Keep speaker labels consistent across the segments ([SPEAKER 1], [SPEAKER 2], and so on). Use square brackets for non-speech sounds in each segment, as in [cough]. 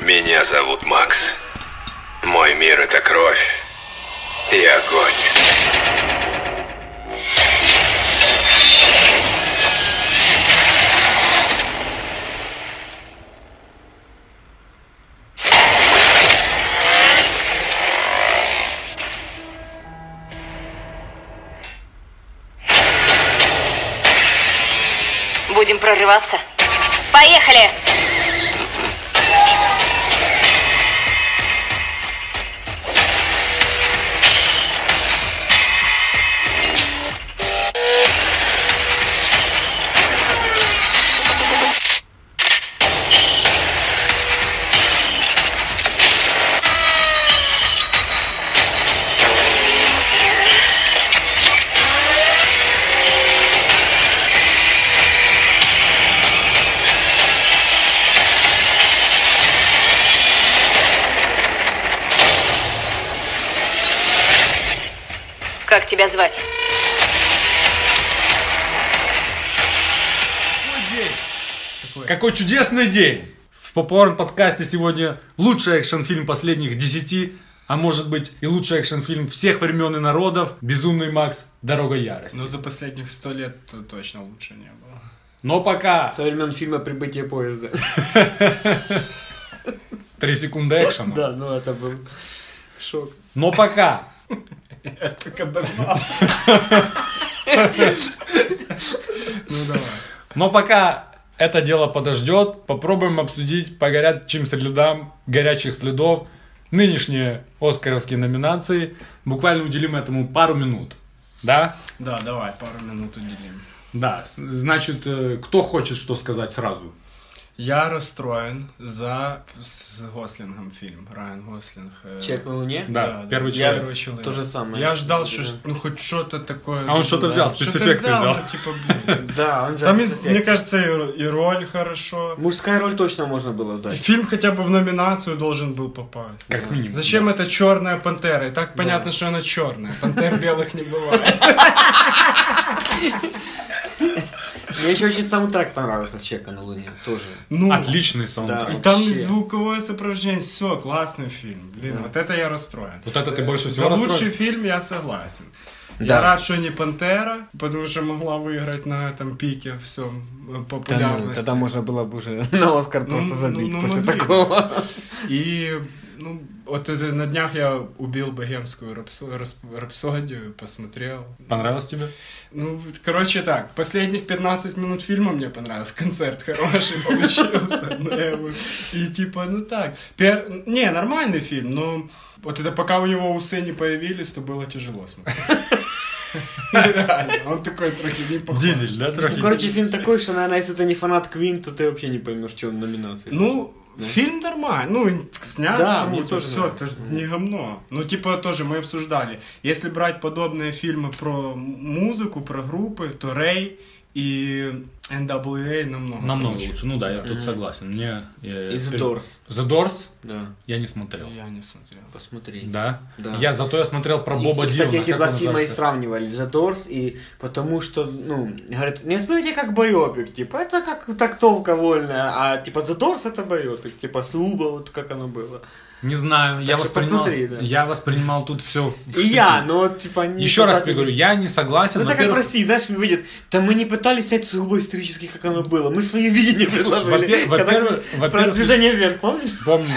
[SPEAKER 1] Меня зовут Макс. Мой мир — это кровь и огонь.
[SPEAKER 2] Будем прорываться. Поехали! Как тебя звать?
[SPEAKER 3] Какой чудесный день! В попорн подкасте сегодня лучший экшн-фильм последних 10, а может быть и лучший экшн-фильм всех времен и народов «Безумный Макс. Дорога ярости».
[SPEAKER 4] Ну, за последних сто лет то точно лучше не было.
[SPEAKER 3] Но пока
[SPEAKER 5] Со времен фильма «Прибытие поезда».
[SPEAKER 3] 3 секунды экшена.
[SPEAKER 5] Да, ну это был шок.
[SPEAKER 3] Но пока
[SPEAKER 4] Я только догнал. Ну, давай.
[SPEAKER 3] Но пока это дело подождет, попробуем обсудить по горячим следам, горячих следов, нынешние оскаровские номинации. Буквально уделим этому пару минут. Да?
[SPEAKER 4] Да, давай, пару минут уделим.
[SPEAKER 3] Да. с- Значит, э, кто хочет что сказать сразу?
[SPEAKER 4] Я расстроен за с Гослингом фильм. Райан Гослинг. э,
[SPEAKER 5] Человек на Луне?
[SPEAKER 3] Да,
[SPEAKER 4] да,
[SPEAKER 3] первый
[SPEAKER 4] да.
[SPEAKER 3] человек.
[SPEAKER 4] первый человек.
[SPEAKER 5] то же самое.
[SPEAKER 4] Я ждал, что
[SPEAKER 5] Да.
[SPEAKER 4] ж- ну хоть что-то такое.
[SPEAKER 3] А он что-то взял,
[SPEAKER 4] Что-то
[SPEAKER 3] спецэффекты взял.
[SPEAKER 4] ну, типа,
[SPEAKER 5] [laughs]
[SPEAKER 4] блин.
[SPEAKER 5] Да, он же
[SPEAKER 4] Там, и-
[SPEAKER 5] опять-
[SPEAKER 4] мне кажется, и ро- и роль хорошо.
[SPEAKER 5] Мужская роль точно можно было
[SPEAKER 4] И
[SPEAKER 5] дать.
[SPEAKER 4] Фильм хотя бы в номинацию должен был попасть.
[SPEAKER 3] Как минимум.
[SPEAKER 4] Зачем это черная пантера? И так понятно, что она черная. Пантер белых не
[SPEAKER 3] [laughs]
[SPEAKER 4] бывает.
[SPEAKER 5] Мне еще очень саундтрек понравился с Человека на Луне. Тоже.
[SPEAKER 4] Ну,
[SPEAKER 3] Отличный саундтрек.
[SPEAKER 5] Да.
[SPEAKER 4] И там
[SPEAKER 5] Вообще.
[SPEAKER 4] звуковое сопровождение, все, классный фильм. Блин, вот это я расстроен.
[SPEAKER 3] Вот это ты больше
[SPEAKER 4] За
[SPEAKER 3] всего
[SPEAKER 4] лучший
[SPEAKER 3] расстроен?
[SPEAKER 4] фильм я согласен. Я
[SPEAKER 5] Да.
[SPEAKER 4] рад, что не Пантера, потому что могла выиграть на этом пике все
[SPEAKER 3] ну,
[SPEAKER 4] популярности.
[SPEAKER 5] ну, тогда можно было бы уже [laughs] на Оскар
[SPEAKER 4] Ну,
[SPEAKER 5] просто
[SPEAKER 4] ну,
[SPEAKER 5] забить
[SPEAKER 4] ну,
[SPEAKER 5] после
[SPEAKER 4] могли.
[SPEAKER 5] такого.
[SPEAKER 4] И ну, вот это на днях я убил богемскую рапсо- расп- рапсодию, посмотрел.
[SPEAKER 3] Понравилось тебе?
[SPEAKER 4] Ну, короче, так, последних 15 минут фильма мне понравился, концерт хороший [laughs] получился, но я его- и типа, ну так, Пер- не, нормальный фильм, но вот это пока у него усы не появились, то было тяжело смотреть. [laughs] Реально, он такой трохи не похож.
[SPEAKER 3] Дизель, да, трохи?
[SPEAKER 5] Ну, короче, фильм такой, что, наверное, если ты не фанат Квин, то ты вообще не поймешь, что он номинации.
[SPEAKER 4] Ну, фильм нормальный, ну, снят
[SPEAKER 5] Да,
[SPEAKER 4] круто,
[SPEAKER 5] мне тоже
[SPEAKER 4] все,
[SPEAKER 5] нравится.
[SPEAKER 4] не говно. Ну, типа, тоже мы обсуждали. Если брать подобные фильмы про м- музыку, про группы, то Рэй и NWA намного
[SPEAKER 3] Намного
[SPEAKER 4] круче.
[SPEAKER 3] лучше. Ну да, я тут согласен. Мне... э,
[SPEAKER 5] Из
[SPEAKER 3] теперь-
[SPEAKER 5] Doors.
[SPEAKER 3] The Doors
[SPEAKER 5] Да,
[SPEAKER 3] я не смотрел.
[SPEAKER 4] Я не смотрел.
[SPEAKER 5] посмотри.
[SPEAKER 3] Да?
[SPEAKER 5] Да.
[SPEAKER 3] Я зато я смотрел про
[SPEAKER 5] И-
[SPEAKER 3] Боба
[SPEAKER 5] и, кстати,
[SPEAKER 3] Дилана.
[SPEAKER 5] эти
[SPEAKER 3] Как
[SPEAKER 5] два
[SPEAKER 3] он
[SPEAKER 5] фильма и
[SPEAKER 3] называется?
[SPEAKER 5] сравнивали The Doors, и потому что, ну, говорят, не смотрите как байопик, типа, это как трактовка вольная, а типа The Doors это байопик, типа Слуба, вот как оно было.
[SPEAKER 3] Не знаю, я
[SPEAKER 5] что
[SPEAKER 3] воспринимал,
[SPEAKER 5] посмотри, да.
[SPEAKER 3] я воспринимал тут все.
[SPEAKER 5] И я, но вот, типа они...
[SPEAKER 3] Еще раз тебе
[SPEAKER 5] показали-
[SPEAKER 3] говорю, я не согласен.
[SPEAKER 5] Ну это как
[SPEAKER 3] Во-первых,
[SPEAKER 5] прости, знаешь, мне видят, да мы не пытались снять сугубо исторически, как оно было, мы свое видение предложили.
[SPEAKER 3] Во-пе-
[SPEAKER 5] Когда
[SPEAKER 3] во-первых-
[SPEAKER 5] мы- Про
[SPEAKER 3] во-первых,
[SPEAKER 5] движение вверх, помнишь? [laughs]
[SPEAKER 3] Помню.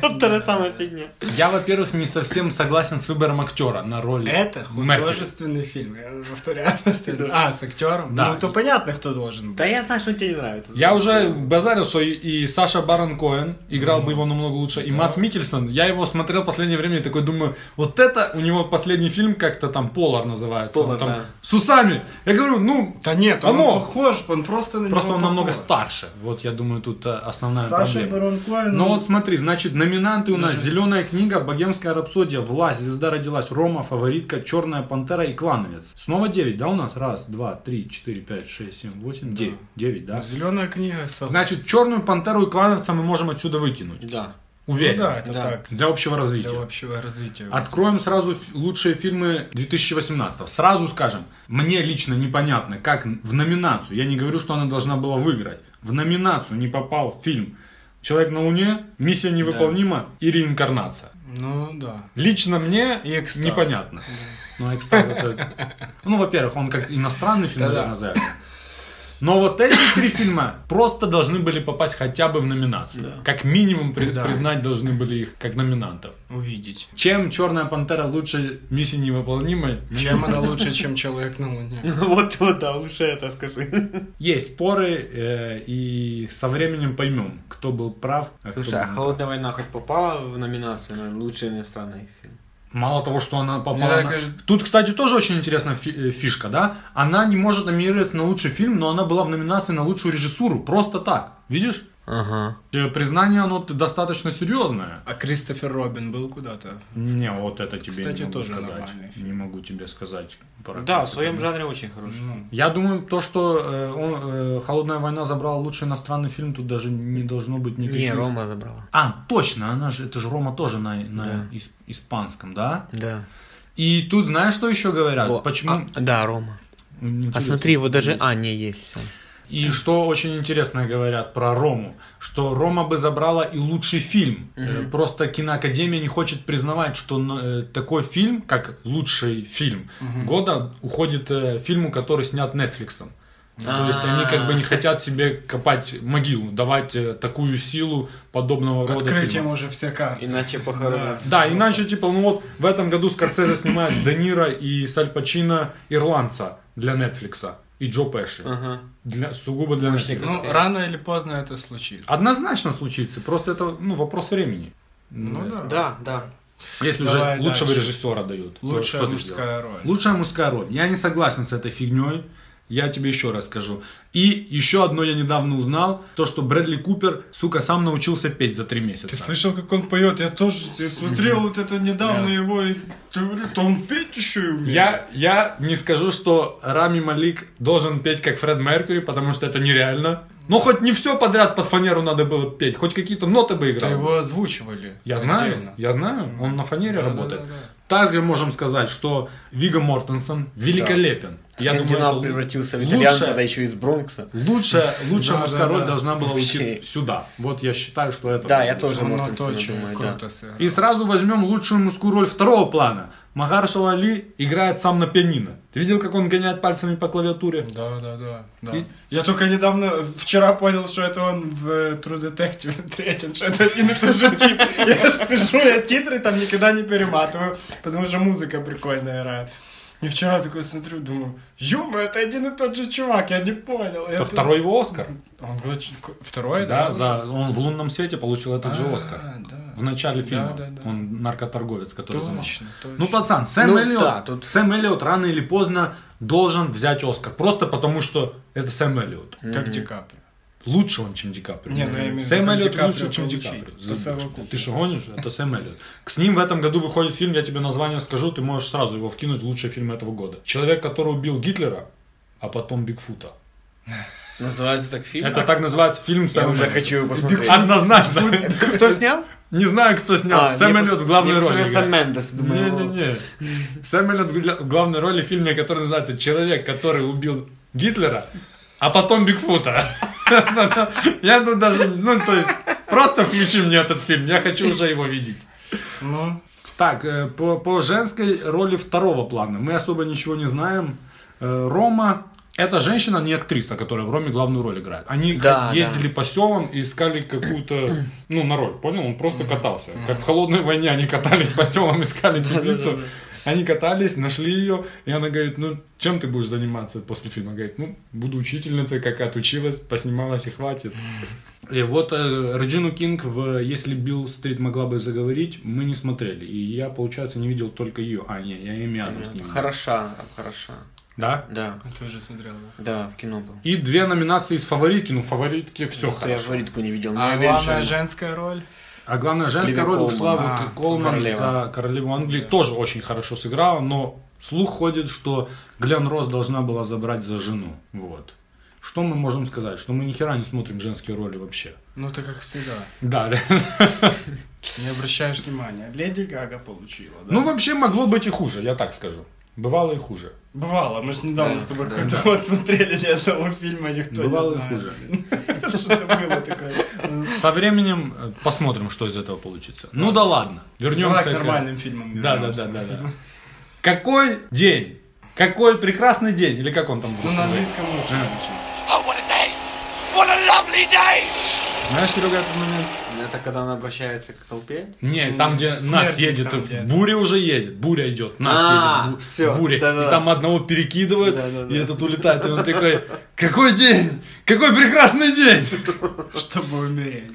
[SPEAKER 5] Вот та же самая фигня.
[SPEAKER 3] Я, во-первых, не совсем согласен с выбором актера на роль.
[SPEAKER 4] Это
[SPEAKER 3] Меркель.
[SPEAKER 4] художественный фильм, я повторяю [laughs] постоянно. А, с актером?
[SPEAKER 3] Да.
[SPEAKER 4] Ну, то понятно, кто должен
[SPEAKER 5] Да
[SPEAKER 4] быть.
[SPEAKER 5] я знаю, что тебе не нравится.
[SPEAKER 3] Я уже базарил, что и, и Саша Барон Коэн играл бы его намного лучше, и Мац Микельсон. Я его смотрел в последнее время и такой думаю, вот это у него последний фильм как-то там Полар называется.
[SPEAKER 5] Polar,
[SPEAKER 3] он там
[SPEAKER 5] да.
[SPEAKER 3] С усами. Я говорю, ну,
[SPEAKER 4] Да нет, он
[SPEAKER 3] Оно.
[SPEAKER 4] похож, он просто на
[SPEAKER 3] просто
[SPEAKER 4] него
[SPEAKER 3] он намного
[SPEAKER 4] похож.
[SPEAKER 3] старше. Вот я думаю, тут э, основная
[SPEAKER 4] Саша
[SPEAKER 3] проблема.
[SPEAKER 4] Барон Коэн.
[SPEAKER 3] Ну
[SPEAKER 4] он-
[SPEAKER 3] вот смотри, значит, номинанты у нас «Зеленая книга», «Богемская рапсодия», «Власть», «Звезда родилась», «Рома», «Фаворитка», «Черная пантера» и «Клановец». Снова 9, да, у нас? Раз, два, три, четыре, пять, шесть, семь, восемь, девять. Девять, да?
[SPEAKER 4] Зеленая книга. со-
[SPEAKER 3] Значит, «Черную пантеру» и «Клановца» мы можем отсюда выкинуть.
[SPEAKER 5] Да.
[SPEAKER 4] ну,
[SPEAKER 3] Уверен.
[SPEAKER 4] да, это
[SPEAKER 5] Да.
[SPEAKER 4] так.
[SPEAKER 3] Для общего развития.
[SPEAKER 4] Для общего развития.
[SPEAKER 3] Откроем сразу ф- лучшие фильмы 2018. Сразу скажем, мне лично непонятно, как в номинацию, я не говорю, что она должна была выиграть, в номинацию не попал фильм Человек на Луне, миссия невыполнима и реинкарнация.
[SPEAKER 4] Ну да.
[SPEAKER 3] Лично мне
[SPEAKER 4] И экстаз.
[SPEAKER 3] непонятно. Ну, экстаз это... Ну, во-первых, он как иностранный фильм, наверное,
[SPEAKER 4] Да-да.
[SPEAKER 3] назовем. Но вот эти три фильма просто должны были попасть хотя бы в номинацию. Как минимум при-
[SPEAKER 4] Да.
[SPEAKER 3] признать должны были их как номинантов.
[SPEAKER 4] Увидеть.
[SPEAKER 3] Чем Черная пантера лучше миссии невыполнимой?
[SPEAKER 4] Чем она лучше, чем человек на Луне?
[SPEAKER 5] Ну, Вот, вот, да, лучше это скажи.
[SPEAKER 3] Есть споры, э, и со временем поймем, кто был прав. а кто
[SPEAKER 5] Слушай, а
[SPEAKER 3] был-
[SPEAKER 5] «Холодная война» хоть попала в номинацию на лучший иностранный фильм?
[SPEAKER 3] Мало того, что она попала...
[SPEAKER 4] Ну, да,
[SPEAKER 3] на-
[SPEAKER 4] конечно.
[SPEAKER 3] Тут, кстати, тоже очень интересная фи- э, фишка, да? Она не может номинироваться на лучший фильм, но она была в номинации на лучшую режиссуру. Просто так. Видишь?
[SPEAKER 5] Ага.
[SPEAKER 3] Э, Признание, оно т- достаточно серьезное.
[SPEAKER 4] А Кристофер Робин был куда-то?
[SPEAKER 3] Не, вот это тебе
[SPEAKER 4] Кстати,
[SPEAKER 3] не могу
[SPEAKER 4] тоже
[SPEAKER 3] сказать.
[SPEAKER 4] нормальный фильм.
[SPEAKER 3] Не могу тебе сказать. про
[SPEAKER 5] Да, в
[SPEAKER 3] Кристофера.
[SPEAKER 5] своем жанре очень хороший.
[SPEAKER 4] Ну,
[SPEAKER 3] Я думаю, то, что э, он, э, «Холодная война» забрала лучший иностранный фильм, тут даже не должно быть никаких...
[SPEAKER 5] Не, Рома забрала.
[SPEAKER 3] А, точно, она же, это же Рома тоже на, на
[SPEAKER 5] Да.
[SPEAKER 3] ис- испанском, да?
[SPEAKER 5] Да.
[SPEAKER 3] И тут знаешь, что еще говорят?
[SPEAKER 5] Во,
[SPEAKER 3] Почему?
[SPEAKER 5] а, да, Рома.
[SPEAKER 3] Ну, Интересно.
[SPEAKER 5] А смотри, вот даже Аня есть.
[SPEAKER 3] И что очень интересно говорят про Рому, что Рома бы забрала и лучший фильм. Э, Просто киноакадемия не хочет признавать, что э, такой фильм, как лучший фильм года, уходит э, фильму, который снят Netflix. То есть они как
[SPEAKER 5] А.
[SPEAKER 3] бы не хотят себе копать могилу, давать э, такую силу подобного рода
[SPEAKER 4] Открыть
[SPEAKER 3] фильма.
[SPEAKER 4] ему уже все карты.
[SPEAKER 5] Иначе похоронят.
[SPEAKER 3] Да, иначе, типа, ну вот в этом году Скорсезе снимает
[SPEAKER 4] [coughs]
[SPEAKER 3] Де Ниро и Саль Пачино ирландца для Netflix и Джо Пэши.
[SPEAKER 5] Ага.
[SPEAKER 3] Для, сугубо для
[SPEAKER 5] Мощник.
[SPEAKER 3] Netflix.
[SPEAKER 4] Ну, рано или поздно это случится.
[SPEAKER 3] Однозначно случится, просто это ну, вопрос времени.
[SPEAKER 4] Ну да.
[SPEAKER 5] Да, да.
[SPEAKER 3] Если
[SPEAKER 4] Давай
[SPEAKER 3] же лучшего
[SPEAKER 4] дальше.
[SPEAKER 3] режиссера дают. то
[SPEAKER 4] Лучшая
[SPEAKER 3] что ты сделаешь?
[SPEAKER 4] мужская роль.
[SPEAKER 3] Лучшая мужская роль. Я не согласен с этой фигней. Я тебе еще раз скажу. И еще одно я недавно узнал, то что Брэдли Купер, сука, сам научился петь за три месяца.
[SPEAKER 4] Ты слышал, как он поет? Я тоже я смотрел вот это недавно его, и ты говоришь, «Да он петь еще и умеет.
[SPEAKER 3] Я, я не скажу, что Рами Малик должен петь как Фред Меркьюри, потому что это нереально. Но хоть не все подряд под фанеру надо было петь, хоть какие-то ноты бы
[SPEAKER 4] Да
[SPEAKER 3] играл.
[SPEAKER 4] его озвучивали.
[SPEAKER 3] Я знаю,
[SPEAKER 4] отдельно.
[SPEAKER 3] я знаю, он на фанере
[SPEAKER 4] Да,
[SPEAKER 3] работает.
[SPEAKER 4] да, да,
[SPEAKER 3] Также можем сказать, что Вига Мортенсон великолепен. Я
[SPEAKER 5] Скандинав
[SPEAKER 3] думаю, это лу-
[SPEAKER 5] превратился в итальянца,
[SPEAKER 3] лучшая-
[SPEAKER 5] да еще из Бронкса.
[SPEAKER 3] лучшая, лучшая
[SPEAKER 4] Да,
[SPEAKER 3] мужская
[SPEAKER 4] да,
[SPEAKER 3] роль
[SPEAKER 4] да.
[SPEAKER 3] должна была
[SPEAKER 5] Вообще.
[SPEAKER 3] уйти сюда. Вот я считаю, что это.
[SPEAKER 5] Да,
[SPEAKER 3] было
[SPEAKER 5] я
[SPEAKER 3] бы.
[SPEAKER 5] тоже
[SPEAKER 4] Оно
[SPEAKER 5] Мортенсона
[SPEAKER 4] точно
[SPEAKER 5] думаю, да.
[SPEAKER 4] круто сыграл.
[SPEAKER 3] И сразу возьмем лучшую мужскую роль второго плана. Махаршала Али играет сам на пианино. Ты видел, как он гоняет пальцами по клавиатуре?
[SPEAKER 4] Да, да, да. да.
[SPEAKER 3] И-
[SPEAKER 4] Я только недавно, вчера понял, что это он в э, True Detective [laughs] третьем, что это один и тот же тип. Я ж сижу, я титры там никогда не перематываю, потому что музыка прикольная играет. И вчера такой смотрю, думаю, ё это один и тот же чувак, я не понял.
[SPEAKER 3] Это второй его Оскар.
[SPEAKER 4] Он очень... ко- Второй, да?
[SPEAKER 3] Да, за он в лунном свете получил этот же Оскар.
[SPEAKER 4] да.
[SPEAKER 3] В начале фильма.
[SPEAKER 4] Да, да, да.
[SPEAKER 3] Он наркоторговец, который замазал.
[SPEAKER 4] Точно, точно.
[SPEAKER 3] Ну, пацан, Сэм
[SPEAKER 5] Ну,
[SPEAKER 3] Эллиот,
[SPEAKER 5] да, тут-
[SPEAKER 3] Сэм Эллиот рано или поздно должен взять Оскар. Просто потому, что это Сэм Эллиот.
[SPEAKER 4] Как Ди Каприо.
[SPEAKER 3] Лучше он, чем Ди Каприо.
[SPEAKER 4] Не, ну, я имею в виду,
[SPEAKER 3] Сэм
[SPEAKER 4] как
[SPEAKER 3] Эллиот
[SPEAKER 4] Ди Каприо
[SPEAKER 3] лучше, чем Ди
[SPEAKER 4] получить,
[SPEAKER 3] Каприо.
[SPEAKER 4] по
[SPEAKER 3] Забудь.
[SPEAKER 4] совокупности.
[SPEAKER 3] Ты что гонишь? Это Сэм Эллиот. С ним в этом году выходит фильм, я тебе название скажу, ты можешь сразу его вкинуть в лучшие фильмы этого года. Человек, который убил Гитлера, а потом Бигфута.
[SPEAKER 5] Называется так фильм?
[SPEAKER 3] Это так называется фильм
[SPEAKER 5] Я
[SPEAKER 3] Сэма
[SPEAKER 5] уже
[SPEAKER 3] Эллиота.
[SPEAKER 5] хочу его посмотреть.
[SPEAKER 3] Однозначно. [laughs]
[SPEAKER 5] Кто снял? А,
[SPEAKER 3] Не знаю, кто снял. Сэм Эллиот в главной роли. играет.
[SPEAKER 5] Сэм Мендес, думаю.
[SPEAKER 3] Не-не-не. Сэм Эллиот в гля- в главной роли в фильме, который называется «Человек, который убил Гитлера», а потом Бигфута. [laughs] Я тут даже, ну, то есть, просто включи мне этот фильм, я хочу уже его видеть.
[SPEAKER 4] Ну,
[SPEAKER 3] Так, э, по, по женской роли второго плана мы особо ничего не знаем. Э, Рома это женщина, а не актриса, которая в Роме главную роль играет. Они
[SPEAKER 5] Да,
[SPEAKER 3] х- ездили по селам и искали какую-то, ну, на роль, понял? Он просто катался. Как в «Холодной войне» они катались по селам, искали девицу. Они катались, нашли ее, и она говорит, ну, чем ты будешь заниматься после фильма? Говорит, ну, буду учительницей, как отучилась, поснималась и хватит. И вот э, Реджину Кинг в «Если Билл Стрит могла бы заговорить», мы не смотрели. И я, получается, не видел только ее. А, нет, я Эми Адамс не видел.
[SPEAKER 5] Хороша, там хороша.
[SPEAKER 3] Да?
[SPEAKER 5] Да,
[SPEAKER 4] ты уже смотрел, да?
[SPEAKER 5] да, в кино был.
[SPEAKER 3] И две номинации из «Фаворитки». Ну, «Фаворитки» все
[SPEAKER 5] Что Я
[SPEAKER 3] хорошо.
[SPEAKER 5] фаворитку не видел. но я
[SPEAKER 4] А
[SPEAKER 5] уверен, что
[SPEAKER 4] главная
[SPEAKER 5] она-
[SPEAKER 4] женская роль?
[SPEAKER 3] А главная женская
[SPEAKER 5] Оливия
[SPEAKER 3] роль
[SPEAKER 5] Колман.
[SPEAKER 3] ушла
[SPEAKER 4] А,
[SPEAKER 3] вот Колман
[SPEAKER 5] королева.
[SPEAKER 3] за королеву Англии. Тоже очень хорошо сыграла, но слух ходит, что Глен Росс должна была забрать за жену. Вот. Что мы можем сказать? Что мы ни хера не смотрим женские роли вообще.
[SPEAKER 4] Ну, ты как всегда.
[SPEAKER 3] Да, [laughs]
[SPEAKER 4] Не обращаешь внимания. Леди Гага получила, да?
[SPEAKER 3] Ну, вообще могло быть и хуже, я так скажу. Бывало и хуже.
[SPEAKER 4] Бывало, мы же недавно
[SPEAKER 5] Да,
[SPEAKER 4] с тобой
[SPEAKER 5] да,
[SPEAKER 4] какой-то вот смотрели ни одного фильма, никто
[SPEAKER 3] Бывало и
[SPEAKER 4] не
[SPEAKER 3] хуже.
[SPEAKER 4] [laughs] знает. Что-то было такое.
[SPEAKER 3] Со временем э, посмотрим, что из этого получится. Ну да ладно. Вернемся
[SPEAKER 4] Давай к нормальным фильмам.
[SPEAKER 3] Да, да, да,
[SPEAKER 4] вернемся.
[SPEAKER 3] да, да. Какой день? Какой прекрасный день? Или как он там
[SPEAKER 4] Ну,
[SPEAKER 3] будет?
[SPEAKER 4] на английском лучше
[SPEAKER 3] Да.
[SPEAKER 4] звучит.
[SPEAKER 3] Знаешь, Серега, этот момент?
[SPEAKER 5] Это когда он обращается к толпе?
[SPEAKER 3] Не, там, где
[SPEAKER 4] Смерть
[SPEAKER 3] Накс едет,
[SPEAKER 4] там
[SPEAKER 3] в
[SPEAKER 4] где-то.
[SPEAKER 3] буря уже едет, буря идет, Накс
[SPEAKER 5] А,
[SPEAKER 3] едет в бу-
[SPEAKER 5] всё,
[SPEAKER 3] в буре,
[SPEAKER 5] да-да-да.
[SPEAKER 3] и там одного перекидывают,
[SPEAKER 5] Да-да-да.
[SPEAKER 3] и этот улетает, и он такой, какой день, какой прекрасный день!
[SPEAKER 4] Чтобы умереть.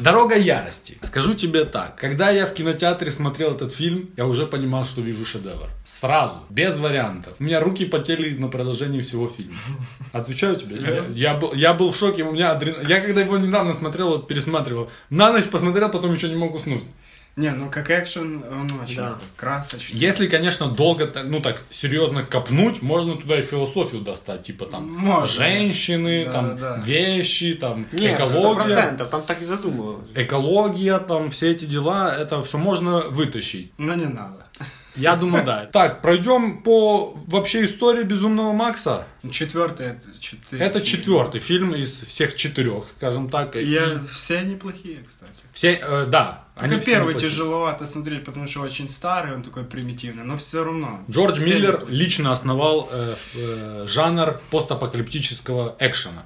[SPEAKER 3] Дорога ярости. Скажу тебе так, когда я в кинотеатре смотрел этот фильм, я уже понимал, что вижу шедевр. Сразу, без вариантов. У меня руки потели на продолжении всего фильма. Отвечаю тебе, я,
[SPEAKER 4] Серьезно?
[SPEAKER 3] я был, я был в шоке, у меня адрен... Я когда его недавно смотрел, вот пересматривал, на ночь посмотрел, потом еще не мог уснуть.
[SPEAKER 4] Не, ну как экшен, он очень
[SPEAKER 5] Да.
[SPEAKER 4] красочный.
[SPEAKER 3] Если, конечно, долго, так, ну так, серьезно копнуть, можно туда и философию достать, типа там
[SPEAKER 4] Можно.
[SPEAKER 3] женщины,
[SPEAKER 4] Да,
[SPEAKER 3] там
[SPEAKER 4] да.
[SPEAKER 3] вещи, там
[SPEAKER 5] Нет, сто
[SPEAKER 3] экология.
[SPEAKER 5] процентов, там так и задумывалось.
[SPEAKER 3] Экология, там все эти дела, это все можно вытащить.
[SPEAKER 4] Но Ну, не надо.
[SPEAKER 3] Я думаю, да. [laughs] Так, пройдем по вообще истории Безумного Макса.
[SPEAKER 4] Четвертый это четыре.
[SPEAKER 3] Это
[SPEAKER 4] фильма.
[SPEAKER 3] четвертый фильм из всех четырех, скажем так. И
[SPEAKER 4] Я все они плохие, кстати.
[SPEAKER 3] Все, э, да.
[SPEAKER 4] Только
[SPEAKER 3] они все
[SPEAKER 4] первый
[SPEAKER 3] неплохие.
[SPEAKER 4] тяжеловато смотреть, потому что очень старый, он такой примитивный, но все равно.
[SPEAKER 3] Джордж
[SPEAKER 4] Все
[SPEAKER 3] Миллер
[SPEAKER 4] они-
[SPEAKER 3] лично основал э, э, жанр постапокалиптического экшена.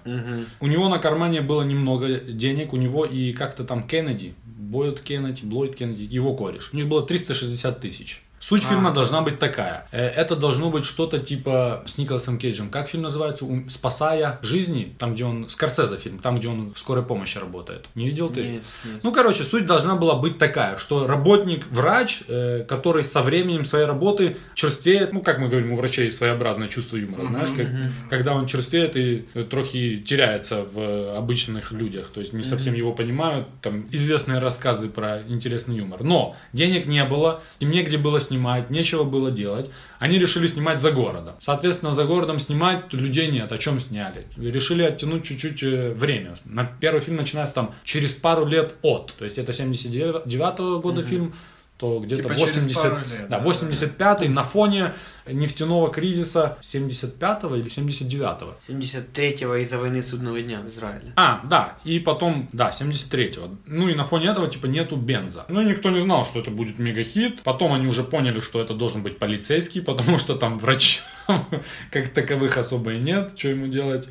[SPEAKER 3] У него на кармане было немного денег, у него и как-то там Кеннеди, Бойд Кеннеди, Блойд Кеннеди, его кореш. У них было 360 тысяч. Суть
[SPEAKER 4] А.
[SPEAKER 3] фильма должна быть такая. Э, Это должно быть что-то типа с Николасом Кейджем. Как фильм называется? Ум- «Спасая жизни», там, где он... Скорсезе фильм, там, где он в скорой помощи работает. Не видел ты?
[SPEAKER 5] Нет, нет.
[SPEAKER 3] Ну, короче, суть должна была быть такая, что работник-врач, э, который со временем своей работы черствеет, ну, как мы говорим, у врачей своеобразное чувство юмора, знаешь, как- когда он черствеет и э, трохи теряется в э, обычных людях, то есть не совсем его понимают, там известные рассказы про интересный юмор. Но денег не было, им негде было снимать, нечего было делать. Они решили снимать за городом. Соответственно, за городом снимать людей нет, о чем сняли. Решили оттянуть чуть-чуть э, время. На первый фильм начинается там через пару лет от. То есть это 79 года фильм, то где-то
[SPEAKER 4] Типа через
[SPEAKER 3] 80,
[SPEAKER 4] пару лет,
[SPEAKER 3] да,
[SPEAKER 4] да.
[SPEAKER 3] 85 на фоне нефтяного кризиса 75 или 79
[SPEAKER 5] 73-го из-за войны судного дня в Израиле.
[SPEAKER 3] а, да, и потом, да, 73-го. Ну и на фоне этого, типа, нету бенза. Ну и никто не знал, что это будет мегахит. Потом они уже поняли, что это должен быть полицейский, [laughs] потому что там врачам [laughs] как таковых особо и нет, что ему делать.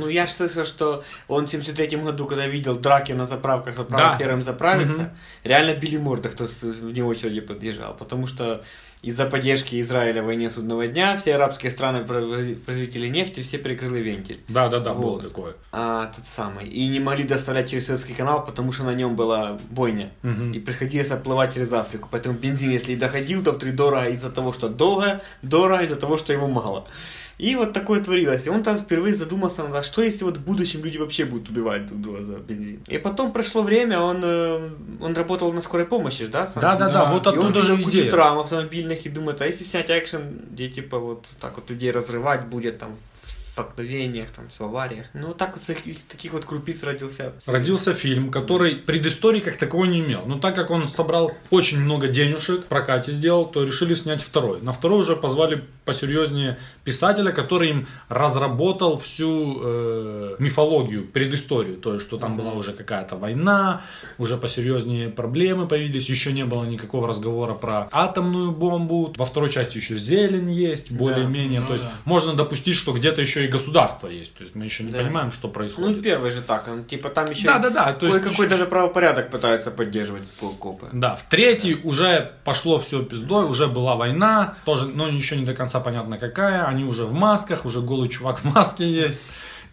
[SPEAKER 5] Ну, я ж слышал, что он в 73 году, когда видел драки на заправках, заправил
[SPEAKER 3] Да.
[SPEAKER 5] первым заправиться, реально били морды, кто с- вне очереди подъезжал. Потому что из-за поддержки Израиля в войне судного дня все арабские страны произ- производители нефти все прикрыли вентиль.
[SPEAKER 3] Да-да-да, было
[SPEAKER 5] Вот.
[SPEAKER 3] такое.
[SPEAKER 5] А, тот самый. И не могли доставлять через Советский канал, потому что на нем была бойня.
[SPEAKER 3] Мгм.
[SPEAKER 5] И приходилось отплывать через Африку. Поэтому бензин, если и доходил, то в три дорого из-за того, что долго, дорого из-за того, что его мало. И вот такое творилось. И он там впервые задумался, а что если вот в будущем люди вообще будут убивать друг друга за бензин. И потом прошло время, он, э, он работал на скорой помощи, да? сам?
[SPEAKER 3] Да-да-да,
[SPEAKER 4] Да.
[SPEAKER 3] вот
[SPEAKER 5] И он
[SPEAKER 3] оттуда же
[SPEAKER 5] видел кучу
[SPEAKER 3] идея.
[SPEAKER 5] травм автомобильных и думает, а если снять экшен, где типа вот так вот людей разрывать будет там в столкновениях, там в авариях. Ну вот так вот таких, таких вот крупиц родился.
[SPEAKER 3] Родился фильм, который предыстории как такого не имел. Но так как он собрал очень много денежек, в прокате сделал, то решили снять второй. На второй уже позвали посерьезнее писателя, который им разработал всю э, мифологию, предысторию. То есть, что там была уже какая-то война, уже посерьезнее проблемы появились, еще не было никакого разговора про атомную бомбу. Во второй части еще зелень есть, более-менее.
[SPEAKER 4] ну
[SPEAKER 3] то есть,
[SPEAKER 4] да.
[SPEAKER 3] можно допустить, что где-то еще и государство есть. То есть, мы еще не
[SPEAKER 5] Да.
[SPEAKER 3] понимаем, что
[SPEAKER 5] Ну и
[SPEAKER 3] происходит.
[SPEAKER 5] первый же так, он типа там еще
[SPEAKER 3] Да, да, да. То есть
[SPEAKER 5] кое-какой
[SPEAKER 3] еще-
[SPEAKER 5] даже правопорядок пытаются поддерживать по- копы.
[SPEAKER 3] Да, в третий уже пошло все пиздой, уже была война, тоже, но еще не до конца понятно какая, они уже в масках, уже голый чувак в маске есть,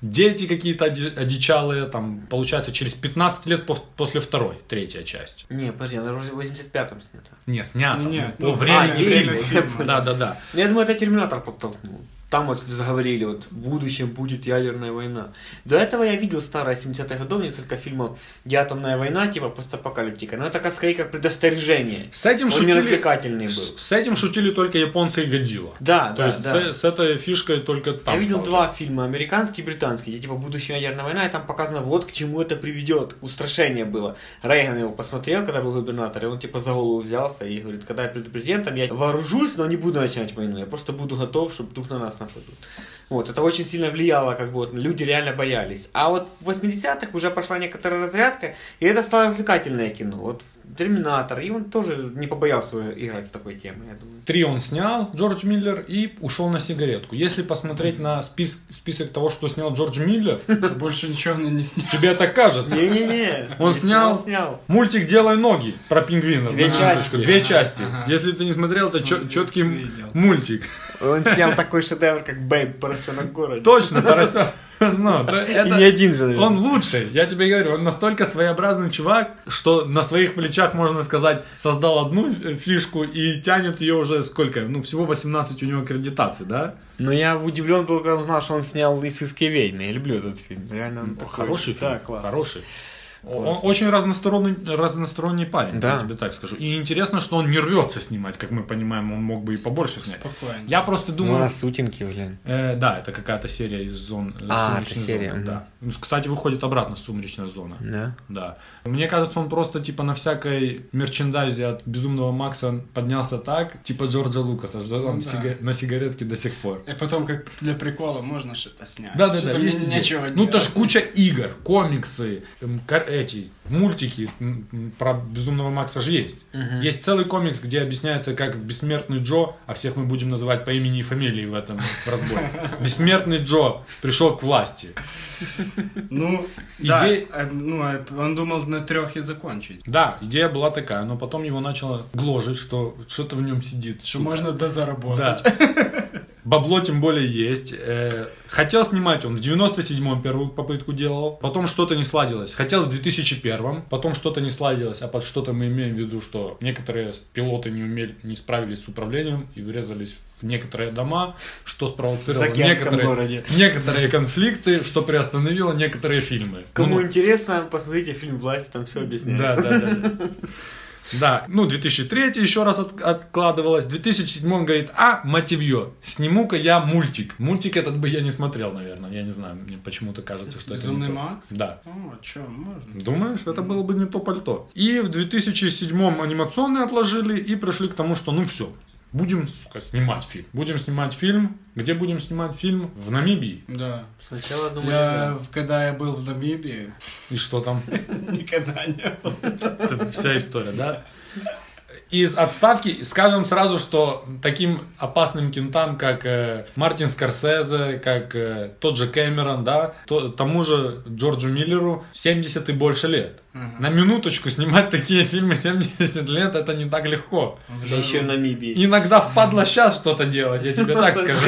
[SPEAKER 3] дети какие-то оди- одичалые, там, получается, через 15 лет пов- после второй, третья часть.
[SPEAKER 5] Не, подожди, она вроде в 85-м снята.
[SPEAKER 3] Не, снято.
[SPEAKER 4] Нет,
[SPEAKER 3] по
[SPEAKER 4] ну,
[SPEAKER 3] времени
[SPEAKER 5] а,
[SPEAKER 3] фильма.
[SPEAKER 5] время фильма.
[SPEAKER 3] Да, да, да.
[SPEAKER 5] Ну, Я думаю, это Терминатор подтолкнул. Там вот заговорили, вот в будущем будет ядерная война. До этого я видел старое 70-х годов несколько фильмов, где атомная война, типа постапокалиптика. Но это как скорее как предостережение.
[SPEAKER 3] С этим
[SPEAKER 5] Он
[SPEAKER 3] шутили...
[SPEAKER 5] не развлекательный был.
[SPEAKER 3] С с этим шутили только японцы и Годзилла.
[SPEAKER 5] Да,
[SPEAKER 3] То
[SPEAKER 5] да,
[SPEAKER 3] есть
[SPEAKER 5] да.
[SPEAKER 3] С, с этой фишкой только там.
[SPEAKER 5] я видел
[SPEAKER 3] правда.
[SPEAKER 5] два фильма, американский и британский, где типа будущая ядерная война, и там показано, вот к чему это приведет. Устрашение было. Рейган его посмотрел, когда был губернатор, и он типа за голову взялся и говорит, когда я приду президентом, я вооружусь, но не буду начинать войну, я просто буду готов, чтобы вдруг на нас нападут. Вот, это очень сильно влияло, как бы вот, люди реально боялись. А вот в 80-х уже пошла некоторая разрядка, и это стало развлекательное кино. Вот Терминатор, и он тоже не побоялся играть с такой темой, я думаю.
[SPEAKER 3] Три он снял, Джордж Миллер, и ушел на сигаретку. Если посмотреть на спис- список того, что снял Джордж Миллер,
[SPEAKER 4] Больше ничего она не снял.
[SPEAKER 3] тебе так кажется.
[SPEAKER 5] Не-не-не,
[SPEAKER 3] Он
[SPEAKER 5] не
[SPEAKER 3] снял?
[SPEAKER 5] снял.
[SPEAKER 3] Мультик «Делай ноги» про пингвинов.
[SPEAKER 5] Две
[SPEAKER 3] на минуточку.
[SPEAKER 5] части.
[SPEAKER 3] Две части.
[SPEAKER 4] Ага.
[SPEAKER 3] Если ты не смотрел, это
[SPEAKER 4] Смотрел,
[SPEAKER 3] четкий
[SPEAKER 4] видел.
[SPEAKER 3] мультик.
[SPEAKER 5] Он снял такой шедевр, как Бэйб Поросенок города.
[SPEAKER 3] Точно, поросенок. [laughs] Ну, то
[SPEAKER 5] И
[SPEAKER 3] это-
[SPEAKER 5] не один же, наверное.
[SPEAKER 3] Он лучший, я тебе говорю, он настолько своеобразный чувак, что на своих плечах, можно сказать, создал одну фи- фишку и тянет ее уже сколько? Ну, всего 18 у него аккредитаций, да?
[SPEAKER 5] Но я удивлен был, когда узнал, что он снял «Лисийские ведьмы». Я люблю этот фильм. Реально он такой.
[SPEAKER 3] Ну, Хороший фильм,
[SPEAKER 5] Да, класс.
[SPEAKER 3] хороший. Он очень разносторонний, разносторонний парень,
[SPEAKER 5] Да.
[SPEAKER 3] я тебе так скажу. И интересно, что он не рвется снимать, как мы понимаем, он мог бы и побольше снять.
[SPEAKER 4] Спокойно.
[SPEAKER 3] Я просто
[SPEAKER 5] Ну,
[SPEAKER 3] думаю,
[SPEAKER 5] на сутенки, блин.
[SPEAKER 3] Э, да, это какая-то серия из зон. э,
[SPEAKER 5] А,
[SPEAKER 3] «Сумеречной
[SPEAKER 5] это серия,
[SPEAKER 3] зоны»,
[SPEAKER 5] мгм.
[SPEAKER 3] да. Ну, с- Кстати, выходит обратно сумречная зона.
[SPEAKER 5] Да.
[SPEAKER 3] Да. Мне кажется, он просто типа на всякой мерчендайзе от безумного Макса поднялся так, типа Джорджа Лукаса, что он
[SPEAKER 4] да.
[SPEAKER 3] сига- на сигаретке до сих пор.
[SPEAKER 4] И потом, как для прикола, можно что-то снять.
[SPEAKER 3] Да, да, да,
[SPEAKER 4] Что-то мне
[SPEAKER 3] есть идея.
[SPEAKER 4] нечего
[SPEAKER 3] Ну, то
[SPEAKER 4] делать.
[SPEAKER 3] ж куча игр, комиксы, эм, кар- эти, мультики м, м, про Безумного Макса же есть. Есть целый комикс, где объясняется, как Бессмертный Джо, а всех мы будем называть по имени и фамилии в этом
[SPEAKER 4] [laughs]
[SPEAKER 3] разборе. Бессмертный Джо пришел к власти.
[SPEAKER 4] Ну,
[SPEAKER 3] Идея-
[SPEAKER 4] да, э, ну, э, он думал на трех и закончить.
[SPEAKER 3] Да, идея была такая, но потом его начало гложить, что что-то в нем сидит.
[SPEAKER 4] Что
[SPEAKER 3] сука.
[SPEAKER 4] можно дозаработать.
[SPEAKER 3] Да. [laughs] Бабло тем более есть. Э, Хотел снимать он в 97-м первую попытку делал, потом что-то не сладилось. Хотел в 2001-м, потом что-то не сладилось, а под что-то мы имеем в виду, что некоторые пилоты не умели, не справились с управлением и врезались в некоторые дома, что
[SPEAKER 5] В
[SPEAKER 3] спровоцировало
[SPEAKER 5] Заокеанском
[SPEAKER 3] некоторые,
[SPEAKER 5] городе.
[SPEAKER 3] некоторые конфликты, что приостановило некоторые фильмы.
[SPEAKER 5] Кому
[SPEAKER 3] Ну,
[SPEAKER 5] интересно, посмотрите фильм «Власть», там все объясняется.
[SPEAKER 3] Да, да, да. да. Да, ну 2003 еще раз от- откладывалось, в 2007 он говорит, а, мотивье, сниму-ка я мультик. Мультик этот бы я не смотрел, наверное, я не знаю, мне почему-то кажется, что это не
[SPEAKER 4] «Безумный
[SPEAKER 3] то.
[SPEAKER 4] Макс»?
[SPEAKER 3] Да.
[SPEAKER 4] О, что, можно?
[SPEAKER 3] Думаешь, это было бы не то пальто. И в 2007 анимационные отложили и пришли к тому, что ну все, будем, сука, снимать фильм. Будем снимать фильм. Где будем снимать фильм? В Намибии.
[SPEAKER 4] Да.
[SPEAKER 5] Сначала думали,
[SPEAKER 4] Я,
[SPEAKER 5] да.
[SPEAKER 4] в- когда я был в Намибии, [laughs]
[SPEAKER 3] И что там?
[SPEAKER 4] никогда не был.
[SPEAKER 3] Это вся история, да? Из отставки скажем сразу, что таким опасным кентам, как э, Мартин Скорсезе, как э, тот же Кэмерон, да, то- тому же Джорджу Миллеру 70 и больше лет. На минуточку снимать такие фильмы 70 лет это не так легко.
[SPEAKER 5] Да еще и в Намибии.
[SPEAKER 3] Иногда впадло сейчас что-то делать, я тебе
[SPEAKER 4] [laughs]
[SPEAKER 3] так скажу.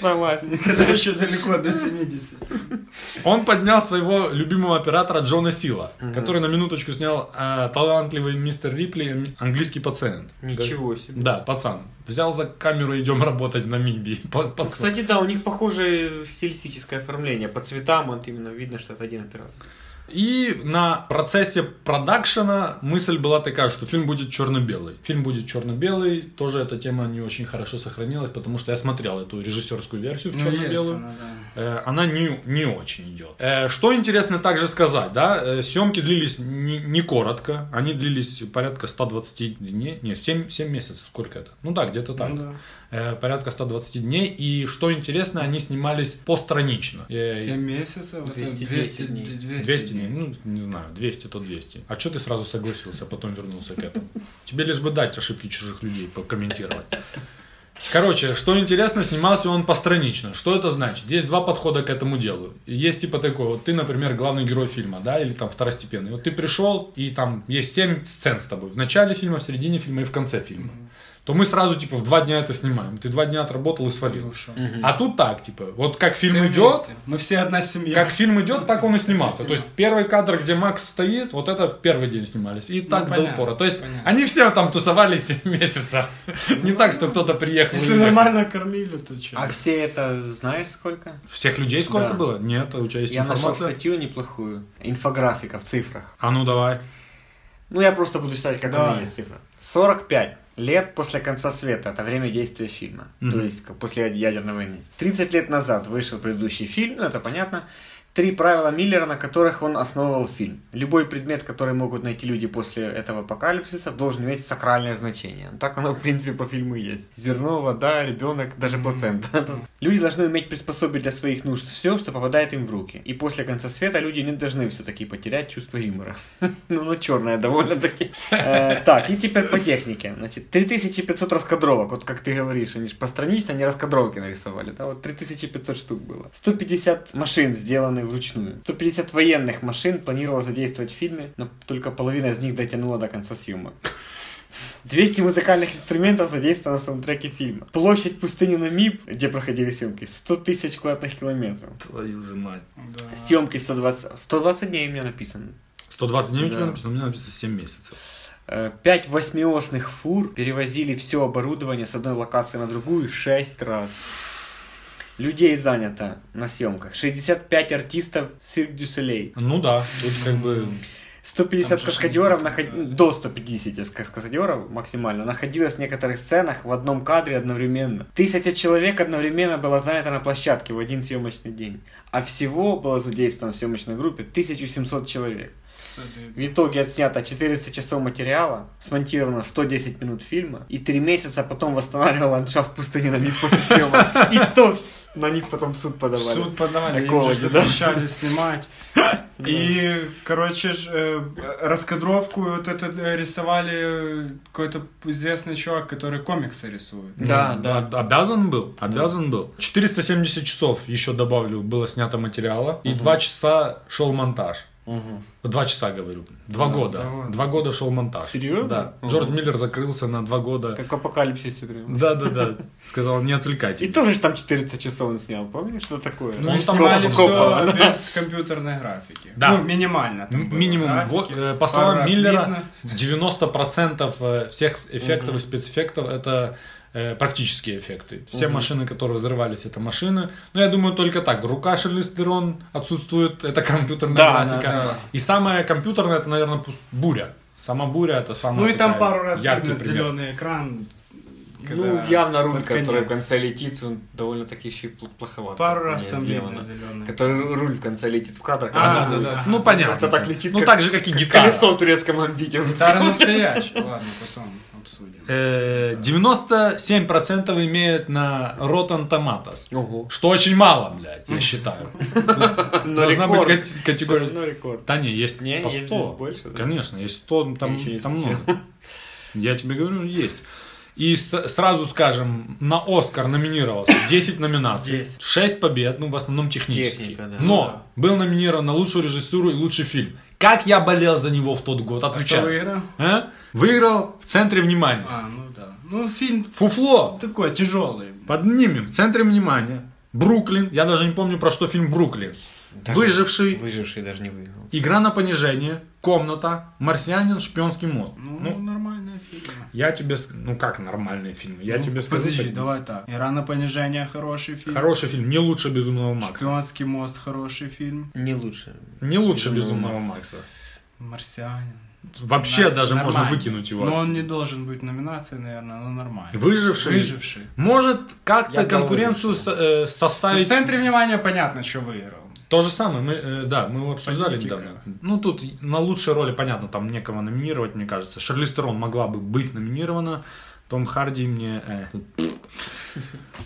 [SPEAKER 5] Согласен.
[SPEAKER 4] Когда еще далеко до 70.
[SPEAKER 3] Он поднял своего любимого оператора Джона Сила, который на минуточку снял э, талантливый мистер Рипли, м- английский пациент.
[SPEAKER 5] Ничего себе.
[SPEAKER 3] Да, пацан. Взял за камеру, идем [laughs] работать в Намибии. Па- пацан.
[SPEAKER 5] Кстати, да, у них похожее стилистическое оформление. По цветам вот именно видно, что это один оператор.
[SPEAKER 3] И на процессе продакшена мысль была такая, что фильм будет черно-белый. Фильм будет черно-белый. Тоже эта тема не очень хорошо сохранилась, потому что я смотрел эту режиссерскую версию в
[SPEAKER 4] Ну, есть
[SPEAKER 3] черно-белую.
[SPEAKER 4] она, да.
[SPEAKER 3] Э, она не, не очень идет. Э, Что интересно также сказать, да, э, съемки длились не, не коротко, они длились порядка 120 дней, не, 7, 7 месяцев, сколько это? Ну да, где-то так.
[SPEAKER 4] Ну да.
[SPEAKER 3] Э, порядка 120 дней, и что интересно, они снимались постранично. Э,
[SPEAKER 4] 7 месяцев, это
[SPEAKER 5] 210
[SPEAKER 4] 200
[SPEAKER 5] дней.
[SPEAKER 3] 200
[SPEAKER 4] 200
[SPEAKER 3] дней,
[SPEAKER 4] дней.
[SPEAKER 3] ну, не знаю, 200 то 200. А что ты сразу согласился, а потом вернулся к этому? Тебе лишь бы дать ошибки чужих людей покомментировать. Короче, что интересно, снимался он постранично. Что это значит? Есть два подхода к этому делу. Есть типа такой, вот ты, например, главный герой фильма, да, или там второстепенный. Вот ты пришел, и там есть семь сцен с тобой. В начале фильма, в середине фильма и в конце фильма. то мы сразу, типа, в два дня это снимаем. Ты два дня отработал и свалил. А тут так, типа, вот как фильм
[SPEAKER 4] Все
[SPEAKER 3] идет,
[SPEAKER 4] вместе. Мы все одна семья.
[SPEAKER 3] как фильм идет, так он и снимался.
[SPEAKER 4] Снимал.
[SPEAKER 3] То есть первый кадр, где Макс стоит, вот это в первый день снимались. И так до
[SPEAKER 4] понятно,
[SPEAKER 3] упора. То есть
[SPEAKER 4] понятно.
[SPEAKER 3] они все там тусовались 7 месяцев. Не так, что кто-то приехал.
[SPEAKER 4] Если
[SPEAKER 3] и уехал.
[SPEAKER 4] нормально кормили, то что?
[SPEAKER 5] А все это знаешь сколько?
[SPEAKER 3] Всех людей сколько
[SPEAKER 5] Да.
[SPEAKER 3] было? Нет, у тебя есть
[SPEAKER 5] Я нашел
[SPEAKER 3] информация.
[SPEAKER 5] статью неплохую. Инфографика в цифрах.
[SPEAKER 3] А ну давай.
[SPEAKER 5] Ну, я просто буду считать, как
[SPEAKER 4] Давай.
[SPEAKER 5] она есть цифра. 45 лет после конца света, это время действия фильма.
[SPEAKER 3] Мгм.
[SPEAKER 5] То есть как после ядерной войны. 30 лет назад вышел предыдущий фильм, ну это понятно. Три правила Миллера, на которых он основывал фильм. Любой предмет, который могут найти люди после этого апокалипсиса, должен иметь сакральное значение. Ну, Так оно, в принципе, по фильму и есть. Зерно, вода, ребенок, даже плацента. [laughs] Люди должны уметь приспособить для своих нужд все, Ну, что попадает им в руки. И после конца света люди не должны все-таки потерять чувство юмора. [laughs] Ну, ну черная довольно-таки. Э, Так, и теперь по технике. Значит, 3500 раскадровок, вот как ты говоришь, они же постранично они раскадровки нарисовали, да, вот 3500 штук было. 150 машин сделаны вручную. 150 военных машин планировалось задействовать в фильме, но только половина из них дотянула до конца съемок. 200 музыкальных инструментов задействовано в саундтреке фильма. Площадь пустыни Намиб, где проходили съемки, 100 тысяч квадратных километров.
[SPEAKER 3] Твою же мать.
[SPEAKER 4] Да.
[SPEAKER 5] Съемки 120... 120 дней у меня написано.
[SPEAKER 3] 120 дней у тебя
[SPEAKER 5] Да.
[SPEAKER 3] написано, у меня написано 7 месяцев.
[SPEAKER 5] Э, Пять восьмиосных фур перевозили все оборудование с одной локации на другую шесть раз. Людей занято на съемках. 65 артистов Cirque du Soleil.
[SPEAKER 3] Ну да, тут как бы...
[SPEAKER 5] 150
[SPEAKER 4] Там же ж
[SPEAKER 5] каскадеров,
[SPEAKER 4] они,
[SPEAKER 5] наход-
[SPEAKER 4] да, да.
[SPEAKER 5] до 150 кас- каскадеров максимально, находилось в некоторых сценах в одном кадре одновременно. Тысяча человек одновременно было занято на площадке в один съемочный день. А всего было задействовано в съемочной группе 1700 человек.
[SPEAKER 4] Солидно.
[SPEAKER 5] В итоге отснято 400 часов материала, смонтировано 110 минут фильма, и 3 месяца потом восстанавливал ландшафт пустыни на них после съемок. И то вс- на них потом в суд
[SPEAKER 4] В
[SPEAKER 5] подавали.
[SPEAKER 4] суд подавали, им
[SPEAKER 5] Экологи,
[SPEAKER 4] же
[SPEAKER 5] да.
[SPEAKER 4] запрещали
[SPEAKER 5] [laughs]
[SPEAKER 4] снимать. И, короче, ж, э, раскадровку вот это э, рисовали э, какой-то известный чувак, который комиксы рисует.
[SPEAKER 5] Да,
[SPEAKER 3] ну,
[SPEAKER 5] да.
[SPEAKER 3] о- Обязан был, обязан был. 470 часов, еще добавлю, было снято материала. И 2 часа шел монтаж.
[SPEAKER 5] Мгм.
[SPEAKER 3] Два часа, говорю. Два года.
[SPEAKER 4] да ладно.
[SPEAKER 3] Два года шел монтаж.
[SPEAKER 5] Серьезно?
[SPEAKER 3] Да.
[SPEAKER 5] Мгм.
[SPEAKER 3] Джордж Миллер закрылся на два года.
[SPEAKER 5] Как в апокалипсисе прям.
[SPEAKER 3] Да-да-да. Сказал, не
[SPEAKER 5] И
[SPEAKER 3] отвлекайте.
[SPEAKER 5] тоже ж там 400 часов он снял, помнишь, что такое?
[SPEAKER 4] Ну
[SPEAKER 3] Он
[SPEAKER 4] и
[SPEAKER 3] там
[SPEAKER 4] снимали
[SPEAKER 3] был
[SPEAKER 5] Коппола,
[SPEAKER 4] все
[SPEAKER 5] да.
[SPEAKER 4] без компьютерной графики.
[SPEAKER 3] Да.
[SPEAKER 4] Ну, минимально там
[SPEAKER 3] М-
[SPEAKER 4] было
[SPEAKER 3] Минимум,
[SPEAKER 4] графики.
[SPEAKER 3] вот, э, по
[SPEAKER 4] Пару
[SPEAKER 3] словам
[SPEAKER 4] раз
[SPEAKER 3] Миллера,
[SPEAKER 4] видно.
[SPEAKER 3] 90% э, всех с- эффектов и спецэффектов это э, практические эффекты. Все машины, которые взрывались, это машины. Но я думаю, только так. Рука Шарлистерон отсутствует, это компьютерная
[SPEAKER 5] Да,
[SPEAKER 3] графика.
[SPEAKER 4] да, да.
[SPEAKER 3] И самая компьютерная, это, наверное, буря. Сама буря это самая
[SPEAKER 4] Ну и там
[SPEAKER 3] такая
[SPEAKER 4] пару раз
[SPEAKER 3] яркий
[SPEAKER 4] видно
[SPEAKER 3] пример.
[SPEAKER 4] зеленый экран.
[SPEAKER 5] Ну,
[SPEAKER 4] когда
[SPEAKER 5] явно руль,
[SPEAKER 4] под конец.
[SPEAKER 5] который в конце летит, он довольно-таки еще и пл- плоховат.
[SPEAKER 4] Пару раз там
[SPEAKER 5] сделано.
[SPEAKER 4] видно зеленый.
[SPEAKER 5] Который руль в конце летит в кадр.
[SPEAKER 4] А,
[SPEAKER 5] когда
[SPEAKER 4] да,
[SPEAKER 5] руль.
[SPEAKER 4] да.
[SPEAKER 3] Ну понятно.
[SPEAKER 5] Просто так летит,
[SPEAKER 3] ну
[SPEAKER 5] как-
[SPEAKER 3] так же, как и
[SPEAKER 5] Как
[SPEAKER 3] гитара.
[SPEAKER 5] колесо в турецком амбите.
[SPEAKER 4] Гитара настоящая. Ладно, потом обсудим.
[SPEAKER 3] Э, 97% имеет на Rotten Tomatoes.
[SPEAKER 5] Ого.
[SPEAKER 3] Что очень мало, блядь, я
[SPEAKER 4] [laughs]
[SPEAKER 3] считаю. Должна быть
[SPEAKER 5] рекорд.
[SPEAKER 3] кат- категория...
[SPEAKER 5] Ну, рекорд.
[SPEAKER 3] Да не, есть
[SPEAKER 5] Не,
[SPEAKER 3] по
[SPEAKER 5] есть
[SPEAKER 3] 100.
[SPEAKER 5] больше, да?
[SPEAKER 3] Конечно, есть 100, там,
[SPEAKER 5] Я еще не
[SPEAKER 3] там
[SPEAKER 5] встречал.
[SPEAKER 3] много. Я тебе говорю, есть. И с- сразу скажем, на Оскар номинировался 10 номинаций,
[SPEAKER 4] 10.
[SPEAKER 3] 6 побед, ну в основном технически.
[SPEAKER 5] Техника, да.
[SPEAKER 3] Но был номинирован на лучшую режиссуру и лучший фильм. Как я болел за него в тот год,
[SPEAKER 4] Кто
[SPEAKER 3] отвечаю.
[SPEAKER 4] выиграл?
[SPEAKER 3] А? Выиграл в центре внимания.
[SPEAKER 4] А, ну да. Ну, фильм
[SPEAKER 3] Фуфло
[SPEAKER 4] такой тяжелый.
[SPEAKER 3] поднимем в центре внимания. Бруклин. Я даже не помню, про что фильм Бруклин.
[SPEAKER 5] Даже-
[SPEAKER 3] Выживший.
[SPEAKER 5] Выживший даже не выиграл.
[SPEAKER 3] Игра на понижение. Комната. Марсианин. Шпионский мост.
[SPEAKER 4] Ну,
[SPEAKER 3] Ну,
[SPEAKER 4] нормальная фильм.
[SPEAKER 3] я тебе... с- Ну, как нормальный фильм? Я тебе скажу...
[SPEAKER 4] Ну, Подожди,
[SPEAKER 3] так.
[SPEAKER 4] давай так. Ира на понижение хороший фильм.
[SPEAKER 3] Хороший фильм. Не лучше «Безумного Макса».
[SPEAKER 4] Шпионский мост хороший фильм.
[SPEAKER 5] Не лучше.
[SPEAKER 3] Не лучше
[SPEAKER 5] «Безумного
[SPEAKER 3] «Безумного Макса».
[SPEAKER 5] Макса».
[SPEAKER 4] Марсианин.
[SPEAKER 3] Вообще
[SPEAKER 4] На-
[SPEAKER 3] даже можно
[SPEAKER 4] нормально.
[SPEAKER 3] выкинуть его.
[SPEAKER 4] Но он
[SPEAKER 3] отсюда.
[SPEAKER 4] не должен быть в номинации, наверное, но нормально.
[SPEAKER 3] Выживший.
[SPEAKER 4] Выживший.
[SPEAKER 3] Может
[SPEAKER 5] Я
[SPEAKER 3] как-то
[SPEAKER 5] дал
[SPEAKER 3] конкуренцию со- э,
[SPEAKER 4] Ну, В
[SPEAKER 3] составить...
[SPEAKER 4] центре внимания понятно, что выиграл. [laughs]
[SPEAKER 3] То же самое, мы, э, да, мы его обсуждали
[SPEAKER 4] Политика.
[SPEAKER 3] недавно. Ну, тут на лучшие роли, понятно, там некого номинировать, мне кажется. Шарли Стерон могла бы быть номинирована, Том Харди мне... э, [laughs]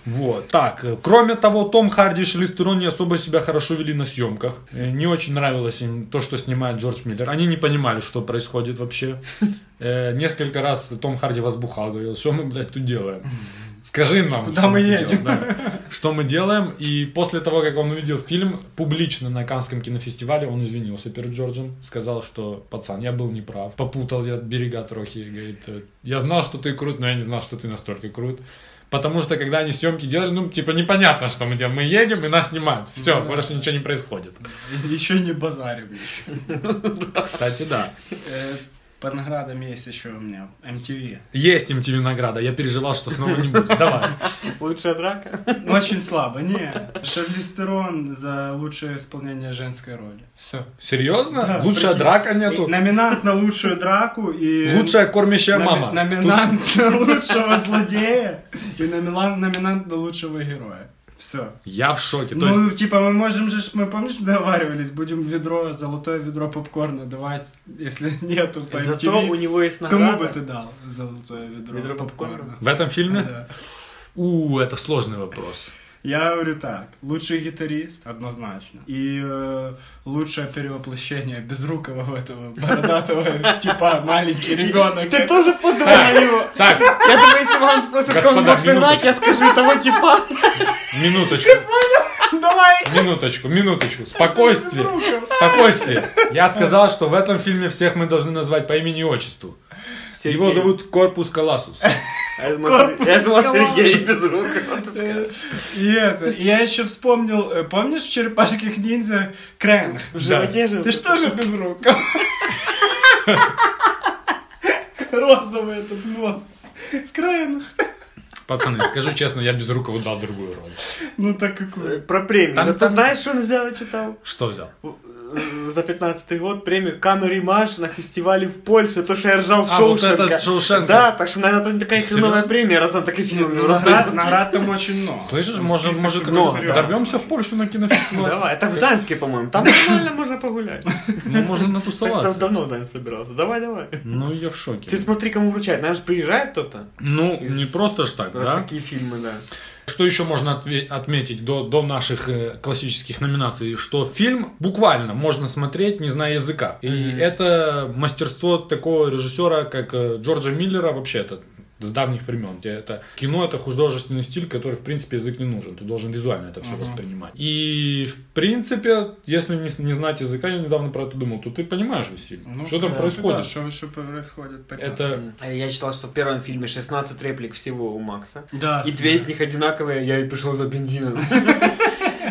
[SPEAKER 3] Вот. Так, э, кроме того, Том Харди и Шарли Стерон не особо себя хорошо вели на съемках. Э, Не очень нравилось им то, что снимает Джордж Миллер. Они не понимали, что происходит вообще. Э, Несколько раз Том Харди возбухал, говорил, что мы, блядь, тут делаем. С Скажи нам,
[SPEAKER 4] Куда
[SPEAKER 3] что
[SPEAKER 4] мы едем?
[SPEAKER 3] делаем, да. что мы делаем. И после того, как он увидел фильм, публично на Канском кинофестивале он извинился перед Джорджем, сказал, что пацан, я был неправ, попутал я берега трохи. Говорит, «Э, я знал, что ты крут, но я не знал, что ты настолько крут. Потому что когда они съемки делали, ну, типа, непонятно, что мы делаем. Мы едем, и нас снимают.
[SPEAKER 4] Ну
[SPEAKER 3] Все, больше ничего не происходит.
[SPEAKER 4] Еще не базарим.
[SPEAKER 3] Кстати, да.
[SPEAKER 4] Э, По наградам есть еще у меня MTV.
[SPEAKER 3] Есть им тебе награда. Я переживал, что снова не будет.
[SPEAKER 4] [laughs]
[SPEAKER 3] Давай.
[SPEAKER 5] Лучшая драка.
[SPEAKER 4] Ну, Очень слабо, не. Шарлиз Терон за лучшее исполнение женской роли. Все.
[SPEAKER 3] Серьезно? Лучшая драка нету?
[SPEAKER 4] Номинант на лучшую драку и...
[SPEAKER 3] Лучшая кормящая
[SPEAKER 4] Номи-
[SPEAKER 3] мама.
[SPEAKER 4] Номинант на [laughs] лучшего злодея и номинан- номинант на лучшего героя. Все.
[SPEAKER 3] Я в шоке. То есть
[SPEAKER 4] Ну, типа, мы можем же, ж- мы помнишь, договаривались, будем ведро, золотое ведро попкорна давать, если [laughs] нету по
[SPEAKER 5] Зато
[SPEAKER 4] MTV.
[SPEAKER 5] у него есть
[SPEAKER 4] Кому бы ты
[SPEAKER 5] награда.
[SPEAKER 4] дал золотое ведро,
[SPEAKER 5] Ведро попкорна?
[SPEAKER 4] попкорна?
[SPEAKER 3] в этом фильме?
[SPEAKER 4] Да.
[SPEAKER 3] У, это сложный вопрос.
[SPEAKER 4] Я говорю так, лучший гитарист, однозначно. И э, лучшее перевоплощение безрукового этого бородатого [laughs] типа маленький ребенок.
[SPEAKER 5] Ты
[SPEAKER 4] [laughs]
[SPEAKER 5] тоже подумал
[SPEAKER 3] Так.
[SPEAKER 5] на него.
[SPEAKER 3] Так,
[SPEAKER 5] Я думаю, если Ван спросит, как он
[SPEAKER 3] Господа,
[SPEAKER 5] мог сыграть, я скажу того типа.
[SPEAKER 3] минуточку,
[SPEAKER 4] Давай!
[SPEAKER 3] минуточку, минуточку. Спокойствие, спокойствие.
[SPEAKER 4] А.
[SPEAKER 3] Я сказал, что в этом фильме всех мы должны назвать по имени и отчеству. Его зовут Корпус Коласус.
[SPEAKER 5] Я думал, Сер- я думал, Сергей без рук.
[SPEAKER 4] Э, И это, и я еще вспомнил, э, помнишь в черепашках ниндзя Крен?
[SPEAKER 5] В животе же.
[SPEAKER 4] Ты что же без рук? [laughs] Розовый этот нос. В Крен.
[SPEAKER 3] Пацаны, скажу честно, я без рук дал другую роль.
[SPEAKER 4] Ну так какой.
[SPEAKER 5] Про премию.
[SPEAKER 3] Там-
[SPEAKER 5] Ну, Ты
[SPEAKER 3] там-
[SPEAKER 5] знаешь, что он взял и читал?
[SPEAKER 3] Что взял?
[SPEAKER 5] Э, за 15 год премию Камери Маш на фестивале в Польше, то, что я ржал
[SPEAKER 3] А, вот
[SPEAKER 5] Шоушенка.
[SPEAKER 3] этот Шоушенка.
[SPEAKER 5] Да, так что, наверное, это такая
[SPEAKER 3] Серьезно?
[SPEAKER 5] хреновая премия, раз она такие
[SPEAKER 3] Ну,
[SPEAKER 5] фильмы
[SPEAKER 4] Наград,
[SPEAKER 5] раздает.
[SPEAKER 4] наград там очень много.
[SPEAKER 3] Слышишь,
[SPEAKER 4] Там
[SPEAKER 3] может,
[SPEAKER 4] Ну, список
[SPEAKER 3] может,
[SPEAKER 4] такой
[SPEAKER 3] но
[SPEAKER 4] серьезный.
[SPEAKER 3] дорвемся в Польшу на кинофестиваль?
[SPEAKER 5] Давай, это в Данске, по-моему, там нормально можно погулять.
[SPEAKER 3] Ну,
[SPEAKER 5] [laughs]
[SPEAKER 3] можно
[SPEAKER 5] Так Там
[SPEAKER 3] натусоваться.
[SPEAKER 5] давно Данск собирался, давай, давай.
[SPEAKER 3] Ну, я в шоке.
[SPEAKER 5] Ты смотри, кому вручать, наверное, же приезжает кто-то.
[SPEAKER 3] Ну,
[SPEAKER 5] Из-
[SPEAKER 3] не просто ж так,
[SPEAKER 5] Раз
[SPEAKER 3] да?
[SPEAKER 5] такие фильмы, да.
[SPEAKER 3] Что еще можно отве- отметить до, до наших э, классических номинаций? Что фильм буквально можно смотреть, не зная языка. И это мастерство такого режиссера, как э, Джорджа Миллера, вообще это с давних времен. Те- Это кино это художественный стиль, который, в принципе, язык не нужен. Ты должен визуально это все воспринимать. И, в принципе, если не, с- не знать языка, я недавно про это думал, то ты понимаешь весь фильм.
[SPEAKER 4] Ну,
[SPEAKER 3] что там
[SPEAKER 4] да,
[SPEAKER 3] происходит?
[SPEAKER 4] да, Что что происходит? понятно.
[SPEAKER 3] Это
[SPEAKER 5] А Я читал, что в первом фильме 16 реплик всего у Макса.
[SPEAKER 4] Да.
[SPEAKER 5] И две из них одинаковые, я и пришел за [laughs] бензином.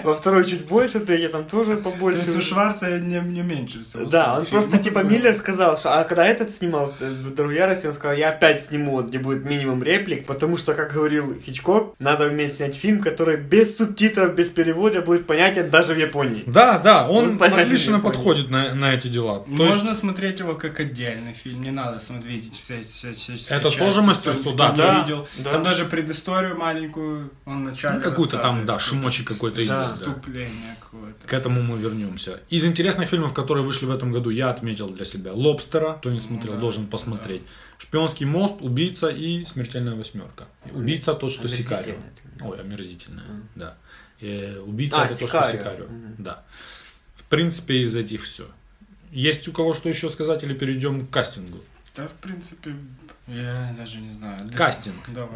[SPEAKER 5] Во второй чуть больше, третья там тоже
[SPEAKER 4] То
[SPEAKER 5] побольше.
[SPEAKER 4] есть у Шварца не, не меньше всего.
[SPEAKER 5] Да,
[SPEAKER 4] стало
[SPEAKER 5] он
[SPEAKER 4] фильма.
[SPEAKER 5] просто типа Миллер сказал, что а когда этот снимал э, Другую ярость, он сказал, я опять сниму, вот, где будет минимум реплик, потому что, как говорил Хичкок, надо уметь снять фильм, который без субтитров, без перевода будет понятен даже в Японии.
[SPEAKER 3] да, да, он
[SPEAKER 5] Ну, понятно,
[SPEAKER 3] отлично
[SPEAKER 5] я понял.
[SPEAKER 3] подходит на, на эти дела. То есть-
[SPEAKER 4] Можно смотреть его как отдельный фильм, не надо смотреть все, все, все, все
[SPEAKER 3] Это
[SPEAKER 4] части,
[SPEAKER 3] тоже
[SPEAKER 4] кто-
[SPEAKER 3] мастерство, да.
[SPEAKER 4] кто не
[SPEAKER 5] Да,
[SPEAKER 4] видел.
[SPEAKER 5] да.
[SPEAKER 4] Там даже предысторию маленькую он вначале
[SPEAKER 3] Ну, какую-то там,
[SPEAKER 4] рассказывает,
[SPEAKER 3] да,
[SPEAKER 4] какое-то
[SPEAKER 3] шумочек какой-то
[SPEAKER 4] вс-
[SPEAKER 3] есть, да.
[SPEAKER 4] Вступление какое-то.
[SPEAKER 3] К этому мы вернемся. Из интересных фильмов, которые вышли в этом году, я отметил для себя «Лобстера», кто не смотрел,
[SPEAKER 4] да,
[SPEAKER 3] должен посмотреть. «Шпионский мост», «Убийца» и «Смертельная восьмерка». «Убийца» тот, что
[SPEAKER 5] Омерзительная
[SPEAKER 3] Сикарио.
[SPEAKER 5] это.
[SPEAKER 3] Ой, омерзительная, да. Э, «Убийца»
[SPEAKER 5] А,
[SPEAKER 3] это то, что
[SPEAKER 5] «Сикарио».
[SPEAKER 3] Сикарио,
[SPEAKER 5] Мгм.
[SPEAKER 3] да. В принципе, из этих все. Есть у кого что еще сказать или перейдем к кастингу?
[SPEAKER 4] Да, в принципе, я даже не знаю. Да.
[SPEAKER 3] Кастинг.
[SPEAKER 4] Давай.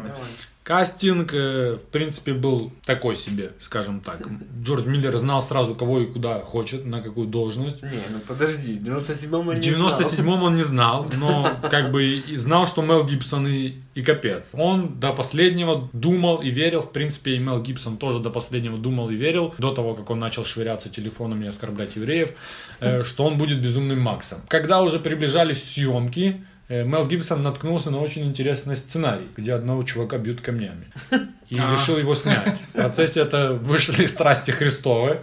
[SPEAKER 3] Кастинг, э, в принципе, был такой себе, скажем так. Джордж Миллер знал сразу, кого и куда хочет, на какую должность.
[SPEAKER 5] Не, ну подожди, в 97-м
[SPEAKER 3] В
[SPEAKER 5] они
[SPEAKER 3] 97-м он не знал, но как бы и знал, что Мел Гибсон и, и капец. Он до последнего думал и верил, в принципе, и Мел Гибсон тоже до последнего думал и верил, до того, как он начал швыряться телефоном и оскорблять евреев, э, что он будет безумным Максом. Когда уже приближались съемки, э, Мел Гибсон наткнулся на очень интересный сценарий, где одного чувака бьют камнями. И
[SPEAKER 4] А.
[SPEAKER 3] решил его снять. В процессе это вышли страсти Христовы.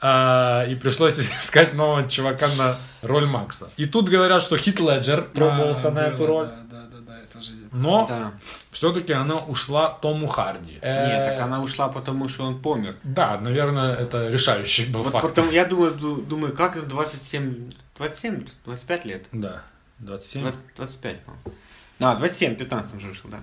[SPEAKER 4] Ага.
[SPEAKER 3] А, и пришлось [laughs] искать нового чувака на роль Макса. И тут говорят, что Хит Леджер пробовался
[SPEAKER 4] Да,
[SPEAKER 3] на эту
[SPEAKER 4] А, было,
[SPEAKER 3] роль.
[SPEAKER 4] Да, да, да, да, это же...
[SPEAKER 3] Но
[SPEAKER 5] Да.
[SPEAKER 3] все-таки она ушла Тому Харди. Э,
[SPEAKER 5] Не, так а она ушла, потому что он помер.
[SPEAKER 3] Да, наверное, это решающий был
[SPEAKER 5] Вот
[SPEAKER 3] Ну, факт.
[SPEAKER 5] потом, я думаю, ду- думаю, как он 27, 27, 25 лет?
[SPEAKER 3] Да, 27.
[SPEAKER 5] 20 25, по-моему. А, 27, 15 же вышел, да.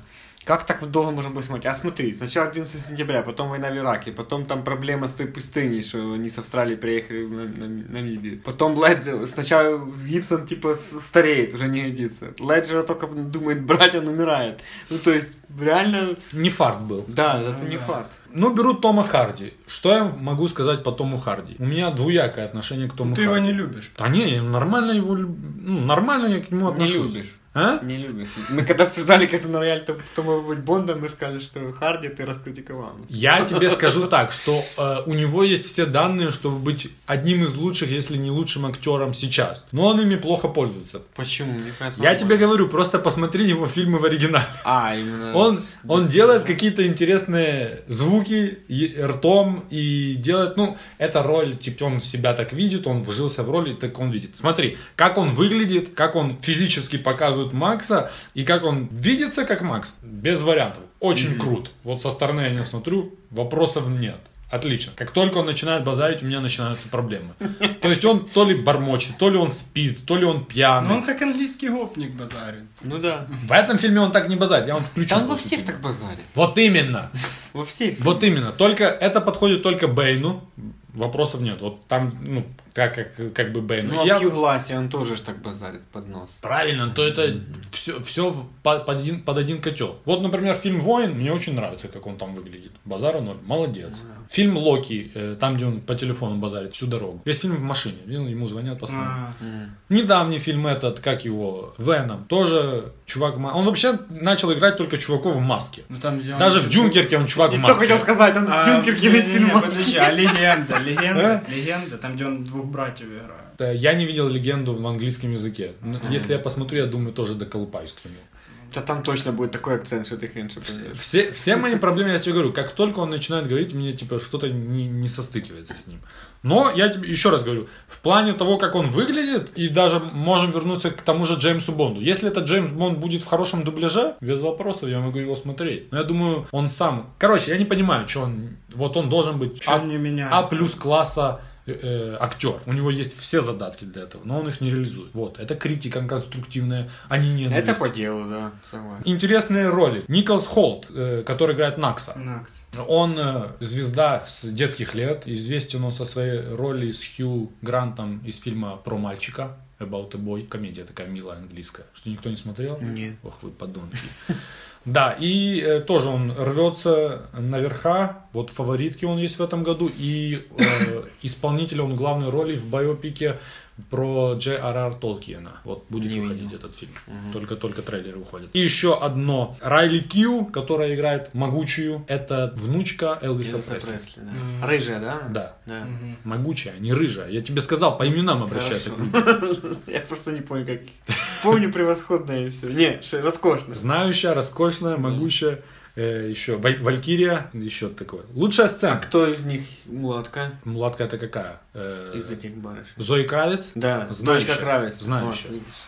[SPEAKER 5] Как так вот долго можно было снимать? А смотри, сначала 11 сентября, потом война в Ираке, потом там проблема с той пустыней, что они с Австралии приехали в Нам- Нам- Намибию. Потом Леджер, сначала Гибсон типа с- стареет, уже не годится. Леджера только думает брать, он умирает. Ну то есть, реально,
[SPEAKER 3] Не фарт был.
[SPEAKER 5] да, это не факт.
[SPEAKER 3] Ну, берут Тома Харди. Что я могу сказать по Тому Харди? У меня двуякое отношение к Тому
[SPEAKER 4] Ты
[SPEAKER 3] Харди.
[SPEAKER 4] его не любишь.
[SPEAKER 3] Да не, я нормально его люб- ну, нормально я к нему
[SPEAKER 5] Не
[SPEAKER 3] отношусь.
[SPEAKER 5] любишь.
[SPEAKER 3] А?
[SPEAKER 5] Не любишь. Мы когда обсуждали Казино Рояль, то потом быть Бондом, мы сказали, что Харди ты раскритиковал.
[SPEAKER 3] Я тебе скажу так, что э, у него есть все данные, чтобы быть одним из лучших, если не лучшим актером сейчас. Но он ими плохо пользуется.
[SPEAKER 5] Почему? Мне кажется,
[SPEAKER 3] Я
[SPEAKER 5] он
[SPEAKER 3] тебе
[SPEAKER 5] был.
[SPEAKER 3] говорю, просто посмотри его фильмы в оригинале.
[SPEAKER 5] А, именно.
[SPEAKER 3] Он,
[SPEAKER 5] с-
[SPEAKER 3] он
[SPEAKER 5] без-
[SPEAKER 3] делает какие-то интересные звуки и- ртом и делает, ну, это роль, типа, он в себя так видит, он вжился в роль, и так он видит. Смотри, как он выглядит, как он физически показывает Макса, и как он видится как Макс, без вариантов. Очень крут. Вот со стороны я не смотрю, вопросов нет. Отлично. Как только он начинает базарить, у меня начинаются проблемы. То есть он то ли бормочет, то ли он спит, то ли он
[SPEAKER 4] Ну он
[SPEAKER 3] пьяный.
[SPEAKER 4] как английский гопник базарит.
[SPEAKER 5] Ну да.
[SPEAKER 3] В этом фильме он так не базарит, я вам включу.
[SPEAKER 5] Да он во
[SPEAKER 3] после
[SPEAKER 5] всех
[SPEAKER 3] фильма.
[SPEAKER 5] так базарит.
[SPEAKER 3] Вот именно.
[SPEAKER 5] Во всех.
[SPEAKER 3] Вот именно. Только это подходит только Бэйну. Вопросов нет. Вот там, ну, так как, как бы Бэйн.
[SPEAKER 5] Ну, а
[SPEAKER 3] Я-
[SPEAKER 5] в Югласе он тоже ж так базарит под нос.
[SPEAKER 3] Правильно, то это все, все под, один, под один котел. Вот, например, фильм Воин, мне очень нравится, как он там выглядит. Базара ноль, молодец. Фильм Локи, э, там, где он по телефону базарит всю дорогу. Весь фильм в машине, ну, ему звонят постоянно.
[SPEAKER 4] А,
[SPEAKER 3] Недавний фильм этот, как его, Веном, тоже чувак в ма- Он вообще начал играть только чуваков в маске.
[SPEAKER 4] Ну там я...
[SPEAKER 3] Даже в Дюнкерке он чувак в
[SPEAKER 5] Что
[SPEAKER 3] маске.
[SPEAKER 5] хотел сказать, он
[SPEAKER 4] А,
[SPEAKER 5] в Дюнкерке весь
[SPEAKER 4] не-не-не,
[SPEAKER 5] фильм
[SPEAKER 4] подожди,
[SPEAKER 5] [laughs] маски.
[SPEAKER 4] а легенда, легенда,
[SPEAKER 3] А?
[SPEAKER 4] легенда, там, где он двух братьев играет.
[SPEAKER 3] Да, Э, Я не видел легенду в английском языке. Но Если я посмотрю, я думаю, тоже доколупаюсь к нему.
[SPEAKER 5] Да там точно будет такой акцент, что ты хрен что поймешь.
[SPEAKER 3] Все, все мои проблемы, я тебе говорю, как только он начинает говорить, мне типа что-то не, не состыкивается с ним. Но я тебе еще раз говорю, в плане того, как он выглядит, и даже можем вернуться к тому же Джеймсу Бонду. Если этот Джеймс Бонд будет в хорошем дубляже, без вопросов, я могу его смотреть. Но я думаю, он сам... Короче, я не понимаю, что он... Вот он должен быть...
[SPEAKER 4] Чё
[SPEAKER 3] а-
[SPEAKER 4] он не меняет?
[SPEAKER 3] А плюс класса э, э, актер. У него есть все задатки для этого, но он их не реализует. Вот, это критика конструктивная, а не ненависть.
[SPEAKER 5] Это по делу, да, согласен.
[SPEAKER 3] Интересные роли. Николас Холт, э, который играет Накса.
[SPEAKER 4] Накс.
[SPEAKER 3] Он э, звезда с детских лет. Известен он со своей роли с Хью Грантом из фильма про мальчика. About a Boy. Комедия такая милая английская. Что никто не смотрел?
[SPEAKER 5] Нет.
[SPEAKER 3] Ох вы подонки. Да, и э, тоже он рвется наверха. Вот фаворитки он есть в этом году. И
[SPEAKER 5] [coughs]
[SPEAKER 3] э, исполнитель он главной роли в байопике про Дж. Р.Р. Толкиена. Вот будет
[SPEAKER 5] Не
[SPEAKER 3] выходить этот фильм. Только-только трейлеры выходят. И еще одно. Райли Кью, которая играет могучую, это внучка Элвиса
[SPEAKER 5] Элвиса
[SPEAKER 3] Пресли.
[SPEAKER 5] Пресли, да. Рыжая, да? она?
[SPEAKER 3] Да.
[SPEAKER 5] Да.
[SPEAKER 3] Могучая, а не рыжая. Я тебе сказал, по именам
[SPEAKER 5] [laughs]
[SPEAKER 3] обращайся.
[SPEAKER 5] Хорошо. Я просто не помню, как. [laughs] Помню превосходное и все. Не, ш- роскошно.
[SPEAKER 3] Знающая, роскошная, могучая. э, еще Валь- Валькирия, еще такое. Лучшая сцена.
[SPEAKER 5] Кто из них мулатка?
[SPEAKER 3] Мулатка это какая? Э,
[SPEAKER 5] Из этих барышек.
[SPEAKER 3] Зои Кравец?
[SPEAKER 5] Да,
[SPEAKER 3] Знающая.
[SPEAKER 5] дочка Кравец.
[SPEAKER 3] Знающая.
[SPEAKER 5] Вот, видишь.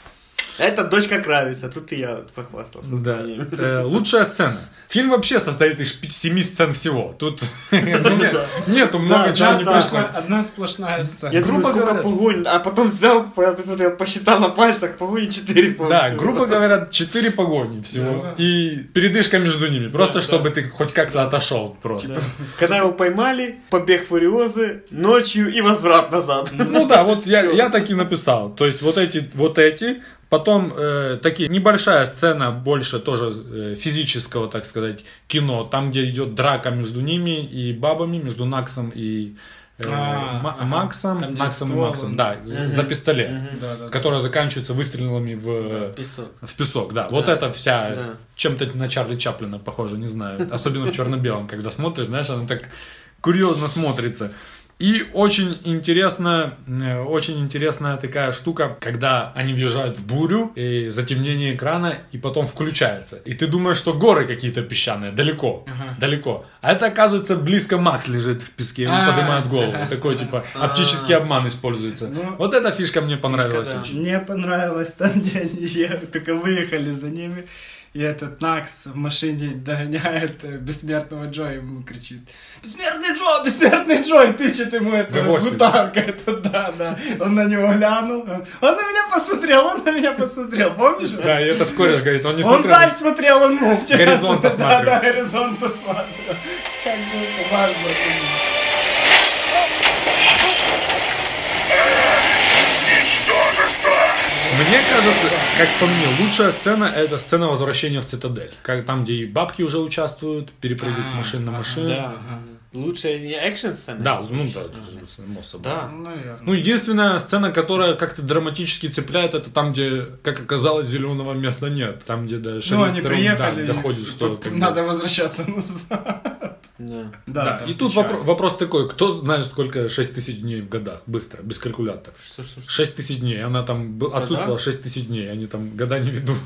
[SPEAKER 5] Это дочка Кравец, а тут и я похвастался.
[SPEAKER 3] Да.
[SPEAKER 5] знанием.
[SPEAKER 3] Э, лучшая сцена. Фильм вообще состоит из пи- семи сцен всего. Тут [laughs] нет, нету много
[SPEAKER 5] Ну Да,
[SPEAKER 3] чего
[SPEAKER 5] да,
[SPEAKER 3] не
[SPEAKER 5] да.
[SPEAKER 3] пришло.
[SPEAKER 4] Одна сплошная сцена.
[SPEAKER 5] Я думаю,
[SPEAKER 3] Грубо
[SPEAKER 5] сколько
[SPEAKER 3] говоря-
[SPEAKER 5] погонь, а потом взял, по- посмотрел, посчитал на пальцах, погони 4 по
[SPEAKER 3] Да, грубо говоря, четыре погони всего.
[SPEAKER 4] Да.
[SPEAKER 3] И передышка между ними. Просто чтобы ты хоть как-то отошел просто.
[SPEAKER 5] Типа Когда его поймали, побег фуриозы, ночью и возврат назад.
[SPEAKER 3] Ну да, вот я,
[SPEAKER 5] [laughs] Всё.
[SPEAKER 3] я так и написал. То есть вот эти, вот эти. Потом э, такие небольшая сцена, больше тоже э, физического, так сказать, кино. Там, где идет драка между ними и бабами, между Наксом и э,
[SPEAKER 4] А,
[SPEAKER 3] Ма-
[SPEAKER 4] ага.
[SPEAKER 3] Максом.
[SPEAKER 4] Там, где
[SPEAKER 3] Наксом и
[SPEAKER 4] ствол,
[SPEAKER 3] Максом,
[SPEAKER 4] он-
[SPEAKER 3] да, за за пистолет.
[SPEAKER 4] Да, да, да.
[SPEAKER 3] Которая заканчивается выстрелами в,
[SPEAKER 5] Песок.
[SPEAKER 3] в песок, да. Вот это вся
[SPEAKER 5] Да.
[SPEAKER 3] чем-то на Чарли Чаплина похоже, не знаю. Особенно в черно-белом, когда смотришь, знаешь, оно так курьезно смотрится. И очень интересно, э, очень интересная такая штука, когда они въезжают в бурю, и затемнение экрана, и потом включается. И ты думаешь, что горы какие-то песчаные, далеко, далеко. А это оказывается близко Макс лежит в песке, ему
[SPEAKER 4] А.
[SPEAKER 3] поднимают
[SPEAKER 4] [laughs]
[SPEAKER 3] голову. Такой типа оптический обман используется.
[SPEAKER 4] Ну,
[SPEAKER 3] Вот эта фишка мне понравилась
[SPEAKER 5] да.
[SPEAKER 3] очень.
[SPEAKER 4] [laughs] Мне понравилось там, где они е- только выехали за ними. И этот Накс в машине догоняет э, бессмертного Джо и ему кричит «Бессмертный Джо! Бессмертный Джо!» И тычет ему это
[SPEAKER 3] Вывозит.
[SPEAKER 4] бутарка. Это, да, да. Он на него глянул. Он, он на меня посмотрел, он на меня посмотрел. Помнишь?
[SPEAKER 3] Да, и этот кореш говорит, он не
[SPEAKER 4] Он
[SPEAKER 3] смотрел.
[SPEAKER 4] вдаль смотрел, он сейчас-
[SPEAKER 3] Горизонт
[SPEAKER 4] [laughs] Да,
[SPEAKER 3] осматривал.
[SPEAKER 4] да, горизонт осматривал. Как же это важно. блин.
[SPEAKER 1] Ничтожество!
[SPEAKER 3] Мне кажется, как по мне, лучшая сцена это сцена возвращения в цитадель. Как там, где и бабки уже участвуют, перепрыгивают
[SPEAKER 4] А,
[SPEAKER 3] с машин на машину.
[SPEAKER 5] Да. ага. Лучшая не экшн сцена?
[SPEAKER 3] Да, ну да, само собой.
[SPEAKER 5] Да.
[SPEAKER 4] Наверное.
[SPEAKER 3] Ну, единственная сцена, которая как-то драматически цепляет, это там, где, как оказалось, зеленого места нет. Там, где до
[SPEAKER 4] Ну, они
[SPEAKER 3] Шарлиз Терон,
[SPEAKER 4] приехали.
[SPEAKER 3] да,
[SPEAKER 4] и
[SPEAKER 3] доходит, что...
[SPEAKER 4] тут
[SPEAKER 3] как бы-
[SPEAKER 4] Надо возвращаться назад.
[SPEAKER 5] Да.
[SPEAKER 3] Да,
[SPEAKER 4] там
[SPEAKER 3] и тут
[SPEAKER 4] печально.
[SPEAKER 3] вопро- вопрос такой, кто знает, сколько 6 тысяч дней в годах? Быстро, без калькулятора.
[SPEAKER 5] Что, что, что?
[SPEAKER 3] 6 тысяч дней, она там б- отсутствовала 6 тысяч дней, они там года не ведут.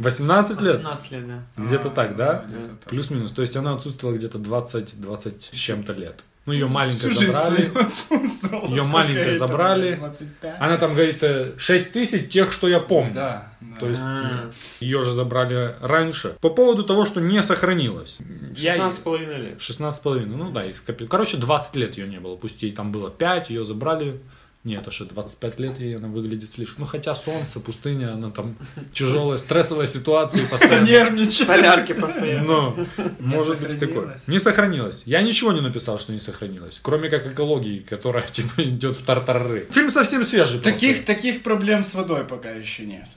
[SPEAKER 3] 18 лет?
[SPEAKER 5] 18 лет, да.
[SPEAKER 3] Где-то так, да?
[SPEAKER 4] А, где-то так.
[SPEAKER 3] Плюс-минус. То есть она отсутствовала где-то 20-20 с чем-то лет. Ну, ее маленько
[SPEAKER 4] Всю жизнь
[SPEAKER 3] забрали.
[SPEAKER 4] свою [laughs] отсутствовал.
[SPEAKER 3] Её
[SPEAKER 4] Сколько
[SPEAKER 3] маленько
[SPEAKER 4] ей там,
[SPEAKER 3] забрали.
[SPEAKER 4] 25?
[SPEAKER 3] Она там говорит, э, 6 тысяч тех, что я помню.
[SPEAKER 4] Да. да.
[SPEAKER 3] То есть
[SPEAKER 5] А.
[SPEAKER 3] ее же забрали раньше. По поводу того, что не сохранилось.
[SPEAKER 5] А,
[SPEAKER 3] Я-
[SPEAKER 5] 16,5 лет.
[SPEAKER 3] 16,5, ну да, их скопи- Короче, 20 лет ее не было. Пусть ей там было 5, ее забрали. Нет, аж и 25 лет ей она выглядит слишком. Ну хотя солнце, пустыня, она
[SPEAKER 4] [laughs]
[SPEAKER 3] там тяжелая, стрессовая ситуация и постоянно.
[SPEAKER 4] Нервничает.
[SPEAKER 5] Солярки постоянно.
[SPEAKER 3] Но может быть такое.
[SPEAKER 4] сохранилось.
[SPEAKER 3] Не сохранилось. Я ничего не написал, что не сохранилось. Кроме как экологии, которая [laughs] типа идет в тартарары. Фильм совсем свежий. просто.
[SPEAKER 4] Таких, таких проблем с водой пока еще нет.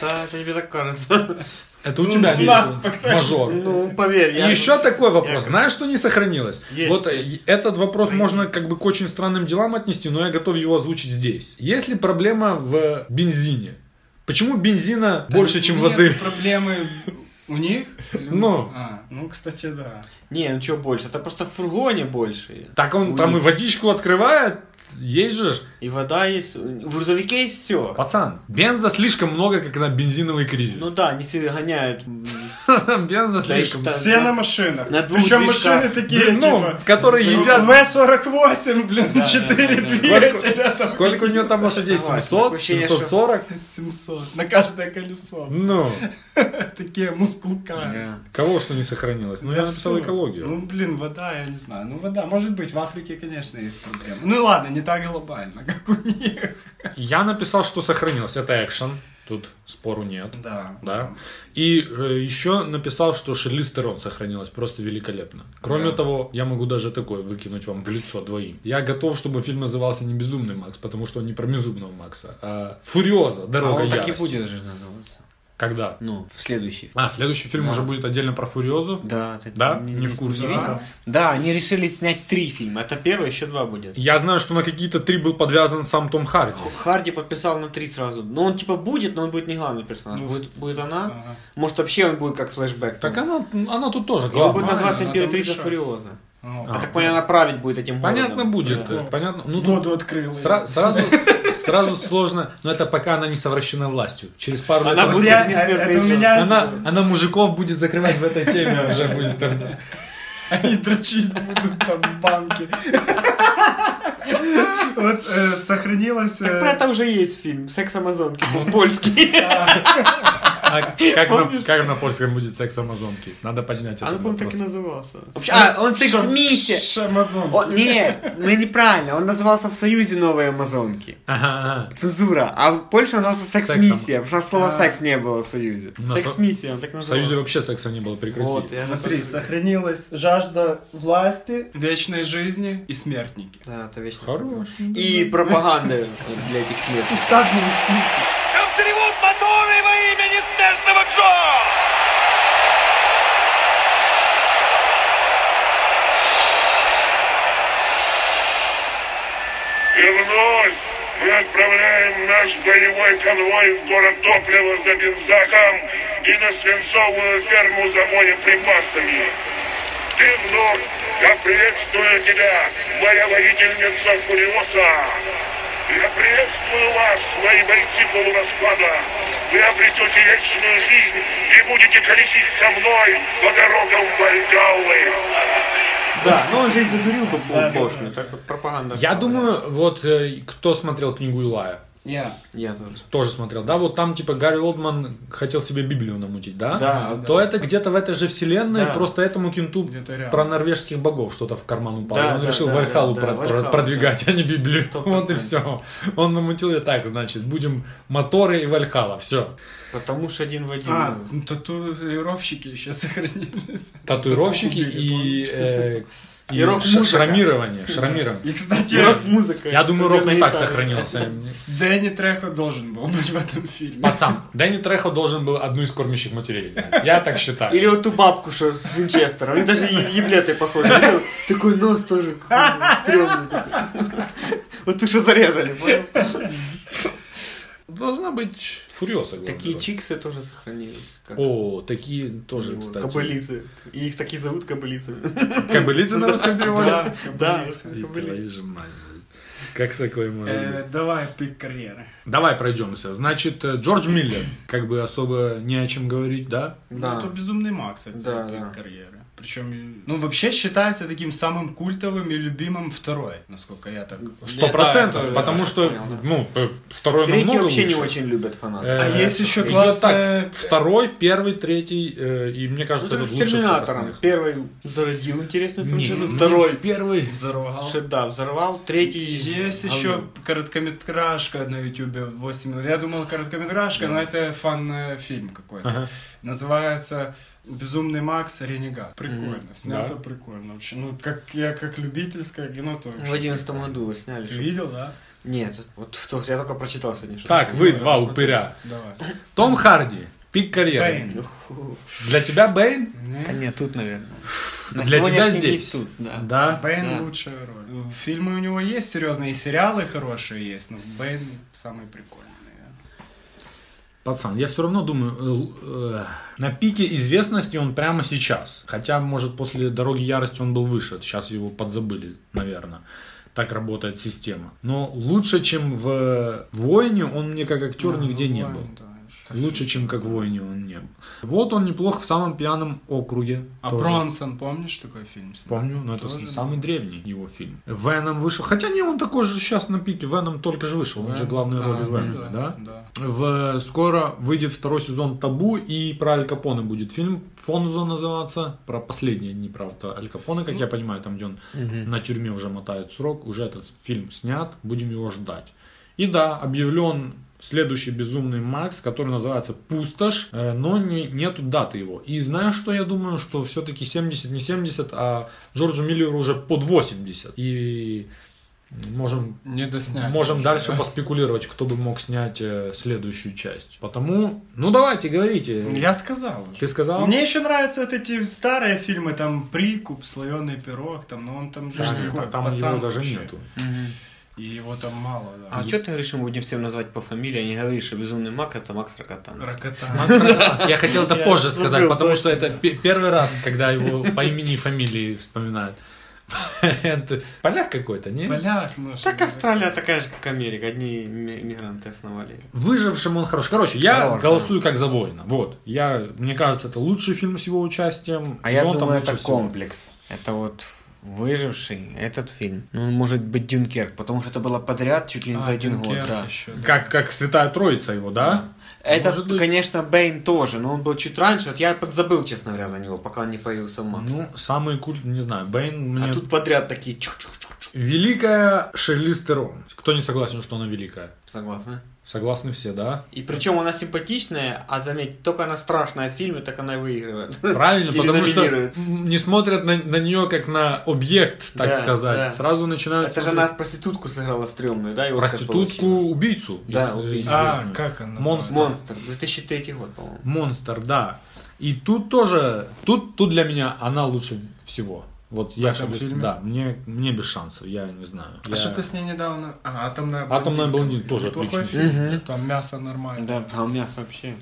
[SPEAKER 5] Да, это тебе так кажется.
[SPEAKER 3] Это у
[SPEAKER 4] Ну,
[SPEAKER 3] тебя
[SPEAKER 4] у
[SPEAKER 3] есть
[SPEAKER 4] нас, по крайней
[SPEAKER 3] мажор.
[SPEAKER 5] Ну, поверь, я...
[SPEAKER 3] Еще такой вопрос.
[SPEAKER 5] как-
[SPEAKER 3] Знаешь, что не сохранилось?
[SPEAKER 5] Есть,
[SPEAKER 3] вот э,
[SPEAKER 5] есть.
[SPEAKER 3] этот вопрос можно как бы к очень странным делам отнести, но я готов его озвучить здесь. Есть ли проблема в бензине? Почему бензина больше, чем
[SPEAKER 4] Нет
[SPEAKER 3] воды?
[SPEAKER 4] проблемы у них? Или у-
[SPEAKER 3] Ну.
[SPEAKER 4] А, ну, кстати, да.
[SPEAKER 5] Не, ну что больше? Это просто в фургоне больше.
[SPEAKER 3] Так он
[SPEAKER 5] У
[SPEAKER 3] там
[SPEAKER 5] них.
[SPEAKER 3] и водичку открывает. Есть же. ж.
[SPEAKER 5] И вода есть, в грузовике есть все.
[SPEAKER 3] Пацан, бенза слишком много, как на бензиновый кризис.
[SPEAKER 5] Ну да, они все гоняют.
[SPEAKER 3] [laughs] бенза
[SPEAKER 5] Да, и
[SPEAKER 3] слишком.
[SPEAKER 5] та-
[SPEAKER 4] Все на машинах.
[SPEAKER 5] А На двух
[SPEAKER 4] Причем
[SPEAKER 5] движках.
[SPEAKER 4] машины такие,
[SPEAKER 3] Ну,
[SPEAKER 4] типа...
[SPEAKER 3] которые едят...
[SPEAKER 4] В-48, блин,
[SPEAKER 5] да,
[SPEAKER 4] 4
[SPEAKER 5] да, да.
[SPEAKER 4] двигателя, там
[SPEAKER 3] [laughs] Сколько у него там лошадей?
[SPEAKER 5] Согласен.
[SPEAKER 3] 700?
[SPEAKER 5] Такое ощущение, что-
[SPEAKER 3] 740?
[SPEAKER 4] 700 на каждое колесо.
[SPEAKER 3] Ну,
[SPEAKER 4] Такие мускулка.
[SPEAKER 5] Да.
[SPEAKER 3] кого что не сохранилось? Ну, я написал экологию.
[SPEAKER 4] Ну, блин, вода, я не знаю. Ну, вода, может быть, в Африке, конечно, есть проблемы. Ну, ладно, не так глобально, [laughs] как у них.
[SPEAKER 3] Я написал, что сохранилось. Это экшен. Тут спору нет.
[SPEAKER 4] Да.
[SPEAKER 3] Да. И э, еще написал, что Шарлиз Терон сохранилась просто великолепно. Кроме того, я могу даже такое выкинуть вам в лицо двоим. Я готов, чтобы фильм назывался не «Безумный Макс», потому что он не про безумного Макса, а «Фуриоза.
[SPEAKER 5] А
[SPEAKER 3] Дорога
[SPEAKER 5] он так и
[SPEAKER 3] ярости».
[SPEAKER 5] будет же называться.
[SPEAKER 3] Когда?
[SPEAKER 5] Ну, в следующий.
[SPEAKER 3] А, следующий фильм
[SPEAKER 5] Да.
[SPEAKER 3] уже будет отдельно про «Фуриозу».
[SPEAKER 5] Да, ты
[SPEAKER 3] Да?
[SPEAKER 5] не,
[SPEAKER 3] Не в курсе.
[SPEAKER 5] не
[SPEAKER 4] Да.
[SPEAKER 5] видел? Да, они решили снять три фильма. Это первый, еще два будет.
[SPEAKER 3] Я знаю, что на какие-то три был подвязан сам Том Харди.
[SPEAKER 5] Харди подписал на три сразу. Но он типа будет, но он будет не главный персонаж.
[SPEAKER 4] Ну,
[SPEAKER 5] будет, будет она.
[SPEAKER 4] Ага.
[SPEAKER 5] Может вообще он будет как флешбэк.
[SPEAKER 3] Так
[SPEAKER 5] там.
[SPEAKER 3] она, она тут тоже
[SPEAKER 5] он будет
[SPEAKER 3] главная.
[SPEAKER 5] называться
[SPEAKER 4] она там
[SPEAKER 5] Императрица
[SPEAKER 4] еще.
[SPEAKER 5] Фуриоза.
[SPEAKER 4] Ну,
[SPEAKER 5] Я так понял, она править будет этим городом.
[SPEAKER 3] А, Понятно будет.
[SPEAKER 5] Да.
[SPEAKER 3] э, Понятно. Ну, тут-
[SPEAKER 4] Воду открыл.
[SPEAKER 3] Сра- сразу, сразу сложно, но это пока она не совращена властью. Через пару лет
[SPEAKER 5] Она
[SPEAKER 3] она,
[SPEAKER 5] будет
[SPEAKER 4] я-
[SPEAKER 5] как бессмертный
[SPEAKER 4] это у
[SPEAKER 5] Джон.
[SPEAKER 4] меня- [laughs]
[SPEAKER 3] она, она мужиков будет закрывать в этой теме уже будет. там.
[SPEAKER 4] Они дрочить будут там в банке. [laughs] Вот э, сохранилось...
[SPEAKER 5] Так
[SPEAKER 4] э,
[SPEAKER 5] про это уже есть фильм. Секс Амазонки. Он
[SPEAKER 3] [laughs]
[SPEAKER 5] Польский.
[SPEAKER 3] А как, на,
[SPEAKER 5] Помнишь?
[SPEAKER 3] как на польском будет секс амазонки? Надо поднять
[SPEAKER 5] А ну,
[SPEAKER 3] этот
[SPEAKER 5] по-моему, так и
[SPEAKER 3] вопрос.
[SPEAKER 5] назывался.
[SPEAKER 4] с-
[SPEAKER 5] А, он
[SPEAKER 4] с-
[SPEAKER 5] секс
[SPEAKER 4] ша-
[SPEAKER 5] Миси.
[SPEAKER 4] Шамазон.
[SPEAKER 5] О, не, мы неправильно. Он назывался в Союзе Новые Амазонки.
[SPEAKER 3] Ага, ага.
[SPEAKER 5] Цензура. А в Польше он назывался секс-миссия, потому что слова
[SPEAKER 4] А.
[SPEAKER 5] секс не было в Союзе.
[SPEAKER 3] Ну,
[SPEAKER 5] Секс-миссия, он так
[SPEAKER 3] В
[SPEAKER 5] назывался.
[SPEAKER 3] Союзе вообще секса не было, прекрати.
[SPEAKER 5] Вот, я
[SPEAKER 4] Смотри, сохранилась жажда власти, вечной жизни и смертники.
[SPEAKER 5] Да, это вечно.
[SPEAKER 3] Хорош.
[SPEAKER 5] И пропаганда для этих смертных.
[SPEAKER 4] Устатные стихи.
[SPEAKER 1] Да взревут моторы во имя несмертного Джо! И вновь мы отправляем наш боевой конвой в город топлива за бензаком и на свинцовую ферму за боеприпасами. Ты вновь, я приветствую тебя, моя воительница Фуриоса. Я приветствую вас, мои бойцы полурасклада. Вы обретете вечную жизнь и будете колесить со мной по дорогам Вальгаллы.
[SPEAKER 5] Да, ну он же их задурил бы бо- бошню, так вот пропаганда.
[SPEAKER 3] Я
[SPEAKER 5] стала.
[SPEAKER 3] думаю, вот э, кто смотрел книгу Илая,
[SPEAKER 4] Я.
[SPEAKER 5] Я тоже.
[SPEAKER 3] Тоже смотрел, да? Вот там, типа, Гарри Олдман хотел себе Библию намутить, да?
[SPEAKER 5] Да,
[SPEAKER 4] да.
[SPEAKER 3] То это где-то в этой же вселенной,
[SPEAKER 5] Да.
[SPEAKER 3] просто этому кенту
[SPEAKER 4] Где-то рядом.
[SPEAKER 3] про норвежских богов что-то в карман упало.
[SPEAKER 5] Да,
[SPEAKER 3] И он
[SPEAKER 5] да,
[SPEAKER 3] решил
[SPEAKER 5] да,
[SPEAKER 3] Вальхалу
[SPEAKER 5] да,
[SPEAKER 3] про- про-
[SPEAKER 5] Вальхалу,
[SPEAKER 3] продвигать, а не Библию.
[SPEAKER 5] Сто
[SPEAKER 3] Вот и
[SPEAKER 5] процентов.
[SPEAKER 3] все. Он намутил и так, значит, будем моторы и Вальхала. Все.
[SPEAKER 5] Потому что один в один.
[SPEAKER 4] А, ну, татуировщики еще сохранились.
[SPEAKER 3] Татуировщики
[SPEAKER 4] Тату
[SPEAKER 3] и,
[SPEAKER 4] убили,
[SPEAKER 3] э, и
[SPEAKER 5] И
[SPEAKER 3] ш-
[SPEAKER 5] рок-музыка.
[SPEAKER 3] шрамирование. шрамирование.
[SPEAKER 4] И, кстати,
[SPEAKER 5] И рок-музыка.
[SPEAKER 3] Я думаю,
[SPEAKER 5] Где
[SPEAKER 3] рок
[SPEAKER 5] на
[SPEAKER 3] не так
[SPEAKER 5] гитаре.
[SPEAKER 3] сохранился.
[SPEAKER 4] Дэнни Трехо должен был быть в этом фильме.
[SPEAKER 3] Пацан, Дэнни Трехо должен был одну из кормящих матерей. играть. Я так считаю.
[SPEAKER 5] Или вот ту бабку, что с Винчестера. Они даже е- еблеты похожи. Видел? Такой нос тоже какой-то стрёмный. такой. Вот ту, что зарезали, понял?
[SPEAKER 3] Должна быть фуриоса. главное.
[SPEAKER 5] Такие чиксы тоже сохранились. как
[SPEAKER 3] О, такие тоже,
[SPEAKER 5] его,
[SPEAKER 3] кстати.
[SPEAKER 5] Кобылицы. И их такие зовут кобылицы.
[SPEAKER 3] Кобылицы на русском переводе?
[SPEAKER 4] Да,
[SPEAKER 5] Да,
[SPEAKER 3] И
[SPEAKER 5] кобылицы.
[SPEAKER 3] твою же мать, блин. Как такое может
[SPEAKER 4] Э,
[SPEAKER 3] быть?
[SPEAKER 4] Давай пик карьеры.
[SPEAKER 3] Давай пройдемся. Значит, э, Джордж Миллер, как бы особо не о чем говорить, да?
[SPEAKER 4] Ну,
[SPEAKER 5] Да.
[SPEAKER 4] Это безумный Макс, это
[SPEAKER 5] Да,
[SPEAKER 4] пик
[SPEAKER 5] да.
[SPEAKER 4] карьеры. Причем, ну, вообще считается таким самым культовым и любимым второй, насколько я так...
[SPEAKER 3] Сто
[SPEAKER 5] Да,
[SPEAKER 3] процентов,
[SPEAKER 5] это я
[SPEAKER 3] потому
[SPEAKER 5] тоже
[SPEAKER 3] что,
[SPEAKER 5] понял, да.
[SPEAKER 3] ну, э, второй
[SPEAKER 5] Третьи
[SPEAKER 3] намного
[SPEAKER 5] вообще не
[SPEAKER 3] лучше.
[SPEAKER 5] очень любят фанаты.
[SPEAKER 3] Э,
[SPEAKER 4] А есть еще
[SPEAKER 3] идет
[SPEAKER 4] классная...
[SPEAKER 3] так, Второй, первый, третий, э, и мне
[SPEAKER 5] Ну,
[SPEAKER 3] кажется,
[SPEAKER 5] так
[SPEAKER 3] это
[SPEAKER 5] с
[SPEAKER 3] лучше всех
[SPEAKER 5] Терминатором.
[SPEAKER 3] остальных.
[SPEAKER 5] Первый зародил интересную
[SPEAKER 3] Не, ну,
[SPEAKER 5] франшизу,
[SPEAKER 3] не,
[SPEAKER 5] второй
[SPEAKER 3] Первый.
[SPEAKER 4] Взорвал.
[SPEAKER 5] Ш- Да, взорвал, третий...
[SPEAKER 3] А
[SPEAKER 4] Есть
[SPEAKER 5] говно.
[SPEAKER 4] еще короткометражка на ютубе 8 минут. Я думал короткометражка, но это фан-фильм какой-то.
[SPEAKER 3] Ага.
[SPEAKER 4] Называется «Безумный Макс. Ренегат». Прикольно.
[SPEAKER 3] Да.
[SPEAKER 4] Снято прикольно вообще. Ну, как я как любительское кино, то
[SPEAKER 5] В одиннадцатом году вы сняли.
[SPEAKER 4] Ты
[SPEAKER 5] что-
[SPEAKER 4] видел, да?
[SPEAKER 5] Нет, вот то- я только прочитал сегодня. что-
[SPEAKER 3] Так, вы два упыря.
[SPEAKER 4] Давай.
[SPEAKER 3] Том Харди, пик карьеры.
[SPEAKER 4] Бэйн.
[SPEAKER 5] Фу.
[SPEAKER 3] Для тебя Бэйн?
[SPEAKER 5] Да А нет, тут, наверное. На
[SPEAKER 3] Для тебя
[SPEAKER 5] сегодняшний день
[SPEAKER 3] здесь.
[SPEAKER 5] Тут, да.
[SPEAKER 3] Да.
[SPEAKER 4] Бэйн
[SPEAKER 5] Да.
[SPEAKER 4] лучшая роль. Ну, Фильмы у него есть серьезные, и сериалы хорошие есть, но Бэйн самый прикольный. наверное.
[SPEAKER 3] Пацан, я все равно думаю, э, л- э, на пике известности он прямо сейчас. Хотя, может, после «Дороги ярости» он был выше. Сейчас его подзабыли, наверное. Так работает система. Но лучше, чем в «Воине», он мне как актер
[SPEAKER 4] Да,
[SPEAKER 3] нигде
[SPEAKER 4] ну,
[SPEAKER 3] не
[SPEAKER 4] Бэйн,
[SPEAKER 3] был.
[SPEAKER 4] да, что-
[SPEAKER 3] Лучше, чем как в «Воине» он не был. Вот он неплохо в самом пьяном округе.
[SPEAKER 4] А
[SPEAKER 3] тоже.
[SPEAKER 4] Бронсон, помнишь такой фильм? снял?
[SPEAKER 3] Помню, но это
[SPEAKER 4] Тоже,
[SPEAKER 3] самый древний его фильм. Веном вышел. Хотя не, он такой же сейчас на пике. Веном только же вышел. Он же главную
[SPEAKER 4] А,
[SPEAKER 3] роль
[SPEAKER 4] ну
[SPEAKER 3] Венома, да?
[SPEAKER 4] Да.
[SPEAKER 3] В, скоро выйдет второй сезон «Табу» и про Аль Капоне будет фильм. «Фонзо» называться. Про последние дни, правда, Аль Капоне, как я понимаю, там, где он на тюрьме уже мотает срок. Уже этот фильм снят, будем его ждать. И да, объявлен следующий «Безумный Макс», который называется «Пустошь», э, но не, нету даты его. И знаешь, что я думаю? Что все-таки 70 не 70, а Джорджу Миллеру уже под 80. И можем
[SPEAKER 4] Не доснять.
[SPEAKER 3] Можем дальше поспекулировать, кто бы мог снять э, следующую часть. Потому, ну давайте, говорите.
[SPEAKER 4] Я сказал уже.
[SPEAKER 3] Ты сказал?
[SPEAKER 4] Мне еще нравятся вот эти старые фильмы, там «Прикуп», «Слоеный пирог», там, но он там же
[SPEAKER 3] Да,
[SPEAKER 4] ж такой,
[SPEAKER 3] там
[SPEAKER 4] пацан
[SPEAKER 3] его даже
[SPEAKER 4] вообще. [laughs]
[SPEAKER 3] нету.
[SPEAKER 4] И его там мало, да.
[SPEAKER 5] А что ты говоришь, мы будем всем назвать по фамилии, а не говоришь, что безумный маг это Макс Рокотан.
[SPEAKER 4] Рокота.
[SPEAKER 3] Макс Ракас. Я хотел это
[SPEAKER 5] Я
[SPEAKER 3] позже
[SPEAKER 5] забыл,
[SPEAKER 3] сказать, потому что
[SPEAKER 5] точно.
[SPEAKER 3] это пе- первый раз, когда его по имени и фамилии вспоминают. [laughs] Это Поляк какой-то, не?
[SPEAKER 4] Поляк, ну что
[SPEAKER 5] Так
[SPEAKER 4] ты.
[SPEAKER 5] Австралия такая же, как Америка. Одни ми- мигранты основали. её.
[SPEAKER 3] Выжившим он хорош. Короче, я
[SPEAKER 5] Хорош,
[SPEAKER 3] голосую как за воина. Вот. Я, мне кажется, это лучший фильм с его участием.
[SPEAKER 5] А я
[SPEAKER 3] но там
[SPEAKER 5] думаю,
[SPEAKER 3] лучше
[SPEAKER 5] это
[SPEAKER 3] всего.
[SPEAKER 5] комплекс. Это вот выживший, этот фильм. Ну, он может быть Дюнкерк, потому что это было подряд чуть ли не
[SPEAKER 4] А,
[SPEAKER 5] за один
[SPEAKER 4] Дюнкерк
[SPEAKER 5] год. Да.
[SPEAKER 4] еще, да.
[SPEAKER 3] Как, как Святая Троица его, да?
[SPEAKER 5] Это,
[SPEAKER 3] Может быть.
[SPEAKER 5] конечно, Бэйн тоже, но он был чуть раньше. Вот я подзабыл, честно говоря, за него, пока он не появился в Макс.
[SPEAKER 3] Ну, самый культ, не знаю, Бэйн мне
[SPEAKER 5] а тут подряд такие чук-чук-чук.
[SPEAKER 3] Великая Шерлиз Терон. Кто не согласен, что она великая?
[SPEAKER 5] Согласна.
[SPEAKER 3] Согласны все, да?
[SPEAKER 5] И причем она симпатичная, а заметь, только она страшная в фильме, так она и выигрывает.
[SPEAKER 3] Правильно,
[SPEAKER 5] [laughs] Или
[SPEAKER 3] потому что [laughs]
[SPEAKER 5] номинирует.
[SPEAKER 3] м, не смотрят на, нее как на объект, так
[SPEAKER 5] Да,
[SPEAKER 3] сказать.
[SPEAKER 5] да.
[SPEAKER 3] Сразу начинают
[SPEAKER 5] Это же
[SPEAKER 3] смотреть
[SPEAKER 5] она проститутку сыграла стрёмную, да? и Оскар получила.
[SPEAKER 3] проститутку-убийцу.
[SPEAKER 5] Да,
[SPEAKER 3] если-
[SPEAKER 5] убийцу.
[SPEAKER 4] А,
[SPEAKER 3] известную.
[SPEAKER 4] как он
[SPEAKER 3] Монстр.
[SPEAKER 4] называется?
[SPEAKER 5] Монстр, 2003 год, по-моему.
[SPEAKER 3] Монстр, да. И тут тоже, тут, тут для меня она лучше всего. Вот я
[SPEAKER 4] этом
[SPEAKER 3] шагу-
[SPEAKER 4] фильме?
[SPEAKER 3] Да, мне, мне без шансов, я не знаю.
[SPEAKER 4] А
[SPEAKER 3] Я-
[SPEAKER 4] что ты с ней недавно... А, «Атомная блондинка».
[SPEAKER 3] «Атомная блондинка» тоже
[SPEAKER 4] Неплохой
[SPEAKER 3] отличный
[SPEAKER 4] фильм.
[SPEAKER 5] фильм. Мгм.
[SPEAKER 4] Там мясо нормально.
[SPEAKER 5] Да, а у мясо вообще.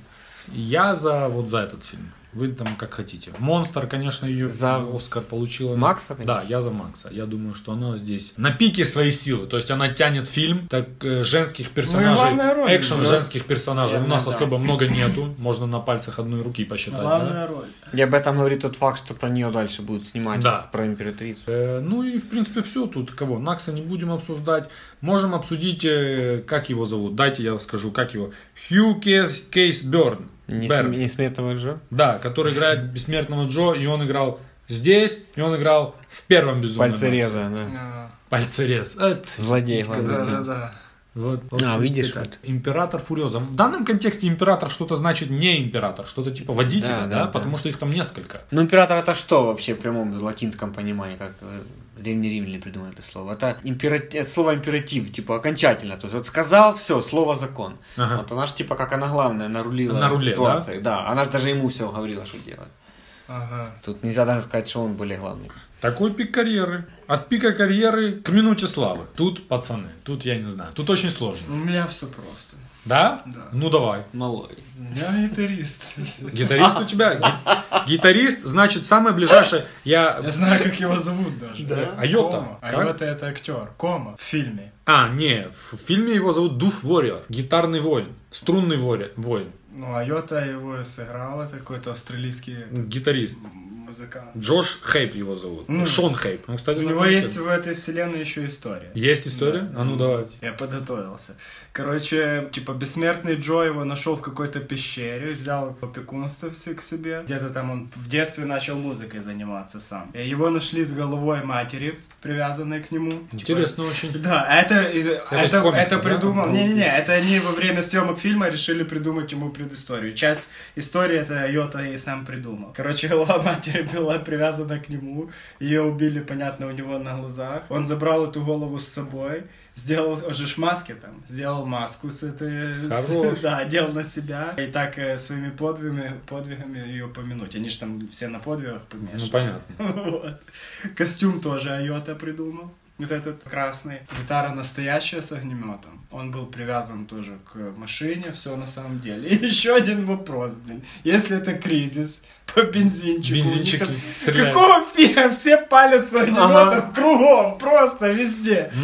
[SPEAKER 3] Я за вот за этот фильм. Вы там как хотите. Монстр, конечно, ее
[SPEAKER 5] За
[SPEAKER 3] Оскар получила.
[SPEAKER 5] Макса, конечно.
[SPEAKER 3] Да, я за Макса. Я думаю, что она здесь на пике своей силы. То есть она тянет фильм, так э, женских персонажей,
[SPEAKER 4] Ну главная роль,
[SPEAKER 3] экшен
[SPEAKER 4] да.
[SPEAKER 3] женских персонажей у нас
[SPEAKER 5] Да.
[SPEAKER 3] особо много нету. Можно на пальцах одной руки посчитать. да?
[SPEAKER 4] Главная роль.
[SPEAKER 5] И об этом говорит тот факт, что про нее дальше будут снимать,
[SPEAKER 3] Да.
[SPEAKER 5] про императрицу.
[SPEAKER 3] Э, Ну и, в принципе, все тут. Кого? Накса не будем обсуждать. Можем обсудить, э, как его зовут. Дайте я скажу, как его. Хью Кейс, Кейс Берн.
[SPEAKER 5] Не,
[SPEAKER 3] Берн.
[SPEAKER 5] сме- не смертного Джо.
[SPEAKER 3] Да, который играет бессмертного Джо, и он играл здесь, и он играл в первом безумном. Максе».
[SPEAKER 5] Пальцереза, да.
[SPEAKER 4] А,
[SPEAKER 3] Пальцерез. Э,
[SPEAKER 5] Злодей, главный.
[SPEAKER 3] да.
[SPEAKER 4] Да-да-да.
[SPEAKER 3] Вот, вот,
[SPEAKER 5] А,
[SPEAKER 3] вот
[SPEAKER 5] видишь,
[SPEAKER 3] это.
[SPEAKER 5] вот.
[SPEAKER 3] Император Фурьоза. В данном контексте император что-то значит не император, что-то типа водитель, да,
[SPEAKER 5] Да, да, да.
[SPEAKER 3] потому что их там несколько.
[SPEAKER 5] Ну, император это что вообще в прямом латинском понимании, как э, древние римляне придумали это слово? Это императи- э, слово императив, типа окончательно. То есть вот сказал, все, слово закон.
[SPEAKER 3] Ага.
[SPEAKER 5] Вот она же типа как она главная нарулила
[SPEAKER 3] На руле,
[SPEAKER 5] ситуацией. Да? она же даже ему все говорила, что делать.
[SPEAKER 4] Ага.
[SPEAKER 5] Тут нельзя даже сказать, что он более главный.
[SPEAKER 3] Такой пик карьеры. От пика карьеры к минуте славы. Тут, пацаны, тут я не знаю. Тут очень сложно.
[SPEAKER 4] У меня все просто.
[SPEAKER 3] Да?
[SPEAKER 4] Да.
[SPEAKER 3] Ну давай.
[SPEAKER 5] Малой.
[SPEAKER 4] У меня гитарист.
[SPEAKER 3] [laughs] Гитарист у тебя? Ги- Гитарист, значит, самое ближайшее. Я...
[SPEAKER 4] Я знаю, как его зовут даже.
[SPEAKER 5] Да?
[SPEAKER 3] Айота.
[SPEAKER 4] Кома.
[SPEAKER 3] А Как?
[SPEAKER 4] Айота это актер. Кома в фильме.
[SPEAKER 3] А, не, в фильме его зовут Дуф Вориор. Гитарный воин. Струнный воре- воин.
[SPEAKER 4] Ну, Айота его и сыграл, это какой-то австралийский
[SPEAKER 3] Гитарист.
[SPEAKER 4] музыкант.
[SPEAKER 3] Джош Хейп его зовут.
[SPEAKER 4] Ну.
[SPEAKER 3] Шон Хейп. Он, кстати,
[SPEAKER 4] У него
[SPEAKER 3] находится.
[SPEAKER 4] есть в этой вселенной еще история.
[SPEAKER 3] Есть история? А ну давай.
[SPEAKER 4] Я подготовился. Короче, типа, бессмертный Джо его нашел в какой-то пещере, взял в опекунство все к себе. Где-то там он в детстве начал музыкой заниматься сам. И его нашли с головой матери, привязанной к нему. Типа,
[SPEAKER 3] Интересно очень.
[SPEAKER 4] Да, а это, это,
[SPEAKER 3] из
[SPEAKER 4] это,
[SPEAKER 3] комикса, да?
[SPEAKER 4] придумал.
[SPEAKER 3] Ну,
[SPEAKER 4] Не-не-не, это они во время съемок фильма решили придумать ему предысторию. Часть истории это Йота и сам придумал. Короче, [laughs] голова матери была привязана к нему. Ее убили, понятно, у него на глазах. Он забрал эту голову с собой, сделал, он же ж в маске там, сделал маску с этой... с-
[SPEAKER 3] Хорош.
[SPEAKER 4] [laughs] да, одел на себя. И так э, своими подвигами, подвигами ее помянуть. Они же там все на подвигах помешаны.
[SPEAKER 3] Ну понятно.
[SPEAKER 4] Вот. Костюм тоже Айота придумал. Вот этот красный. Гитара настоящая с огнеметом. Он был привязан тоже к машине, все на самом деле. [laughs] И еще один вопрос, блин. Если это кризис по бензинчику.
[SPEAKER 3] Бензинчики
[SPEAKER 4] у них там-
[SPEAKER 3] стреляют.
[SPEAKER 4] Какого фига? Все палят с огнеметом кругом, просто везде. [laughs]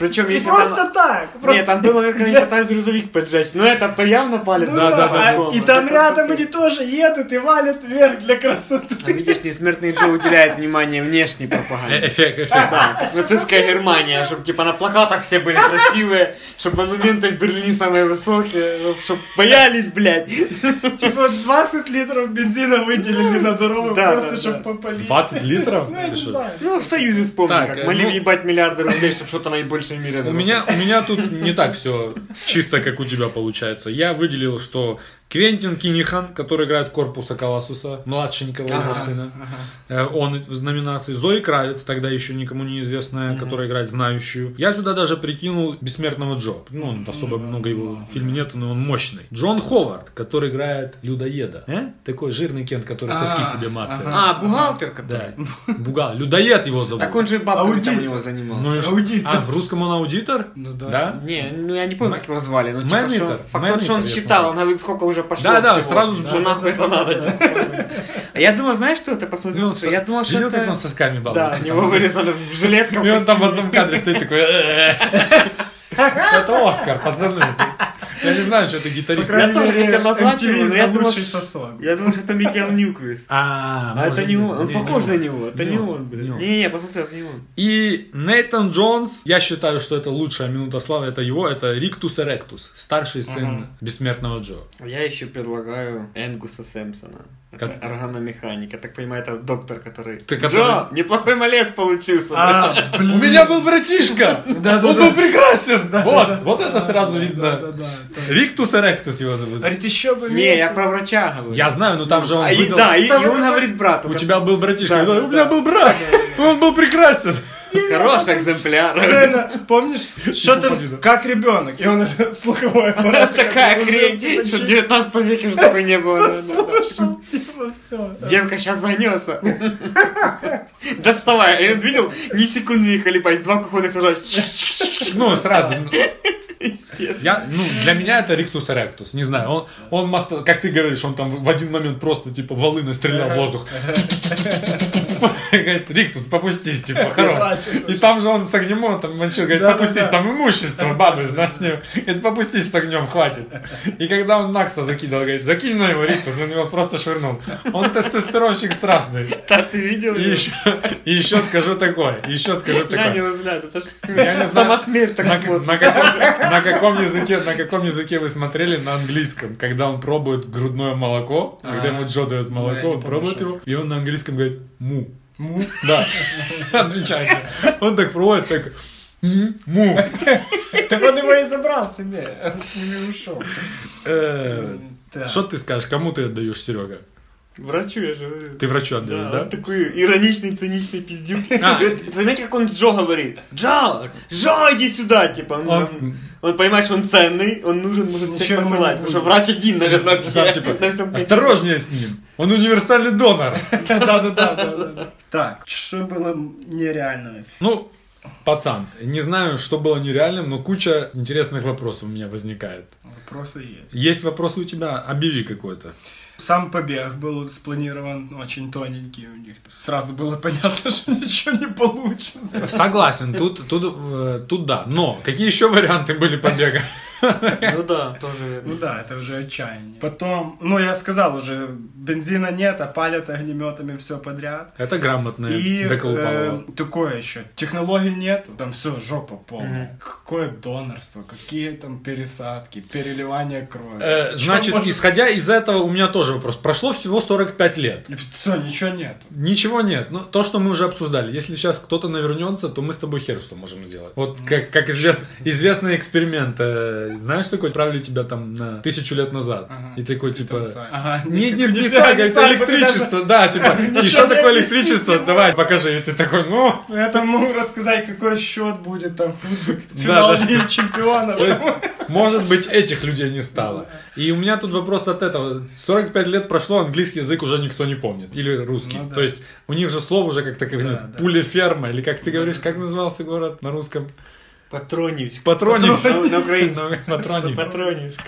[SPEAKER 3] Ну,
[SPEAKER 5] Причем
[SPEAKER 4] И
[SPEAKER 5] если бы
[SPEAKER 4] Ну, просто
[SPEAKER 5] она-
[SPEAKER 4] так.
[SPEAKER 5] Нет, там
[SPEAKER 4] [laughs]
[SPEAKER 5] было, когда они пытались грузовик поджечь. Но это то явно палит.
[SPEAKER 4] Ну
[SPEAKER 3] Да, да, да.
[SPEAKER 4] а- И там рядом они тоже едут и валят вверх для красоты. [laughs]
[SPEAKER 5] А видишь, несмертный Джо уделяет внимание
[SPEAKER 3] [laughs]
[SPEAKER 5] внешней
[SPEAKER 3] э-
[SPEAKER 5] пропаганде.
[SPEAKER 3] эффект, эффект.
[SPEAKER 5] Да, как нацистская Германия, чтобы типа на плакатах все были красивые, чтобы монументы в Берлине самые высокие, чтобы боялись, блядь. [laughs]
[SPEAKER 4] Типа 20 литров бензина выделили [laughs] на дорогу,
[SPEAKER 5] Да,
[SPEAKER 4] просто
[SPEAKER 5] да,
[SPEAKER 4] чтобы
[SPEAKER 5] да.
[SPEAKER 4] попалить.
[SPEAKER 3] 20 литров?
[SPEAKER 4] Ну, я
[SPEAKER 3] Ты
[SPEAKER 4] не
[SPEAKER 3] что?
[SPEAKER 4] знаю.
[SPEAKER 5] Ну, в Союзе вспомни,
[SPEAKER 3] Так, э,
[SPEAKER 5] как молили
[SPEAKER 3] ну-
[SPEAKER 5] ебать миллиарды рублей, чтобы что-то наибольшее в мире
[SPEAKER 3] У
[SPEAKER 5] было.
[SPEAKER 3] меня, у меня тут не так все чисто, как у тебя получается. Я выделил, что Квентин Кинихан, который играет корпуса Колосуса, младшенького его сына, э, он в номинации. Зои Кравец, тогда еще никому неизвестная, которая играет знающую. Я сюда даже прикинул Бессмертного Джо. Ну, он особо много его в фильме нету, но он мощный. Джон Ховард, который играет Людоеда. Э? Такой жирный кент, который соски
[SPEAKER 4] А,
[SPEAKER 3] себе мацает.
[SPEAKER 5] А, бухгалтер который?
[SPEAKER 3] Да. Бугал. Людоед его зовут.
[SPEAKER 5] Так он же бабками там у
[SPEAKER 4] Аудитор.
[SPEAKER 5] него занимался.
[SPEAKER 3] Ну и что?
[SPEAKER 4] Аудитор.
[SPEAKER 3] А, в русском он аудитор?
[SPEAKER 4] Ну да.
[SPEAKER 3] Да?
[SPEAKER 5] Не, ну я не помню, как его звали, но типа,
[SPEAKER 3] Мэнитер,
[SPEAKER 5] что он- факт
[SPEAKER 3] Мэнитер,
[SPEAKER 5] тот, что он
[SPEAKER 3] я
[SPEAKER 5] считал,
[SPEAKER 3] помню.
[SPEAKER 5] он говорит, сколько уже пошло
[SPEAKER 3] Да, да,
[SPEAKER 5] всего,
[SPEAKER 3] сразу же.
[SPEAKER 5] что нахуй это надо. А Я думал, знаешь, что это посмотрел?
[SPEAKER 3] Ну,
[SPEAKER 5] что Я думал, что
[SPEAKER 3] видел, как он
[SPEAKER 5] это...
[SPEAKER 3] сосками
[SPEAKER 5] Да,
[SPEAKER 3] балует?
[SPEAKER 5] у него вырезали в жилетка.
[SPEAKER 3] И он там в одном кадре стоит такой... «Э-э-э». Это Оскар, пацаны. Я не знаю, что это гитарист.
[SPEAKER 5] крайней тоже
[SPEAKER 4] Или
[SPEAKER 5] хотел назвать
[SPEAKER 4] MTV
[SPEAKER 5] его, но
[SPEAKER 4] за
[SPEAKER 5] я думал,
[SPEAKER 4] лучший
[SPEAKER 5] что-
[SPEAKER 4] сосок.
[SPEAKER 5] Я думал, что это Микел Ньюквист.
[SPEAKER 3] А,
[SPEAKER 5] А
[SPEAKER 3] может,
[SPEAKER 5] это не он, он
[SPEAKER 3] не
[SPEAKER 5] похож на него, это не он,
[SPEAKER 3] не
[SPEAKER 5] блин.
[SPEAKER 3] он.
[SPEAKER 5] Не-не, посмотри, это не он.
[SPEAKER 3] И Нейтан Джонс, я считаю, что это лучшая минута славы, это его, это Риктус Эректус, старший сын бессмертного Джо.
[SPEAKER 5] Я еще предлагаю Энгуса Сэмпсона. Это
[SPEAKER 3] Как-
[SPEAKER 5] органомеханик. Я так понимаю, это доктор, который...
[SPEAKER 3] Ты
[SPEAKER 5] Джо,
[SPEAKER 3] который-
[SPEAKER 5] неплохой малец получился. [laughs]
[SPEAKER 4] А, блин.
[SPEAKER 3] У меня был братишка!
[SPEAKER 4] Да-да-да.
[SPEAKER 3] Он был прекрасен!
[SPEAKER 4] Да, да,
[SPEAKER 3] Вот,
[SPEAKER 4] да.
[SPEAKER 3] вот это сразу
[SPEAKER 4] Да,
[SPEAKER 3] видно.
[SPEAKER 4] Да-да-да.
[SPEAKER 3] Риктус Эректус его зовут.
[SPEAKER 4] А ведь еще бы
[SPEAKER 5] Не, я
[SPEAKER 4] месяц.
[SPEAKER 5] про врача говорю.
[SPEAKER 3] Я знаю, но там же он
[SPEAKER 5] А, и,
[SPEAKER 3] выдал-
[SPEAKER 5] да, и,
[SPEAKER 4] Там
[SPEAKER 5] и он
[SPEAKER 4] это-
[SPEAKER 5] говорит брату.
[SPEAKER 3] У
[SPEAKER 5] как-
[SPEAKER 3] тебя был братишка.
[SPEAKER 5] Да,
[SPEAKER 3] Я говорю,
[SPEAKER 5] да.
[SPEAKER 3] у меня был брат. Он был прекрасен.
[SPEAKER 5] Хороший экземпляр.
[SPEAKER 4] Сцена, помнишь, что там, с- как ребенок, и он уже [laughs]
[SPEAKER 5] [laughs]
[SPEAKER 4] слуховой аппарат.
[SPEAKER 5] [laughs] Такая
[SPEAKER 4] как бы
[SPEAKER 5] хрень,
[SPEAKER 4] уже типа
[SPEAKER 5] что в 19 веке уже такой
[SPEAKER 4] [laughs]
[SPEAKER 5] не было. да, да,
[SPEAKER 4] Слушал, типа, все.
[SPEAKER 5] да. Девка сейчас загнется. [laughs] Да вставай. Я видел, ни секунды не колебаясь, два кухонных ножа.
[SPEAKER 3] Ну, сразу.
[SPEAKER 5] пиздец.
[SPEAKER 3] Я, ну, для меня это Риктус Эректус, не знаю. Он, он маста- как ты говоришь, он там в один момент просто, типа, волыны стрелял в
[SPEAKER 5] [laughs]
[SPEAKER 3] воздух. Говорит, Риктус, попустись,
[SPEAKER 5] [laughs]
[SPEAKER 3] типа, хорош.
[SPEAKER 4] Хватит
[SPEAKER 3] И там же он с огнемотом мочил, говорит,
[SPEAKER 4] Да-да-да.
[SPEAKER 3] попустись, там имущество, бабы, знаешь, не- говорит, попустись с огнем, хватит. И когда он Накса закидывал, говорит, закинь на его Риктус, он его просто швырнул. Он тестостерончик страшный.
[SPEAKER 5] Да, А ты видел
[SPEAKER 3] И
[SPEAKER 5] его?
[SPEAKER 3] еще, и еще скажу такое, и еще скажу
[SPEAKER 5] На
[SPEAKER 3] такое.
[SPEAKER 5] него взгляд, это ж
[SPEAKER 3] Я не знаю.
[SPEAKER 5] сама смерть
[SPEAKER 3] На,
[SPEAKER 5] так вот.
[SPEAKER 3] на каком, на каком языке, на каком языке вы смотрели на английском, когда он пробует грудное молоко, когда
[SPEAKER 5] А,
[SPEAKER 3] ему Джо дает молоко,
[SPEAKER 4] Да, я не
[SPEAKER 3] он
[SPEAKER 4] помню,
[SPEAKER 3] пробует
[SPEAKER 4] что
[SPEAKER 3] его, и он на английском говорит му.
[SPEAKER 4] Му?
[SPEAKER 3] Да. [laughs] Отвечайте. Он так пробует, так «М, му.
[SPEAKER 4] Так он его и забрал себе. Он с ними ушел.
[SPEAKER 3] Э,
[SPEAKER 4] Да. [laughs]
[SPEAKER 3] Что ты скажешь, кому ты отдаешь, Серега?
[SPEAKER 5] Врачу я же говорю.
[SPEAKER 3] Ты врачу отдаешь,
[SPEAKER 5] Да,
[SPEAKER 3] да?
[SPEAKER 5] он такой ироничный, циничный пиздюк. [laughs]
[SPEAKER 3] А.
[SPEAKER 5] Говорит, Знаете, как он Джо говорит? Джо! Джо, иди сюда! Типа, он,
[SPEAKER 3] Он-
[SPEAKER 5] там- он понимает, что он ценный, он нужен, может всех
[SPEAKER 4] Ничего ему не
[SPEAKER 5] посылать. Потому
[SPEAKER 4] будет.
[SPEAKER 5] что врач один, наверное, вообще
[SPEAKER 3] Там, типа,
[SPEAKER 5] [laughs] на всем континенте.
[SPEAKER 3] Осторожнее с ним. Он универсальный донор.
[SPEAKER 4] Да-да-да. Так.
[SPEAKER 6] Что было нереального?
[SPEAKER 3] Ну, пацан, не знаю, что было нереальным, но куча интересных вопросов у меня возникает.
[SPEAKER 4] Вопросы есть.
[SPEAKER 3] Есть вопрос у тебя, объяви какой-то.
[SPEAKER 4] Сам побег был спланирован очень тоненький у них. Сразу было [laughs] понятно, что ничего не получится.
[SPEAKER 3] Согласен, тут, тут, э, тут да. Но какие еще варианты были побега?
[SPEAKER 5] Ну да, тоже
[SPEAKER 4] Ну
[SPEAKER 5] верно.
[SPEAKER 4] да, это уже отчаяние. Потом, ну я сказал уже, бензина нет, а палят огнеметами все подряд.
[SPEAKER 3] Это грамотное
[SPEAKER 4] И
[SPEAKER 3] доколупалово.
[SPEAKER 4] э, такое еще. Технологий нет, там все, жопа полная. Какое донорство, какие там пересадки, переливание крови.
[SPEAKER 3] Э, Значит,
[SPEAKER 4] [laughs]
[SPEAKER 3] исходя из этого, у меня тоже вопрос. Прошло всего 45 лет.
[SPEAKER 4] все, ничего нету.
[SPEAKER 3] Ничего нет. Ну, то, что мы уже обсуждали. Если сейчас кто-то навернется, то мы с тобой хер что можем сделать. Вот как, как извест- известный эксперимент. э, знаешь такой? Отправили тебя там на тысячу лет назад.
[SPEAKER 4] Ага.
[SPEAKER 3] И такой, типа...
[SPEAKER 4] Ага,
[SPEAKER 3] Не, не, не
[SPEAKER 4] фига,
[SPEAKER 3] так,
[SPEAKER 4] [laughs] не
[SPEAKER 3] это
[SPEAKER 4] так,
[SPEAKER 3] электричество, да, типа, и что такое электричество, давай, покажи, и ты такой, ну,
[SPEAKER 4] Ну, Это мог [laughs] рассказать, какой счет будет там футбол,
[SPEAKER 3] Да,
[SPEAKER 4] финал
[SPEAKER 3] да.
[SPEAKER 4] Лиги Чемпионов. [laughs]
[SPEAKER 3] То есть, может быть, этих людей не стало. И у меня тут вопрос от этого. 45 лет прошло, английский язык уже никто не помнит. Или русский.
[SPEAKER 4] Ну да.
[SPEAKER 3] То есть, у них же слово уже как-то как
[SPEAKER 4] Да, да.
[SPEAKER 3] пулеферма, или как ты говоришь, как назывался город на русском?
[SPEAKER 5] Патроневск.
[SPEAKER 3] Патронник.
[SPEAKER 5] На- на украинском.
[SPEAKER 3] [laughs] Патронник.
[SPEAKER 5] Патроневск.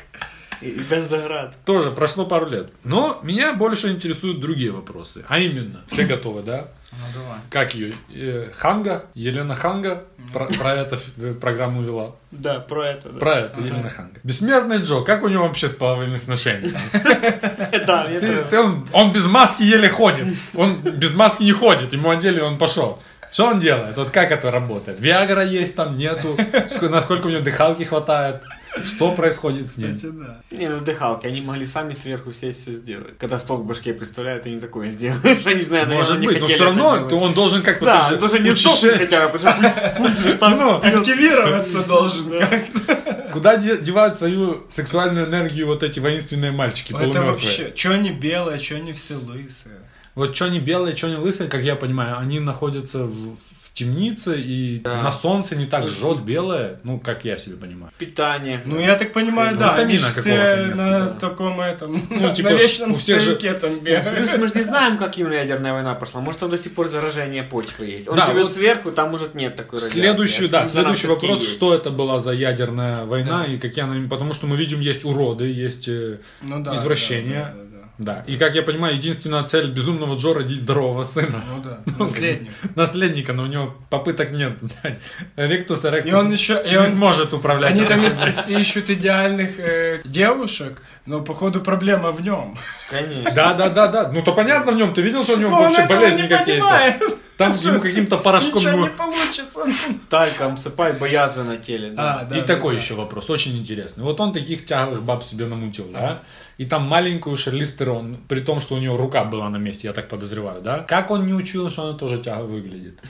[SPEAKER 5] И- и Бензоград.
[SPEAKER 3] Тоже прошло пару лет. Но меня больше интересуют другие вопросы. А именно,
[SPEAKER 4] [laughs]
[SPEAKER 3] все готовы, да?
[SPEAKER 4] Ну, давай. Ну.
[SPEAKER 3] Как ее? Э, Ханга? Елена Ханга про, про это э, программу вела.
[SPEAKER 5] Да, про это. да.
[SPEAKER 3] Про это, Елена Ханга. Бессмертный Джо, как у него вообще с половыми отношениями?
[SPEAKER 5] Да,
[SPEAKER 3] Ты-
[SPEAKER 5] я тоже.
[SPEAKER 3] ты- он, он без маски еле ходит. Он без маски не ходит. Ему одели, он пошел. Что он делает? Вот как это работает? Виагра есть там, нету? Ск- Насколько у него дыхалки хватает? Что происходит с ним?
[SPEAKER 4] Кстати, да.
[SPEAKER 5] Не, ну дыхалки, они могли сами сверху сесть все сделать. Когда стол к башке представляют, они такое сделают. [laughs] Они, знаю,
[SPEAKER 3] Может
[SPEAKER 5] наверное, не
[SPEAKER 3] быть, но
[SPEAKER 5] хотели
[SPEAKER 3] все
[SPEAKER 5] это
[SPEAKER 3] равно
[SPEAKER 5] делать.
[SPEAKER 3] то он должен как-то...
[SPEAKER 5] Да,
[SPEAKER 3] ты же
[SPEAKER 5] он должен не
[SPEAKER 3] учишь-
[SPEAKER 5] сдохнуть хотя бы, потому
[SPEAKER 3] [laughs]
[SPEAKER 5] что пульс же там
[SPEAKER 3] Ну,
[SPEAKER 4] Активироваться должен как-то.
[SPEAKER 3] Куда де- девают свою сексуальную энергию вот эти воинственные мальчики
[SPEAKER 4] Ну, Это
[SPEAKER 3] полумёртвые?
[SPEAKER 4] вообще, чё они белые, чё они все лысые.
[SPEAKER 3] Вот что они белые, что они лысые, как я понимаю, они находятся в, в темнице и на солнце не так жжет белое, ну, как я себе понимаю.
[SPEAKER 5] питание.
[SPEAKER 4] Ну,
[SPEAKER 5] [laughs]
[SPEAKER 4] я так понимаю, да,
[SPEAKER 3] Витамина
[SPEAKER 4] они же
[SPEAKER 3] какого-то
[SPEAKER 4] все
[SPEAKER 3] нет, типа.
[SPEAKER 4] на
[SPEAKER 5] да.
[SPEAKER 4] таком этом,
[SPEAKER 3] Ну, типа,
[SPEAKER 4] [laughs] на вечном
[SPEAKER 3] у всех же-
[SPEAKER 4] стойке там
[SPEAKER 5] Плюс
[SPEAKER 4] бегают.
[SPEAKER 5] Ну, мы же не знаем, как именно ядерная война прошла. Может, там до сих пор заражение почвы есть. Он
[SPEAKER 3] Да,
[SPEAKER 5] живет
[SPEAKER 3] вот
[SPEAKER 5] сверху, там, может, нет такой радиации.
[SPEAKER 3] Следующий,
[SPEAKER 5] А
[SPEAKER 3] да,
[SPEAKER 5] с-
[SPEAKER 3] следующий
[SPEAKER 5] на нам
[SPEAKER 3] вопрос,
[SPEAKER 5] песке есть.
[SPEAKER 3] что это была за ядерная война
[SPEAKER 5] Да.
[SPEAKER 3] и какие она, им- потому что мы видим, есть уроды, есть, э,
[SPEAKER 4] Ну да,
[SPEAKER 3] Извращение.
[SPEAKER 4] да, да, да,
[SPEAKER 3] да, и как я понимаю, единственная цель безумного Джо родить здорового сына,
[SPEAKER 4] да. Ну
[SPEAKER 3] [laughs]
[SPEAKER 4] да, наследник.
[SPEAKER 3] наследника, но у него попыток нет, [laughs] блядь. Ректус эректус
[SPEAKER 4] И он еще, и
[SPEAKER 3] не
[SPEAKER 4] он
[SPEAKER 3] сможет управлять. [laughs]
[SPEAKER 4] Они там ис- ис- ищут идеальных э, девушек, но походу проблема в нем.
[SPEAKER 5] Конечно.
[SPEAKER 3] Да, да, да, да. Ну то понятно в нем, ты видел, что у него вообще болезни какие-то. Там ему каким-то порошком
[SPEAKER 4] Ничего
[SPEAKER 3] его-
[SPEAKER 4] не получится.
[SPEAKER 5] Тальком сыпай, боязно на теле. Да.
[SPEAKER 4] А, да,
[SPEAKER 3] И
[SPEAKER 4] да,
[SPEAKER 3] такой
[SPEAKER 4] да.
[SPEAKER 3] еще вопрос, очень интересный. Вот он таких тяглых баб себе намутил, да? И там маленькую Шарлиз Терон, при том, что у нее рука была на месте, я так подозреваю, да? Как он не учил, что она тоже тяга
[SPEAKER 4] [laughs]
[SPEAKER 3] выглядит?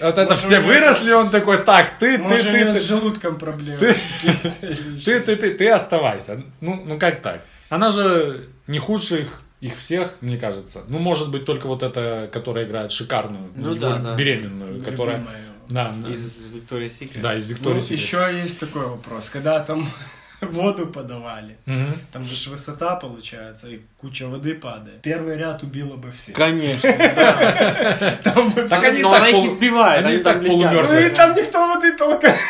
[SPEAKER 3] Вот это все выросли, он такой, так, ты, ты,
[SPEAKER 4] Может, у
[SPEAKER 3] ты,
[SPEAKER 4] него
[SPEAKER 3] ты,
[SPEAKER 4] с желудком проблемы.
[SPEAKER 3] Ты- [laughs]
[SPEAKER 4] какие-то или
[SPEAKER 3] ты,
[SPEAKER 4] еще.
[SPEAKER 3] ты, ты, ты оставайся. Ну, ну как так? Она же не худше их, их всех, мне кажется. Ну, может быть, только вот эта, которая играет шикарную,
[SPEAKER 5] Ну
[SPEAKER 3] его
[SPEAKER 5] да, да.
[SPEAKER 3] беременную, которая...
[SPEAKER 4] Любимая его.
[SPEAKER 3] Да, да.
[SPEAKER 5] Из Виктории Секрет.
[SPEAKER 3] А. да, из
[SPEAKER 4] Ну,
[SPEAKER 3] Виктории Секрет.
[SPEAKER 4] еще есть такой вопрос. Когда там [laughs] воду подавали,
[SPEAKER 3] Мгм.
[SPEAKER 4] там же ж высота получается, и куча воды падает. Первый ряд убила бы всех.
[SPEAKER 3] [laughs]
[SPEAKER 5] Конечно.
[SPEAKER 4] Там бы
[SPEAKER 3] Так
[SPEAKER 4] все-
[SPEAKER 3] они
[SPEAKER 5] Но
[SPEAKER 3] так
[SPEAKER 5] она
[SPEAKER 3] полу-
[SPEAKER 5] их избивает,
[SPEAKER 3] они
[SPEAKER 5] они
[SPEAKER 3] так
[SPEAKER 5] там летят.
[SPEAKER 4] Ну и
[SPEAKER 3] полумёртвые.
[SPEAKER 4] там никто воды толкает. [laughs]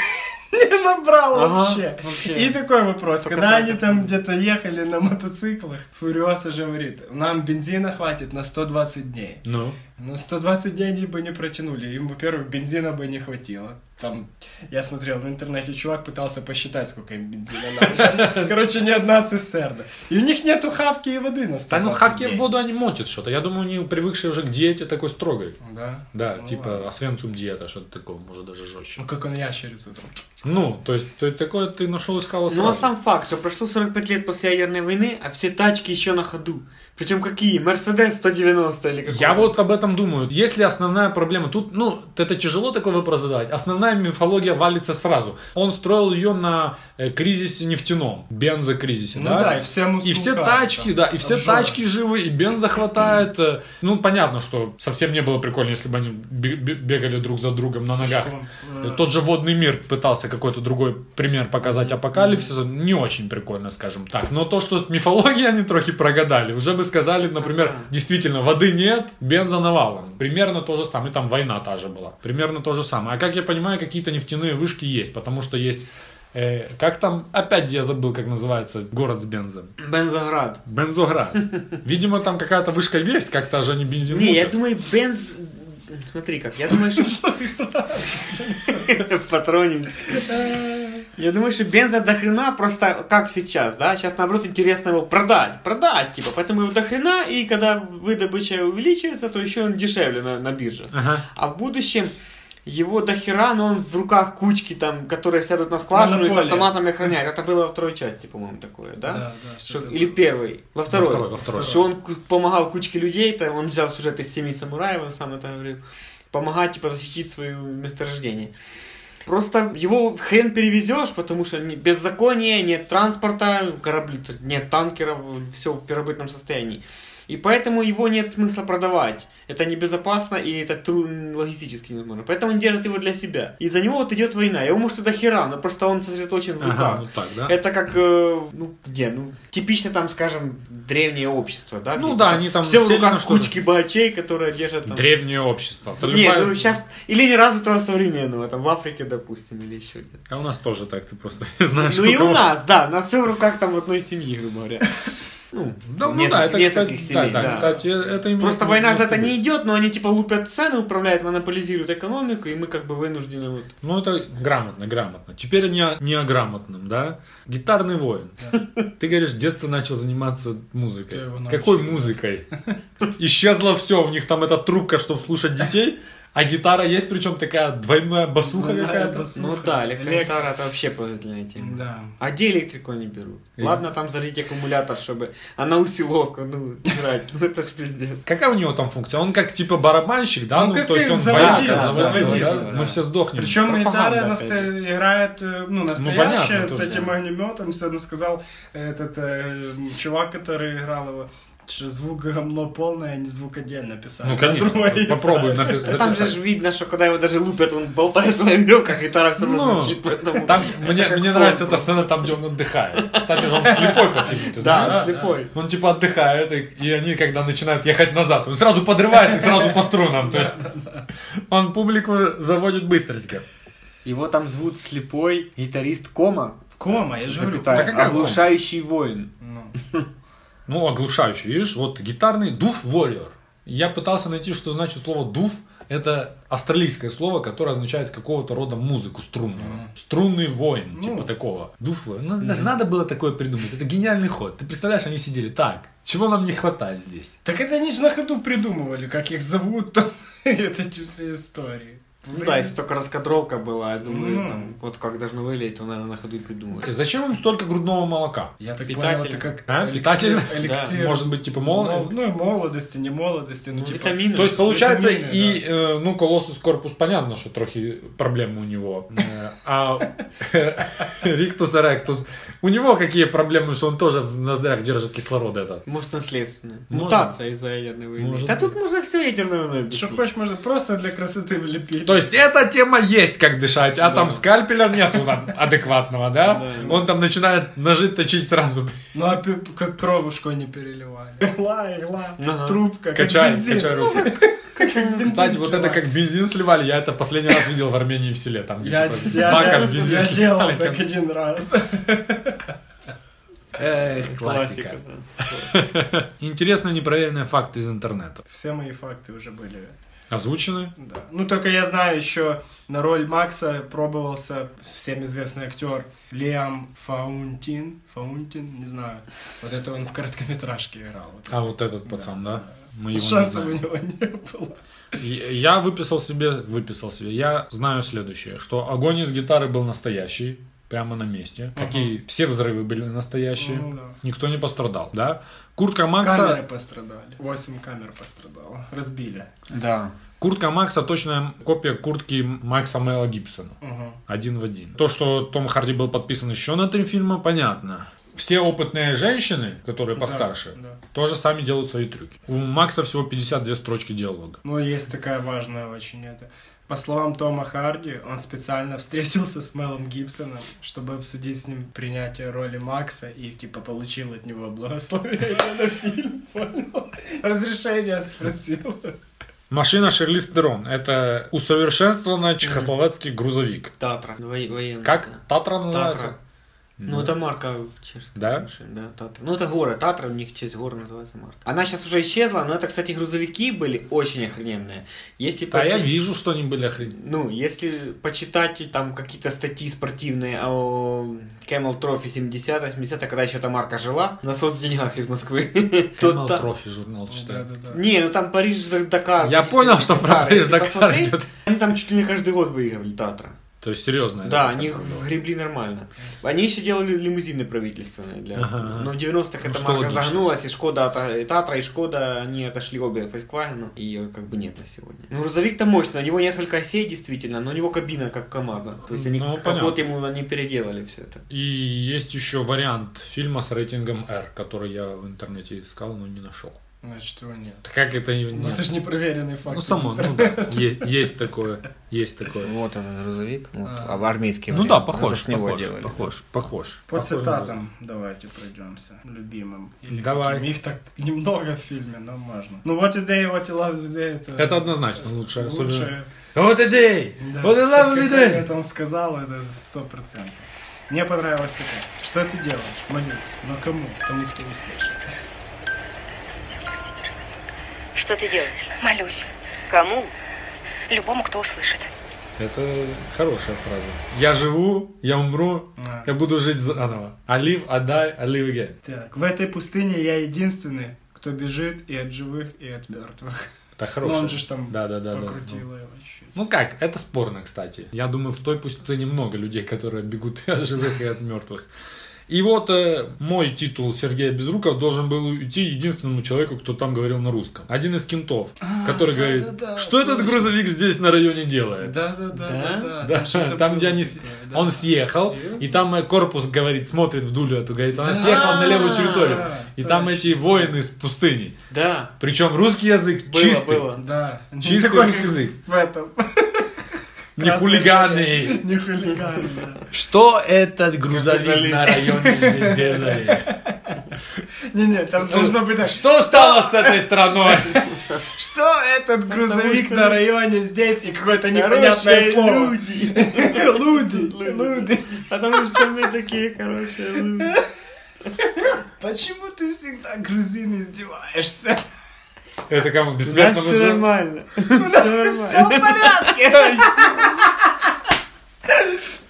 [SPEAKER 4] не набрал
[SPEAKER 5] Ага,
[SPEAKER 4] вообще.
[SPEAKER 5] вообще.
[SPEAKER 4] И такой вопрос. Когда
[SPEAKER 5] Покатать
[SPEAKER 4] они
[SPEAKER 5] это.
[SPEAKER 4] там где-то ехали на мотоциклах, Фуриоса же говорит, нам бензина хватит на 120 дней.
[SPEAKER 3] Ну.
[SPEAKER 4] Ну, 120 дней они бы не протянули. Им, во-первых, бензина бы не хватило. Там, я смотрел в интернете, чувак пытался посчитать, сколько им бензина надо. Короче, ни одна цистерна. И у них нету хавки и воды на 120
[SPEAKER 3] Да, ну хаки в
[SPEAKER 4] дней.
[SPEAKER 3] воду они мотят что-то. Я думаю, они привыкшие уже к диете такой строгой.
[SPEAKER 4] Да.
[SPEAKER 3] Да,
[SPEAKER 4] Ну
[SPEAKER 3] типа
[SPEAKER 4] ладно.
[SPEAKER 3] Освенцум диета, что-то такое, может даже жестче.
[SPEAKER 4] Ну, как он ящерицу там.
[SPEAKER 3] Ну, то есть ты такое ты нашел искал
[SPEAKER 5] Ну а
[SPEAKER 3] сразу.
[SPEAKER 5] сам факт, что прошло 45 лет после ядерной войны, а все тачки еще на ходу. Причем какие? Мерседес 190 или какой?
[SPEAKER 3] Я вот об этом думаю. Если основная проблема тут, ну, это тяжело такой вопрос задавать. Основная мифология валится сразу. Он строил ее на э, кризисе нефтяном, бензокризисе,
[SPEAKER 4] Ну
[SPEAKER 3] да?
[SPEAKER 4] да, и все
[SPEAKER 3] И все
[SPEAKER 4] мускулка
[SPEAKER 3] тачки,
[SPEAKER 4] там,
[SPEAKER 3] да, и все
[SPEAKER 4] обжора.
[SPEAKER 3] тачки живы, и бенза хватает. э. Ну, понятно, что совсем не было прикольно, если бы они бе- бе- бегали друг за другом на ногах.
[SPEAKER 4] Пешком.
[SPEAKER 3] Э, Тот же водный мир пытался какой-то другой пример показать апокалипсиса. Не очень прикольно, скажем так. Но то, что с мифологией они трохи прогадали, уже бы сказали, например, действительно, воды нет, бенза навалом. Примерно то же самое. И там война та же была. Примерно то же самое. А как я понимаю, какие-то нефтяные вышки есть, потому что есть... э, как там? Опять я забыл, как называется город с бензом.
[SPEAKER 5] Бензоград. [laughs]
[SPEAKER 3] Бензоград. Видимо, там какая-то вышка есть, как-то же они бензин
[SPEAKER 5] Не, я
[SPEAKER 3] мутят.
[SPEAKER 5] думаю, Бенз... Смотри как, я думаю, что... Патронимся. Я думаю, что бенза до хрена просто как сейчас, да? Сейчас, наоборот, интересно его продать. Продать, типа. Поэтому его до хрена, и когда выдобыча увеличивается, то еще он дешевле на, на бирже.
[SPEAKER 3] Ага.
[SPEAKER 5] А в будущем его до хера, но он в руках кучки там, которые сядут на скважину и с
[SPEAKER 4] Монополия.
[SPEAKER 5] автоматами охраняют. Это было во второй части, по-моему, такое, да?
[SPEAKER 4] Да, да,
[SPEAKER 5] Что-
[SPEAKER 4] что-то
[SPEAKER 5] или в первой? Во второй.
[SPEAKER 3] второй, во второй.
[SPEAKER 5] Что он ку- помогал кучке людей, там, он взял сюжет из «Семи самураев», он сам это говорил, помогать, типа, защитить свое месторождение. Просто его хрен перевезешь, потому что не- беззаконие, нет транспорта, корабли, т- нет танкеров, все в первобытном состоянии. И поэтому его нет смысла продавать. Это небезопасно и это тру- логистически невозможно. Поэтому он держит его для себя. И за него вот идет война. Его может и до хера, но просто он сосредоточен в руках.
[SPEAKER 3] Ага, ну вот так, да?
[SPEAKER 5] ну Это как, э, ну, где, ну, типично там, скажем, древнее общество, да?
[SPEAKER 3] Ну
[SPEAKER 5] где
[SPEAKER 3] да, они там
[SPEAKER 5] Все в
[SPEAKER 3] сели на
[SPEAKER 5] руках
[SPEAKER 3] что-то.
[SPEAKER 5] кучки богачей, которые держат там...
[SPEAKER 3] Древнее общество. Это
[SPEAKER 5] Не,
[SPEAKER 3] любая-
[SPEAKER 5] ну сейчас... Или не развитого современного, там, в Африке, допустим, или еще где-то.
[SPEAKER 3] А у нас тоже так, ты просто [laughs] не знаешь.
[SPEAKER 5] Ну и у
[SPEAKER 3] кого.
[SPEAKER 5] нас, да, у нас все в руках там одной семьи, грубо говоря. Ну,
[SPEAKER 3] Да, ну
[SPEAKER 5] несколь-
[SPEAKER 3] да, это,
[SPEAKER 5] нескольких
[SPEAKER 3] кстати,
[SPEAKER 5] семей,
[SPEAKER 3] да, да,
[SPEAKER 5] да.
[SPEAKER 3] кстати, э, это имеет
[SPEAKER 5] Просто война за
[SPEAKER 3] место
[SPEAKER 5] это
[SPEAKER 3] быть.
[SPEAKER 5] не идет, но они типа лупят цены, управляют, монополизируют экономику, и мы как бы вынуждены вот...
[SPEAKER 3] Ну, это грамотно, грамотно. Теперь не о, не о грамотном, да? Гитарный воин. [laughs] Ты говоришь, с детства начал заниматься музыкой.
[SPEAKER 4] Кто его научил,
[SPEAKER 3] Какой
[SPEAKER 4] да?
[SPEAKER 5] [laughs]
[SPEAKER 3] музыкой? Исчезло все, у них там эта трубка, чтобы слушать детей, а гитара есть, причем такая двойная басуха
[SPEAKER 4] Двойная
[SPEAKER 3] какая-то.
[SPEAKER 4] басуха.
[SPEAKER 5] Ну
[SPEAKER 4] Слушай,
[SPEAKER 5] да,
[SPEAKER 4] электро-
[SPEAKER 5] электрокитара это вообще поветренная тема.
[SPEAKER 4] Да.
[SPEAKER 5] А где электрику не берут?
[SPEAKER 3] И-
[SPEAKER 5] Ладно, там зарядить аккумулятор, чтобы... А на усилок, ну, играть. Ну, это ж
[SPEAKER 3] [laughs]
[SPEAKER 5] пиздец.
[SPEAKER 3] Какая у него там функция? Он как типа барабанщик, да?
[SPEAKER 4] Ну, как
[SPEAKER 3] то есть
[SPEAKER 4] и
[SPEAKER 3] он
[SPEAKER 4] заводил,
[SPEAKER 3] вояка,
[SPEAKER 5] да,
[SPEAKER 3] заводил,
[SPEAKER 5] заводил,
[SPEAKER 3] да?
[SPEAKER 5] да.
[SPEAKER 3] Мы все сдохнем.
[SPEAKER 4] Причем
[SPEAKER 5] Пропаганда,
[SPEAKER 4] гитара наста-
[SPEAKER 5] опять
[SPEAKER 4] играет, э, ну, настоящая,
[SPEAKER 3] понятно
[SPEAKER 4] с
[SPEAKER 3] тоже,
[SPEAKER 4] этим
[SPEAKER 3] да.
[SPEAKER 4] огнеметом. Сегодня сказал этот э, м, чувак, который играл его, что звук говно полное, а не звук отдельно писали.
[SPEAKER 3] Ну, конечно,
[SPEAKER 4] Другой
[SPEAKER 3] попробуй
[SPEAKER 4] гитаре.
[SPEAKER 3] напи-
[SPEAKER 5] Да там же
[SPEAKER 3] записать.
[SPEAKER 5] ж видно, что когда его даже лупят, он болтается на веревках, гитара все равно
[SPEAKER 3] Ну,
[SPEAKER 5] звучит, поэтому...
[SPEAKER 3] Там,
[SPEAKER 5] это
[SPEAKER 3] мне
[SPEAKER 5] как
[SPEAKER 3] мне
[SPEAKER 5] фон
[SPEAKER 3] нравится эта
[SPEAKER 5] просто.
[SPEAKER 3] сцена там, где он отдыхает. Кстати, он слепой по фильму, ты знаешь?
[SPEAKER 5] Да, он слепой.
[SPEAKER 3] Он типа отдыхает, и, и они, когда начинают ехать назад, он сразу подрывается и сразу по струнам. То есть он публику заводит быстренько.
[SPEAKER 5] Его там зовут слепой гитарист Кома,
[SPEAKER 4] Кома, я же говорю.
[SPEAKER 5] запятая,
[SPEAKER 3] да какая Кома?
[SPEAKER 5] оглушающий воин.
[SPEAKER 4] Ну,
[SPEAKER 3] Ну, оглушающий, видишь, вот гитарный дуф warrior. Я пытался найти, что значит слово дуф. Это австралийское слово, которое означает какого-то рода музыку струнную. Струнный
[SPEAKER 4] Ну.
[SPEAKER 3] воин, типа такого. Дуф warrior. Ну, даже надо было такое придумать. Это гениальный ход. Ты представляешь, они сидели так. Чего нам не хватает здесь?
[SPEAKER 4] Так это они же на ходу придумывали, как их зовут там, [laughs] вот эти все истории.
[SPEAKER 5] Ну да, если только раскадровка была, я думаю,
[SPEAKER 4] Ну.
[SPEAKER 5] там, вот как должно выглядеть, то, наверное, на ходу и придумывать.
[SPEAKER 3] Зачем им столько грудного молока?
[SPEAKER 4] Я так
[SPEAKER 5] Питательно.
[SPEAKER 4] понял, это как
[SPEAKER 3] А?
[SPEAKER 4] эликсир-
[SPEAKER 3] Питательно?
[SPEAKER 4] эликсир.
[SPEAKER 3] Может быть, типа
[SPEAKER 4] Ну,
[SPEAKER 3] молот?
[SPEAKER 4] ну, и молодости, не молодости, ну,
[SPEAKER 5] Ну,
[SPEAKER 4] типа...
[SPEAKER 5] витамины.
[SPEAKER 3] То есть получается
[SPEAKER 4] витамины,
[SPEAKER 3] и э, ну колоссус корпус понятно, что трохи проблемы у него, Э, а [laughs] риктус эректус у него какие проблемы, что он тоже в ноздрях держит кислород этот.
[SPEAKER 5] Может, наследственная.
[SPEAKER 3] Может.
[SPEAKER 5] Мутация из-за ядерной войны.
[SPEAKER 3] Может
[SPEAKER 5] да
[SPEAKER 3] быть.
[SPEAKER 5] тут можно все ядерное войной
[SPEAKER 4] Что
[SPEAKER 5] объяснить.
[SPEAKER 4] хочешь, можно просто для красоты влепить.
[SPEAKER 3] То есть эта тема есть, как дышать, а
[SPEAKER 5] Да.
[SPEAKER 3] там скальпеля нету там адекватного, да? Он там начинает ножи точить сразу.
[SPEAKER 4] Ну а пи-
[SPEAKER 5] [laughs]
[SPEAKER 4] как кровушку не переливали. Игла, игла,
[SPEAKER 5] Ага.
[SPEAKER 4] трубка, как
[SPEAKER 3] Качай,
[SPEAKER 4] бензин. Ну,
[SPEAKER 3] качай руки.
[SPEAKER 5] Как
[SPEAKER 3] Кстати, вот это как бензин сливали, я это последний раз видел в Армении в селе. Там где
[SPEAKER 4] Я,
[SPEAKER 3] типа, из
[SPEAKER 4] я-
[SPEAKER 3] бака
[SPEAKER 4] я-
[SPEAKER 3] бензин
[SPEAKER 4] я делал
[SPEAKER 3] сливали.
[SPEAKER 4] так один раз. [laughs]
[SPEAKER 3] Эх, классика. [laughs] Интересные непроверенные факты из интернета.
[SPEAKER 4] Все мои факты уже были.
[SPEAKER 3] Озвучены.
[SPEAKER 4] Да. Ну, только я знаю еще на роль Макса пробовался всем известный актер Лиам Фаунтин. Фаунтин, не знаю. Вот это он в короткометражке играл. Вот
[SPEAKER 3] А вот этот пацан, да? Мы его
[SPEAKER 4] это.
[SPEAKER 3] не
[SPEAKER 4] Шансов у
[SPEAKER 3] знаем.
[SPEAKER 4] него не было.
[SPEAKER 3] Я я выписал себе, выписал себе. Я знаю следующее, что огонь из гитары был настоящий, прямо на месте. Какие все взрывы были настоящие.
[SPEAKER 4] Ну да.
[SPEAKER 3] Никто не пострадал, да? Куртка Макса...
[SPEAKER 4] Камеры пострадали. Восемь камер пострадало. Разбили.
[SPEAKER 5] Да.
[SPEAKER 3] Куртка Макса точная копия куртки Макса Мэла Гибсона.
[SPEAKER 4] Мгм.
[SPEAKER 3] Один в один. То, что Том Харди был подписан еще на три фильма, понятно. Все опытные женщины, которые постарше,
[SPEAKER 4] да.
[SPEAKER 3] тоже сами делают свои трюки. У Макса всего 52 строчки диалога.
[SPEAKER 4] Но Ну, есть такая важная очень это. По словам Тома Харди, он специально [laughs] встретился с Мелом Гибсоном, чтобы обсудить с ним принятие роли Макса и типа получил от него благословение на фильм, [laughs] понял?
[SPEAKER 3] [laughs]
[SPEAKER 4] Разрешение спросил.
[SPEAKER 3] Машина Шерлиз Дерон. Это усовершенствованный чехословацкий грузовик.
[SPEAKER 5] Татра. Во- военная.
[SPEAKER 3] Как?
[SPEAKER 5] Да.
[SPEAKER 3] Татра называется?
[SPEAKER 5] Татра. Ну, это марка чешская.
[SPEAKER 3] Да?
[SPEAKER 5] машина, Да, Татра. Ну, это горы. Татра, у них в честь гор называется марка. Она сейчас уже исчезла, но это, кстати, грузовики были очень охрененные. Если
[SPEAKER 3] Да,
[SPEAKER 5] по-
[SPEAKER 3] А я вижу, что они были охренеть.
[SPEAKER 5] Ну, если почитать и там какие-то статьи спортивные о Camel Trophy 70 80 когда еще эта марка жила, на соцденьгах из Москвы, [laughs] то
[SPEAKER 3] Канал
[SPEAKER 5] та-
[SPEAKER 3] Трофи журнал читаю.
[SPEAKER 4] Да-да-да.
[SPEAKER 5] Не, ну там Париж, Дак- Дакар.
[SPEAKER 3] Я
[SPEAKER 5] эти
[SPEAKER 3] понял,
[SPEAKER 5] все
[SPEAKER 3] что про
[SPEAKER 5] старые,
[SPEAKER 3] Париж,
[SPEAKER 5] если
[SPEAKER 3] Дакар
[SPEAKER 5] посмотреть,
[SPEAKER 3] идет.
[SPEAKER 5] Они там чуть ли не каждый год выигрывали Татра.
[SPEAKER 3] То есть серьезно.
[SPEAKER 5] Да,
[SPEAKER 3] это
[SPEAKER 5] они
[SPEAKER 3] как-то было.
[SPEAKER 5] гребли нормально. Они еще делали лимузины правительственные. Для...
[SPEAKER 3] Ага.
[SPEAKER 5] Но в 90-х
[SPEAKER 3] Ну,
[SPEAKER 5] эта
[SPEAKER 3] что
[SPEAKER 5] марка
[SPEAKER 3] логично.
[SPEAKER 5] загнулась, и Шкода, ота- и Татра, и Шкода, они отошли обе Volkswagen, и ее как бы нет на сегодня. Ну, грузовик-то мощный, у него несколько осей действительно, но у него кабина как КамАЗа. То есть они
[SPEAKER 3] Ну,
[SPEAKER 5] капот ему они переделали все это.
[SPEAKER 3] И есть еще вариант фильма с рейтингом R, который я в интернете искал, но не нашел.
[SPEAKER 4] Значит, его нет.
[SPEAKER 3] Да Как это не...
[SPEAKER 4] Ну, это же непроверенный факт.
[SPEAKER 3] Ну, само, ну да. Е- есть такое, есть такое.
[SPEAKER 5] Вот этот грузовик, вот,
[SPEAKER 4] А.
[SPEAKER 5] армейский
[SPEAKER 3] Ну да, похож, похож, похож, похож.
[SPEAKER 6] По
[SPEAKER 3] Похож на
[SPEAKER 6] цитатам давайте пройдемся. Любимым.
[SPEAKER 4] Или
[SPEAKER 3] Давай.
[SPEAKER 4] каким. Их так немного в фильме, но можно. Ну, What a Day, What a Lovely Day, это...
[SPEAKER 3] Это однозначно лучшее, особенно.
[SPEAKER 4] лучшее.
[SPEAKER 3] Вот идей!
[SPEAKER 4] Да.
[SPEAKER 3] Вот и
[SPEAKER 4] Так,
[SPEAKER 3] lovely
[SPEAKER 4] как
[SPEAKER 3] day!
[SPEAKER 4] я там сказал, это сто процентов. Мне понравилось такое. Что ты делаешь? Молюсь. Но кому? Тому, кто услышит.
[SPEAKER 2] Что ты делаешь?
[SPEAKER 7] Молюсь.
[SPEAKER 2] Кому?
[SPEAKER 7] Любому, кто услышит.
[SPEAKER 3] Это хорошая фраза. Я живу, я умру,
[SPEAKER 4] Да.
[SPEAKER 3] я буду жить заново. I live, I die, I live again.
[SPEAKER 4] Так, в этой пустыне я единственный, кто бежит и от живых, и от мертвых.
[SPEAKER 3] Это
[SPEAKER 4] Ну,
[SPEAKER 3] хорошая.
[SPEAKER 4] он же ж там
[SPEAKER 3] Да, да, да, да.
[SPEAKER 4] покрутил его чуть.
[SPEAKER 3] Ну как, это спорно, кстати. Я думаю, в той пустыне много людей, которые бегут [laughs] и от живых, и от мертвых. И вот э, мой титул Сергея Безруков должен был уйти единственному человеку, кто там говорил на русском. Один из кентов, который
[SPEAKER 4] А, да,
[SPEAKER 3] говорит,
[SPEAKER 4] да, да,
[SPEAKER 3] что этот
[SPEAKER 4] точно.
[SPEAKER 3] грузовик здесь на районе делает.
[SPEAKER 4] Да, да, да, да, да.
[SPEAKER 3] Да, [laughs]
[SPEAKER 4] что-то
[SPEAKER 3] там, где
[SPEAKER 4] было
[SPEAKER 3] они, с-
[SPEAKER 4] такое, да.
[SPEAKER 3] он съехал, и там э, корпус говорит, смотрит вдоль эту, говорит, она
[SPEAKER 4] Да,
[SPEAKER 3] съехала на левую территорию. И там
[SPEAKER 4] точно.
[SPEAKER 3] эти воины с пустыни.
[SPEAKER 5] Да,
[SPEAKER 3] Причем русский язык
[SPEAKER 5] было,
[SPEAKER 3] чистый,
[SPEAKER 5] было.
[SPEAKER 4] Да. Не
[SPEAKER 3] Чистый
[SPEAKER 4] такой,
[SPEAKER 3] русский
[SPEAKER 4] как
[SPEAKER 3] язык.
[SPEAKER 4] В этом.
[SPEAKER 3] не
[SPEAKER 4] Красный
[SPEAKER 3] хулиганный.
[SPEAKER 4] шарик. Не хулиганы, да.
[SPEAKER 3] Что этот
[SPEAKER 5] Капитализм.
[SPEAKER 3] грузовик на районе здесь делает?
[SPEAKER 4] Не-не,
[SPEAKER 3] Ну,
[SPEAKER 4] там должно быть так.
[SPEAKER 3] Что стало с этой страной?
[SPEAKER 4] Что этот грузовик на районе здесь и какое-то непонятное
[SPEAKER 5] Хорошие
[SPEAKER 4] слово?
[SPEAKER 5] люди.
[SPEAKER 4] Луди, луди.
[SPEAKER 5] Потому что мы такие хорошие люди.
[SPEAKER 4] Почему ты всегда грузин издеваешься?
[SPEAKER 3] Это кому
[SPEAKER 5] У нас
[SPEAKER 3] бессмертному
[SPEAKER 5] все
[SPEAKER 3] Джо?
[SPEAKER 4] [laughs]
[SPEAKER 5] нормально. Все нормально.
[SPEAKER 4] Все в порядке.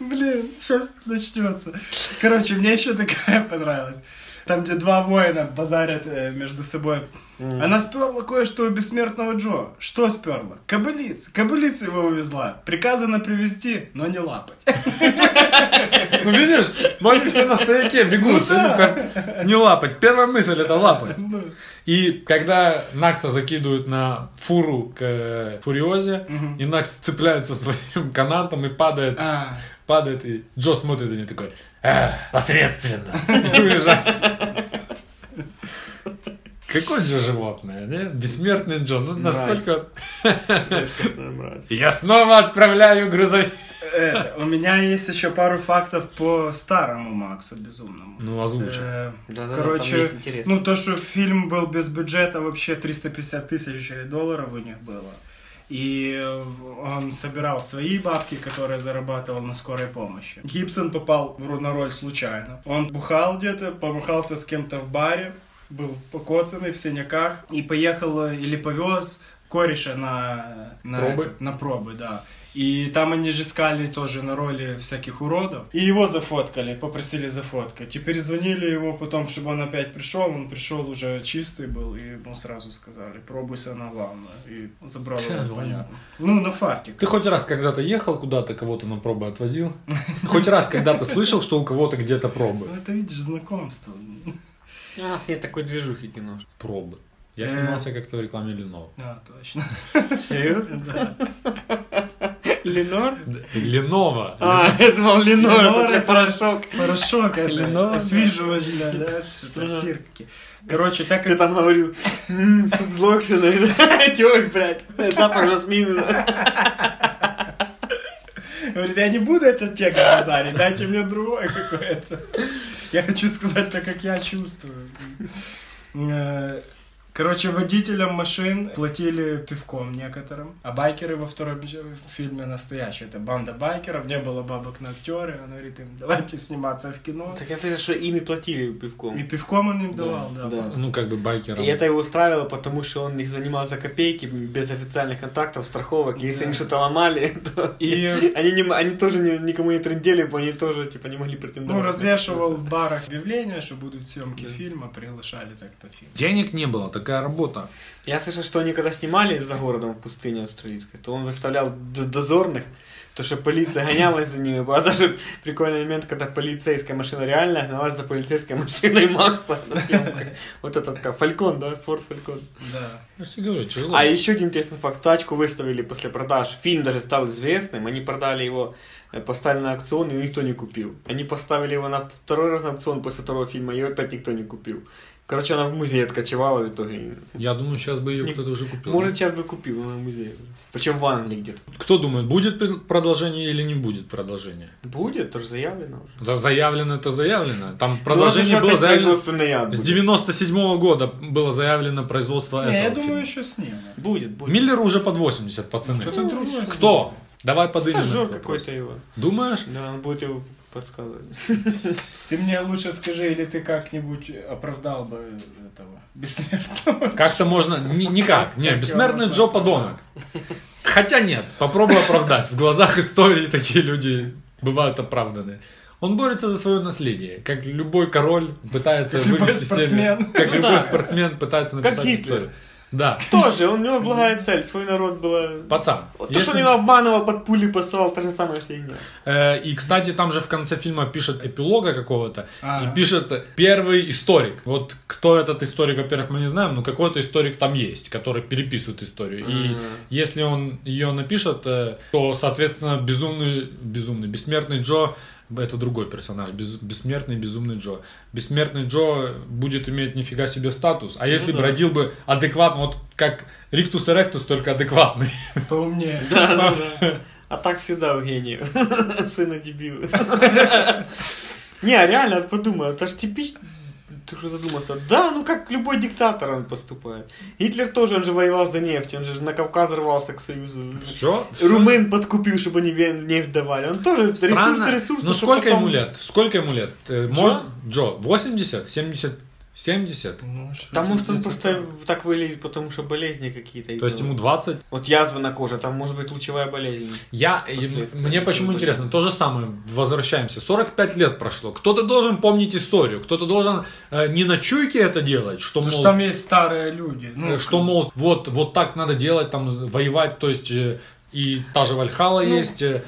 [SPEAKER 4] Блин, сейчас начнется. Короче, мне еще такая [laughs] понравилась. Там, где два воина базарят э, между собой. Она сперла кое-что у бессмертного Джо. Что сперла? Кобылиц. Кобылица его увезла. Приказано привезти, но не лапать. [laughs]
[SPEAKER 3] Ну видишь, мои все на стояке бегут.
[SPEAKER 5] Ну
[SPEAKER 3] это Не лапать. Первая мысль это лапать.
[SPEAKER 4] Ну.
[SPEAKER 3] И когда Накса закидывают на фуру к э, Фуриозе, и Накс цепляется [laughs] своим канатом и падает,
[SPEAKER 4] А,
[SPEAKER 3] падает, и Джо смотрит на нее такой, «Э, посредственно, и уезжает. Какое же животное, не? Бессмертный Джо. Ну, насколько...
[SPEAKER 5] Нравится.
[SPEAKER 3] [laughs] Я снова отправляю грузовик.
[SPEAKER 4] это, у меня есть еще пару фактов по старому Максу безумному.
[SPEAKER 3] Ну, озвучим.
[SPEAKER 4] Э,
[SPEAKER 5] Да-да-да, там
[SPEAKER 4] Короче,
[SPEAKER 5] есть интересно.
[SPEAKER 4] ну то, что фильм был без бюджета, вообще 350 тысяч долларов у них было. И э, он собирал свои бабки, которые зарабатывал на скорой помощи. Гибсон попал в ру- на роль случайно. Он бухал где-то, помахался с кем-то в баре, был покоцанный в синяках и поехал э, или повез кореша на, на,
[SPEAKER 3] Пробы?
[SPEAKER 4] этот, на пробы, да. И там они же искали тоже на роли всяких уродов. И его зафоткали, попросили зафоткать. Теперь звонили ему потом, чтобы он опять пришел. Он пришел уже чистый был, и ему сразу сказали, пробуйся на ванну. И забрал его,
[SPEAKER 3] Ладно.
[SPEAKER 4] понятно. Ну, на фартик.
[SPEAKER 3] Ты хоть раз когда-то ехал куда-то, кого-то на пробы отвозил? Хоть раз когда-то слышал, что у кого-то где-то пробы?
[SPEAKER 4] Ну, это, видишь, знакомство.
[SPEAKER 5] У нас нет такой движухи кино.
[SPEAKER 3] Пробы. Я
[SPEAKER 4] Э.
[SPEAKER 3] снимался как-то в рекламе Ленор.
[SPEAKER 4] [laughs] Да, точно.
[SPEAKER 5] Серьезно?
[SPEAKER 4] Да.
[SPEAKER 5] Ленор?
[SPEAKER 3] Ленова.
[SPEAKER 5] А, [laughs] это был Ленор,
[SPEAKER 4] Ленор,
[SPEAKER 5] это же
[SPEAKER 4] это-
[SPEAKER 5] порошок.
[SPEAKER 4] Порошок
[SPEAKER 5] Хреново,
[SPEAKER 4] это,
[SPEAKER 5] да.
[SPEAKER 4] освеживатель, да, да, что-то
[SPEAKER 5] Ага.
[SPEAKER 4] стирки. Короче, так
[SPEAKER 5] Ты
[SPEAKER 4] как...
[SPEAKER 5] там говорил, «М, суп с [laughs] локшиной, тёй, блядь, запах жасмина.
[SPEAKER 4] Говорит, я не буду этот текст базарить, дайте мне другой какой-то. Я хочу сказать так, как я чувствую. Э, Короче, водителям машин платили пивком некоторым, а байкеры во втором бю- фильме настоящие. Это банда байкеров, не было бабок на актеры, он говорит им, давайте сниматься в кино.
[SPEAKER 5] Так это же, что ими платили пивком.
[SPEAKER 4] И пивком он им
[SPEAKER 5] Да,
[SPEAKER 4] давал, да.
[SPEAKER 5] да.
[SPEAKER 3] Ну, как бы байкером.
[SPEAKER 5] И это его устраивало, потому что он их занимал за копейки, без официальных контактов, страховок. И если
[SPEAKER 4] Да.
[SPEAKER 5] они что-то ломали, [laughs] то
[SPEAKER 4] И-
[SPEAKER 5] они, не, м- они тоже не- никому не трындели, бы они тоже типа не могли претендовать.
[SPEAKER 4] Ну, развешивал в барах объявления, что будут съемки фильма, приглашали так-то фильм.
[SPEAKER 3] Денег не было, такая работа.
[SPEAKER 5] Я слышал, что они когда снимали за городом в пустыне австралийской, то он выставлял д- дозорных, то что полиция гонялась за ними. Был даже прикольный момент, когда полицейская машина реально гналась за полицейской машиной Макса на съемках. Вот этот как Фалькон, да? Форд Фалькон.
[SPEAKER 4] Да.
[SPEAKER 3] Я же тебе говорю, тяжело.
[SPEAKER 5] А еще один интересный факт. Тачку выставили после продаж. Фильм даже стал известным. Они продали его, э, поставили на аукцион, и никто не купил. Они поставили его на второй раз на аукцион после второго фильма, и ее опять никто не купил. Короче, она в музее откочевала в итоге.
[SPEAKER 3] Я думаю, сейчас бы ее кто-то уже купил.
[SPEAKER 5] Может, сейчас бы купил, но в музее. Причем в Англии где-то.
[SPEAKER 3] Кто думает, будет при- продолжение или не будет продолжение?
[SPEAKER 5] Будет, тоже заявлено уже.
[SPEAKER 3] Да заявлено, это заявлено. Там
[SPEAKER 5] Ну, это
[SPEAKER 3] продолжение
[SPEAKER 5] же
[SPEAKER 3] было
[SPEAKER 5] опять
[SPEAKER 3] заявлено.
[SPEAKER 5] производственный яд
[SPEAKER 3] С
[SPEAKER 5] будет.
[SPEAKER 3] 97 года было заявлено производство
[SPEAKER 4] Не, я
[SPEAKER 3] этого
[SPEAKER 4] думаю,
[SPEAKER 3] фильма.
[SPEAKER 4] еще снимут.
[SPEAKER 5] Будет, будет.
[SPEAKER 3] Миллеру уже под 80, пацаны.
[SPEAKER 4] Кто-то другой
[SPEAKER 3] Кто? Давай подымем.
[SPEAKER 5] Стажер
[SPEAKER 3] этот вопрос.
[SPEAKER 5] какой-то его.
[SPEAKER 3] Думаешь?
[SPEAKER 5] Да, он будет его подсказывать.
[SPEAKER 4] Ты мне лучше скажи, или ты как-нибудь оправдал бы этого бессмертного?
[SPEAKER 3] Как-то можно... Ни- никак. Не,
[SPEAKER 4] Как его
[SPEAKER 3] бессмертный
[SPEAKER 4] можно
[SPEAKER 3] Джо Подонок. Хотя нет, попробуй оправдать. В глазах истории такие люди бывают оправданы. Он борется за свое наследие, как любой король пытается
[SPEAKER 4] Как любой
[SPEAKER 3] вывести себе-
[SPEAKER 4] спортсмен.
[SPEAKER 3] Как
[SPEAKER 5] Ну
[SPEAKER 3] любой
[SPEAKER 5] да.
[SPEAKER 3] спортсмен пытается написать
[SPEAKER 5] Гитлер.
[SPEAKER 3] историю. Да,
[SPEAKER 5] Тоже, он, у него благая цель, свой народ была...
[SPEAKER 3] пацан.
[SPEAKER 5] Вот То,
[SPEAKER 3] если-
[SPEAKER 5] что он его обманывал, под пули посылал, та же самая фигня.
[SPEAKER 3] Э, И, кстати, там же в конце фильма пишет эпилога какого-то,
[SPEAKER 4] Ага.
[SPEAKER 3] и пишет первый историк. Вот кто этот историк, во-первых, мы не знаем, но какой-то историк там есть, который переписывает историю. И
[SPEAKER 5] Ага.
[SPEAKER 3] если он ее напишет, э, то, соответственно, безумный, безумный, бессмертный Джо, это другой персонаж, без- бессмертный, безумный Джо. Бессмертный Джо будет иметь нифига себе статус, а если
[SPEAKER 5] Ну да.
[SPEAKER 3] бы родил бы адекватно, вот как Риктус Эректус, только адекватный.
[SPEAKER 4] Поумнее.
[SPEAKER 5] Да, да, да. А так всегда у [laughs] гениев. Сына
[SPEAKER 3] [laughs]
[SPEAKER 5] дебила. Не, а реально, вот подумай, это же типично. Ты уже задумался. Да, ну как любой диктатор он поступает. Гитлер тоже, он же воевал за нефть, он же на Кавказ рвался к Союзу.
[SPEAKER 3] Все.
[SPEAKER 5] Румын подкупил, чтобы они вен- нефть давали. Он тоже
[SPEAKER 3] Странно.
[SPEAKER 5] ресурсы, ресурсы.
[SPEAKER 4] а
[SPEAKER 3] Ну
[SPEAKER 5] что
[SPEAKER 3] сколько
[SPEAKER 5] потом-
[SPEAKER 3] ему лет? Сколько ему лет? Э,
[SPEAKER 5] Джо?
[SPEAKER 3] Может, Джо, 80, 70, 70?
[SPEAKER 4] Ну, а
[SPEAKER 5] Потому что он просто так выглядит, потому что болезни какие-то.
[SPEAKER 3] То есть
[SPEAKER 5] из-за-
[SPEAKER 3] ему 20?
[SPEAKER 5] Вот язва на коже, там может быть лучевая болезнь.
[SPEAKER 3] Я, э,
[SPEAKER 5] Последствия
[SPEAKER 3] мне почему
[SPEAKER 5] были.
[SPEAKER 3] интересно, то же самое, возвращаемся, 45 лет прошло, кто-то должен помнить историю, кто-то должен э, не на чуйке это делать, что,
[SPEAKER 4] Потому
[SPEAKER 3] мол,
[SPEAKER 4] что там есть старые люди. Ну,
[SPEAKER 3] э, что, мол, вот, вот так надо делать, там, воевать, то есть, э, и та же Вальхала
[SPEAKER 4] Ну,
[SPEAKER 3] есть, э,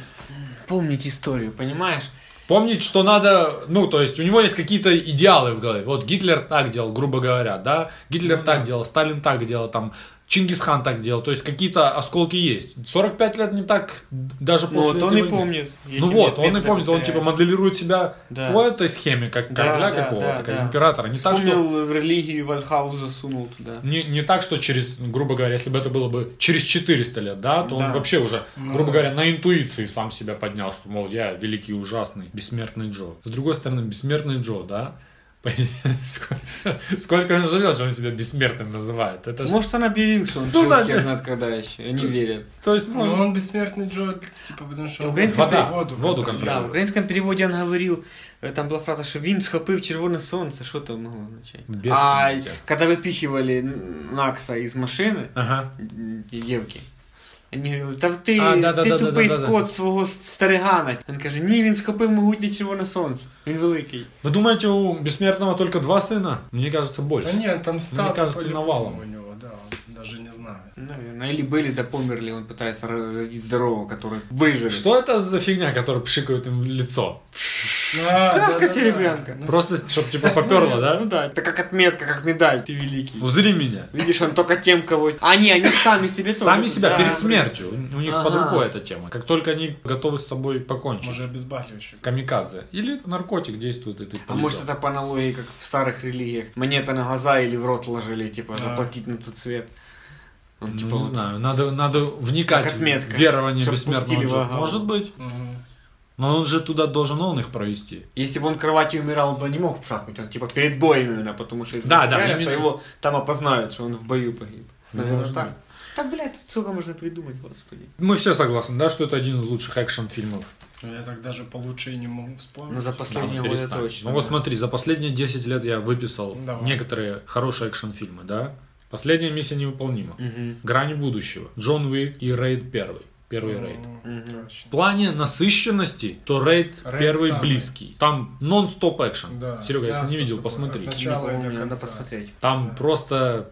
[SPEAKER 5] Помнить историю, понимаешь?
[SPEAKER 3] Помнить, что надо, ну, то есть у него есть какие-то
[SPEAKER 5] Ну
[SPEAKER 3] идеалы в голове. Вот Гитлер так делал, грубо говоря, да, Гитлер так делал, Сталин так делал, там, Чингисхан так делал, то есть какие-то осколки есть. 45 лет не так даже
[SPEAKER 5] Ну
[SPEAKER 3] после
[SPEAKER 5] вот он и
[SPEAKER 3] этой войны.
[SPEAKER 5] помнит.
[SPEAKER 3] Ну
[SPEAKER 5] эти
[SPEAKER 3] вот, он и
[SPEAKER 5] методы,
[SPEAKER 3] помнит, он
[SPEAKER 5] которые-
[SPEAKER 3] типа моделирует себя
[SPEAKER 5] Да.
[SPEAKER 3] по этой схеме, как
[SPEAKER 5] Да,
[SPEAKER 3] короля
[SPEAKER 5] да,
[SPEAKER 3] какого-то,
[SPEAKER 5] да,
[SPEAKER 3] как
[SPEAKER 5] да.
[SPEAKER 3] императора. Не так, что,
[SPEAKER 5] Вспомнил религию, Вальхалу засунул туда.
[SPEAKER 3] не, не так, что через, грубо говоря, если бы это было бы через 400 лет, да, то
[SPEAKER 5] Да.
[SPEAKER 3] он вообще уже, грубо говоря, на интуиции сам себя поднял, что, мол, я великий, ужасный, бессмертный Джо. С другой стороны, бессмертный Джо, да, [laughs] сколько, сколько он живет, что он себя бессмертным называет. Это же-
[SPEAKER 5] Может, он объявил, что он
[SPEAKER 3] Ну
[SPEAKER 5] жил,
[SPEAKER 3] да,
[SPEAKER 5] хер
[SPEAKER 3] да.
[SPEAKER 5] знает когда еще. Они верят.
[SPEAKER 3] то есть, ну,
[SPEAKER 4] Ну, он бессмертный Джо, типа, потому что он
[SPEAKER 5] Украинский
[SPEAKER 3] вода, воду
[SPEAKER 4] воду, контролирует.
[SPEAKER 5] Да, в
[SPEAKER 3] контролирует.
[SPEAKER 5] українському переводі він говорив, е, э, там була фраза, що він схопив червоне сонце, що там могло означати?
[SPEAKER 3] Без
[SPEAKER 5] а
[SPEAKER 3] поняття.
[SPEAKER 5] коли випіхували Накса із машини,
[SPEAKER 3] Ага.
[SPEAKER 5] м, ті дівки, вони говорили, та ти,
[SPEAKER 3] А, да, да,
[SPEAKER 5] ти
[SPEAKER 3] да, да,
[SPEAKER 5] тупий
[SPEAKER 3] да, да, да.
[SPEAKER 5] скот свого старигана. Він каже, ні, він схопив могутнє червоне сонце. Він великий.
[SPEAKER 3] Вы думаете, у бессмертного только два сына? Мне кажется, больше.
[SPEAKER 4] Да нет, там статуя
[SPEAKER 3] кажется,
[SPEAKER 4] по-любому
[SPEAKER 3] навалом.
[SPEAKER 4] у него, да, он даже
[SPEAKER 3] [laughs]
[SPEAKER 4] не знаю.
[SPEAKER 5] Наверное. Или были, да померли, он пытается родить здорового, который выжил.
[SPEAKER 3] Что это за фигня, которую пшикают им в лицо?
[SPEAKER 5] Краска серебрянка.
[SPEAKER 3] Просто, чтобы типа
[SPEAKER 5] [laughs]
[SPEAKER 3] поперло,
[SPEAKER 5] Ну
[SPEAKER 3] да?
[SPEAKER 5] да, это как отметка, как медаль, ты великий.
[SPEAKER 3] Узри меня.
[SPEAKER 5] Видишь, он только тем, кого... А не, они сами себе тоже...
[SPEAKER 3] Сами себя
[SPEAKER 5] за-
[SPEAKER 3] перед смертью. У них под
[SPEAKER 5] Ага.
[SPEAKER 3] рукой эта тема. Как только они готовы с собой покончить.
[SPEAKER 4] Может, обезболивающий.
[SPEAKER 3] Камикадзе. Или наркотик действует, и ты
[SPEAKER 5] А
[SPEAKER 3] полетел.
[SPEAKER 5] может это по аналогии, как в старых религиях, монеты на глаза или в рот ложили, типа, заплатить на тот цвет. Он,
[SPEAKER 3] А. Ну,
[SPEAKER 5] типа,
[SPEAKER 3] не
[SPEAKER 5] вот-
[SPEAKER 3] знаю, надо, надо вникать
[SPEAKER 5] Как
[SPEAKER 3] в
[SPEAKER 5] отметка.
[SPEAKER 3] верование
[SPEAKER 5] Чтоб
[SPEAKER 3] бессмертного
[SPEAKER 5] пустили в
[SPEAKER 3] Джо.
[SPEAKER 5] агаву.
[SPEAKER 3] Может быть.
[SPEAKER 4] Мгм.
[SPEAKER 3] Но он же туда должен он их провести.
[SPEAKER 5] Если бы он кровати умирал, он бы не мог пшахнуть, он, типа, перед боем именно, потому что если
[SPEAKER 3] Да, да,
[SPEAKER 5] ударят,
[SPEAKER 3] именно.
[SPEAKER 5] то его там опознают, что он в бою погиб.
[SPEAKER 3] Ну,
[SPEAKER 5] Наверное,
[SPEAKER 3] может
[SPEAKER 5] так.
[SPEAKER 3] быть.
[SPEAKER 5] Так, блядь, тут сколько можно придумать, господи.
[SPEAKER 3] Мы все согласны, да, что это один из лучших экшн-фильмов.
[SPEAKER 4] Ну, Я так даже получше и не могу вспомнить.
[SPEAKER 5] Ну, за
[SPEAKER 3] Да,
[SPEAKER 5] последние
[SPEAKER 3] ну,
[SPEAKER 5] годы
[SPEAKER 3] перестань.
[SPEAKER 5] точно.
[SPEAKER 3] Ну вот
[SPEAKER 5] да.
[SPEAKER 3] смотри, за последние 10 лет я выписал
[SPEAKER 4] Давай.
[SPEAKER 3] некоторые хорошие экшн-фильмы, да? Последняя миссия невыполнима.
[SPEAKER 5] Мгм.
[SPEAKER 3] Грани будущего. Джон Уик и Рейд первый. Первый
[SPEAKER 4] Ну,
[SPEAKER 3] рейд. В
[SPEAKER 4] Точно.
[SPEAKER 3] плане насыщенности, то рейд,
[SPEAKER 4] Рейд
[SPEAKER 3] первый
[SPEAKER 4] самый.
[SPEAKER 3] близкий. там нон-стоп экшен.
[SPEAKER 4] Да.
[SPEAKER 3] Серега,
[SPEAKER 4] Да,
[SPEAKER 3] если не
[SPEAKER 4] с
[SPEAKER 3] видел,
[SPEAKER 4] тобой.
[SPEAKER 3] посмотри.
[SPEAKER 4] Отлично.
[SPEAKER 5] Не
[SPEAKER 4] Начало и до
[SPEAKER 5] помню, надо
[SPEAKER 4] конца.
[SPEAKER 5] посмотреть.
[SPEAKER 3] Там просто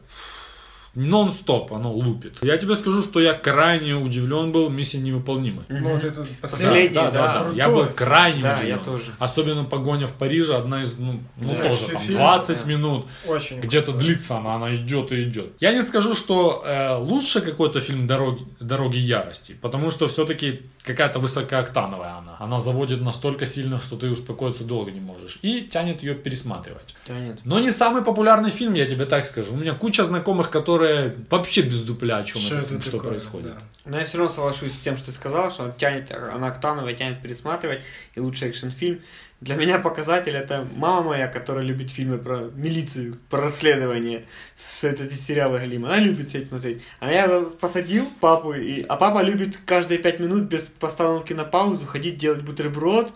[SPEAKER 3] нон-стоп оно лупит. Я тебе скажу, что я крайне удивлен был миссией невыполнимой.
[SPEAKER 4] Ну, вот это
[SPEAKER 5] Последний,
[SPEAKER 4] последний.
[SPEAKER 3] да, да,
[SPEAKER 5] да.
[SPEAKER 3] да. Я был крайне
[SPEAKER 5] Да,
[SPEAKER 3] удивлен.
[SPEAKER 5] я тоже.
[SPEAKER 3] Особенно погоня в Париже, одна из, ну, ну,
[SPEAKER 5] Да,
[SPEAKER 3] тоже,
[SPEAKER 4] вообще
[SPEAKER 3] там,
[SPEAKER 4] фильм,
[SPEAKER 3] 20
[SPEAKER 5] да.
[SPEAKER 3] минут.
[SPEAKER 4] Очень.
[SPEAKER 3] Где-то длится она, она идет и идет. Я не скажу, что э, лучше какой-то фильм «Дороги, «Дороги ярости», потому что все-таки какая-то высокооктановая она. Она заводит настолько сильно, что ты успокоиться долго не можешь. И тянет ее пересматривать.
[SPEAKER 5] Да нет.
[SPEAKER 3] Но не самый популярный фильм, я тебе так скажу. У меня куча знакомых, которые вообще без дупля, о чем
[SPEAKER 4] Что
[SPEAKER 3] это,
[SPEAKER 4] это
[SPEAKER 3] что
[SPEAKER 4] такое,
[SPEAKER 3] происходит.
[SPEAKER 4] да.
[SPEAKER 5] Но я все равно соглашусь с тем, что ты сказал, что она тянет, она октановая, тянет пересматривать, и лучший экшн-фильм. Для меня показатель это мама моя, которая любит фильмы про милицию, про расследование, с это, эти сериалы Галима. Она любит все эти смотреть. А я посадил папу, и, а папа любит каждые пять минут без постановки на паузу ходить делать бутерброд,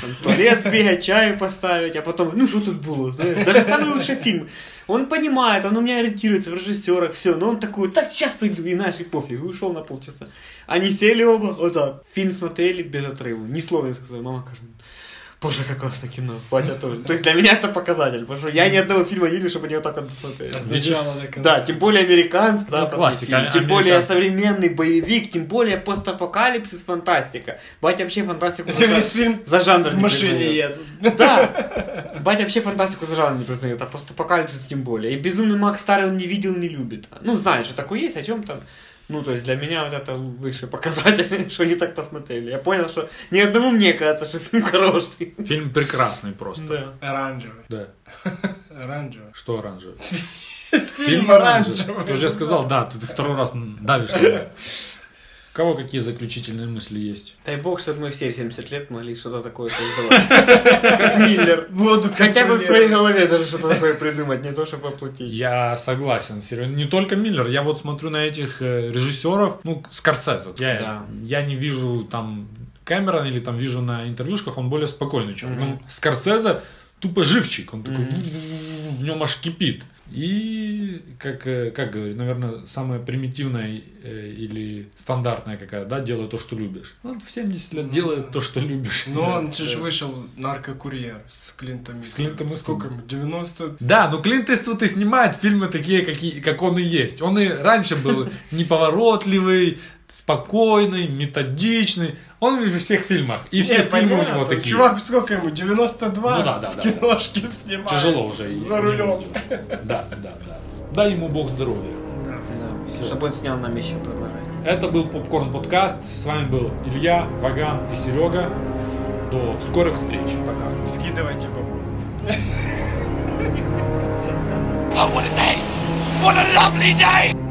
[SPEAKER 5] там, в туалет сбегать, чаю поставить, а потом, ну что тут было, знаешь, даже самый лучший фильм. Он понимает, он у меня ориентируется в режиссерах, все, но он такой, так, сейчас приду, и наш, и пофиг, и ушел на полчаса. Они сели оба, вот так, фильм смотрели без отрыва, ни слова не сказали, мама кажется, боже, как классно кино, батя тоже. То есть для меня это показатель, потому что я ни одного фильма не видел, чтобы они вот так вот смотрели.
[SPEAKER 4] От начала до конца. Ну,
[SPEAKER 5] Да, тем более американский, западный
[SPEAKER 3] классика,
[SPEAKER 5] фильм, тем
[SPEAKER 3] американский.
[SPEAKER 5] более современный боевик, тем более постапокалипсис, фантастика. Батя вообще фантастику
[SPEAKER 4] Это
[SPEAKER 5] за-
[SPEAKER 4] весь фильм
[SPEAKER 5] за жанр
[SPEAKER 4] в
[SPEAKER 5] не
[SPEAKER 4] машине
[SPEAKER 5] признает.
[SPEAKER 4] едут.
[SPEAKER 5] Да. Батя вообще фантастику за жанр не признает, а постапокалипсис тем более. И безумный Макс Старый он не видел, не любит. Ну, знает, что такое есть, о чем там. Ну, то есть для меня вот это высший показатель, [laughs] что они так посмотрели. Я понял, что ни одному мне кажется, что фильм хороший.
[SPEAKER 3] Фильм прекрасный просто.
[SPEAKER 5] Да.
[SPEAKER 4] Оранжевый.
[SPEAKER 3] Да.
[SPEAKER 4] Оранжевый.
[SPEAKER 3] Что оранжевый?
[SPEAKER 4] [laughs] Фильм оранжевый.
[SPEAKER 3] Ты уже сказал, да, ты второй раз давишь на меня. У кого какие заключительные мысли есть?
[SPEAKER 5] Дай бог, чтобы мы все в 70 лет могли что-то такое создавать. Как Миллер.
[SPEAKER 4] Воду
[SPEAKER 5] Хотя бы в
[SPEAKER 4] контролировать.
[SPEAKER 5] своей голове даже что-то такое придумать, не то, чтобы оплатить.
[SPEAKER 3] Я согласен, Серёга. Не только Миллер. Я вот смотрю на этих э, режиссеров, ну, Скорсезе. Я,
[SPEAKER 5] Да.
[SPEAKER 3] я не вижу там Кэмерон или там вижу на интервьюшках, он более спокойный, чем. ну,
[SPEAKER 5] Мгм.
[SPEAKER 3] Скорсезе тупо живчик, он такой,
[SPEAKER 5] Мгм.
[SPEAKER 3] в нем аж кипит. И, как, э, как говорит, наверное, самое примитивное э, или стандартное какая, да, делай то, что любишь. Ну, в 70 лет
[SPEAKER 4] Ну,
[SPEAKER 3] делай
[SPEAKER 4] да.
[SPEAKER 3] то, что любишь. [laughs]
[SPEAKER 4] Но
[SPEAKER 3] Да.
[SPEAKER 4] он же ж вышел наркокурьер с Клинтом
[SPEAKER 3] С Клинтом Иствудом.
[SPEAKER 4] Сколько ему? 90?
[SPEAKER 3] Да, но Клинт Иствуд и снимает фильмы такие, какие, как он и есть. Он и раньше
[SPEAKER 4] [laughs]
[SPEAKER 3] был неповоротливый, спокойный, методичный. Он во всех фильмах. И все
[SPEAKER 4] Не,
[SPEAKER 3] фильмы у
[SPEAKER 4] понятно.
[SPEAKER 3] него такие.
[SPEAKER 4] Чувак, сколько ему? 92?
[SPEAKER 3] Ну да, да,
[SPEAKER 4] в
[SPEAKER 3] да,
[SPEAKER 4] киношке снимается.
[SPEAKER 3] Тяжело уже.
[SPEAKER 4] За рулем.
[SPEAKER 3] Да, да, да. Дай ему бог здоровья.
[SPEAKER 5] Да, всё. чтобы он снял нам еще продолжение.
[SPEAKER 3] Это был Попкорн Подкаст. С вами был Илья, Ваган и Серега. До скорых встреч. Пока.
[SPEAKER 4] Скидывайте бабу.
[SPEAKER 8] Oh, what a day! What a lovely day!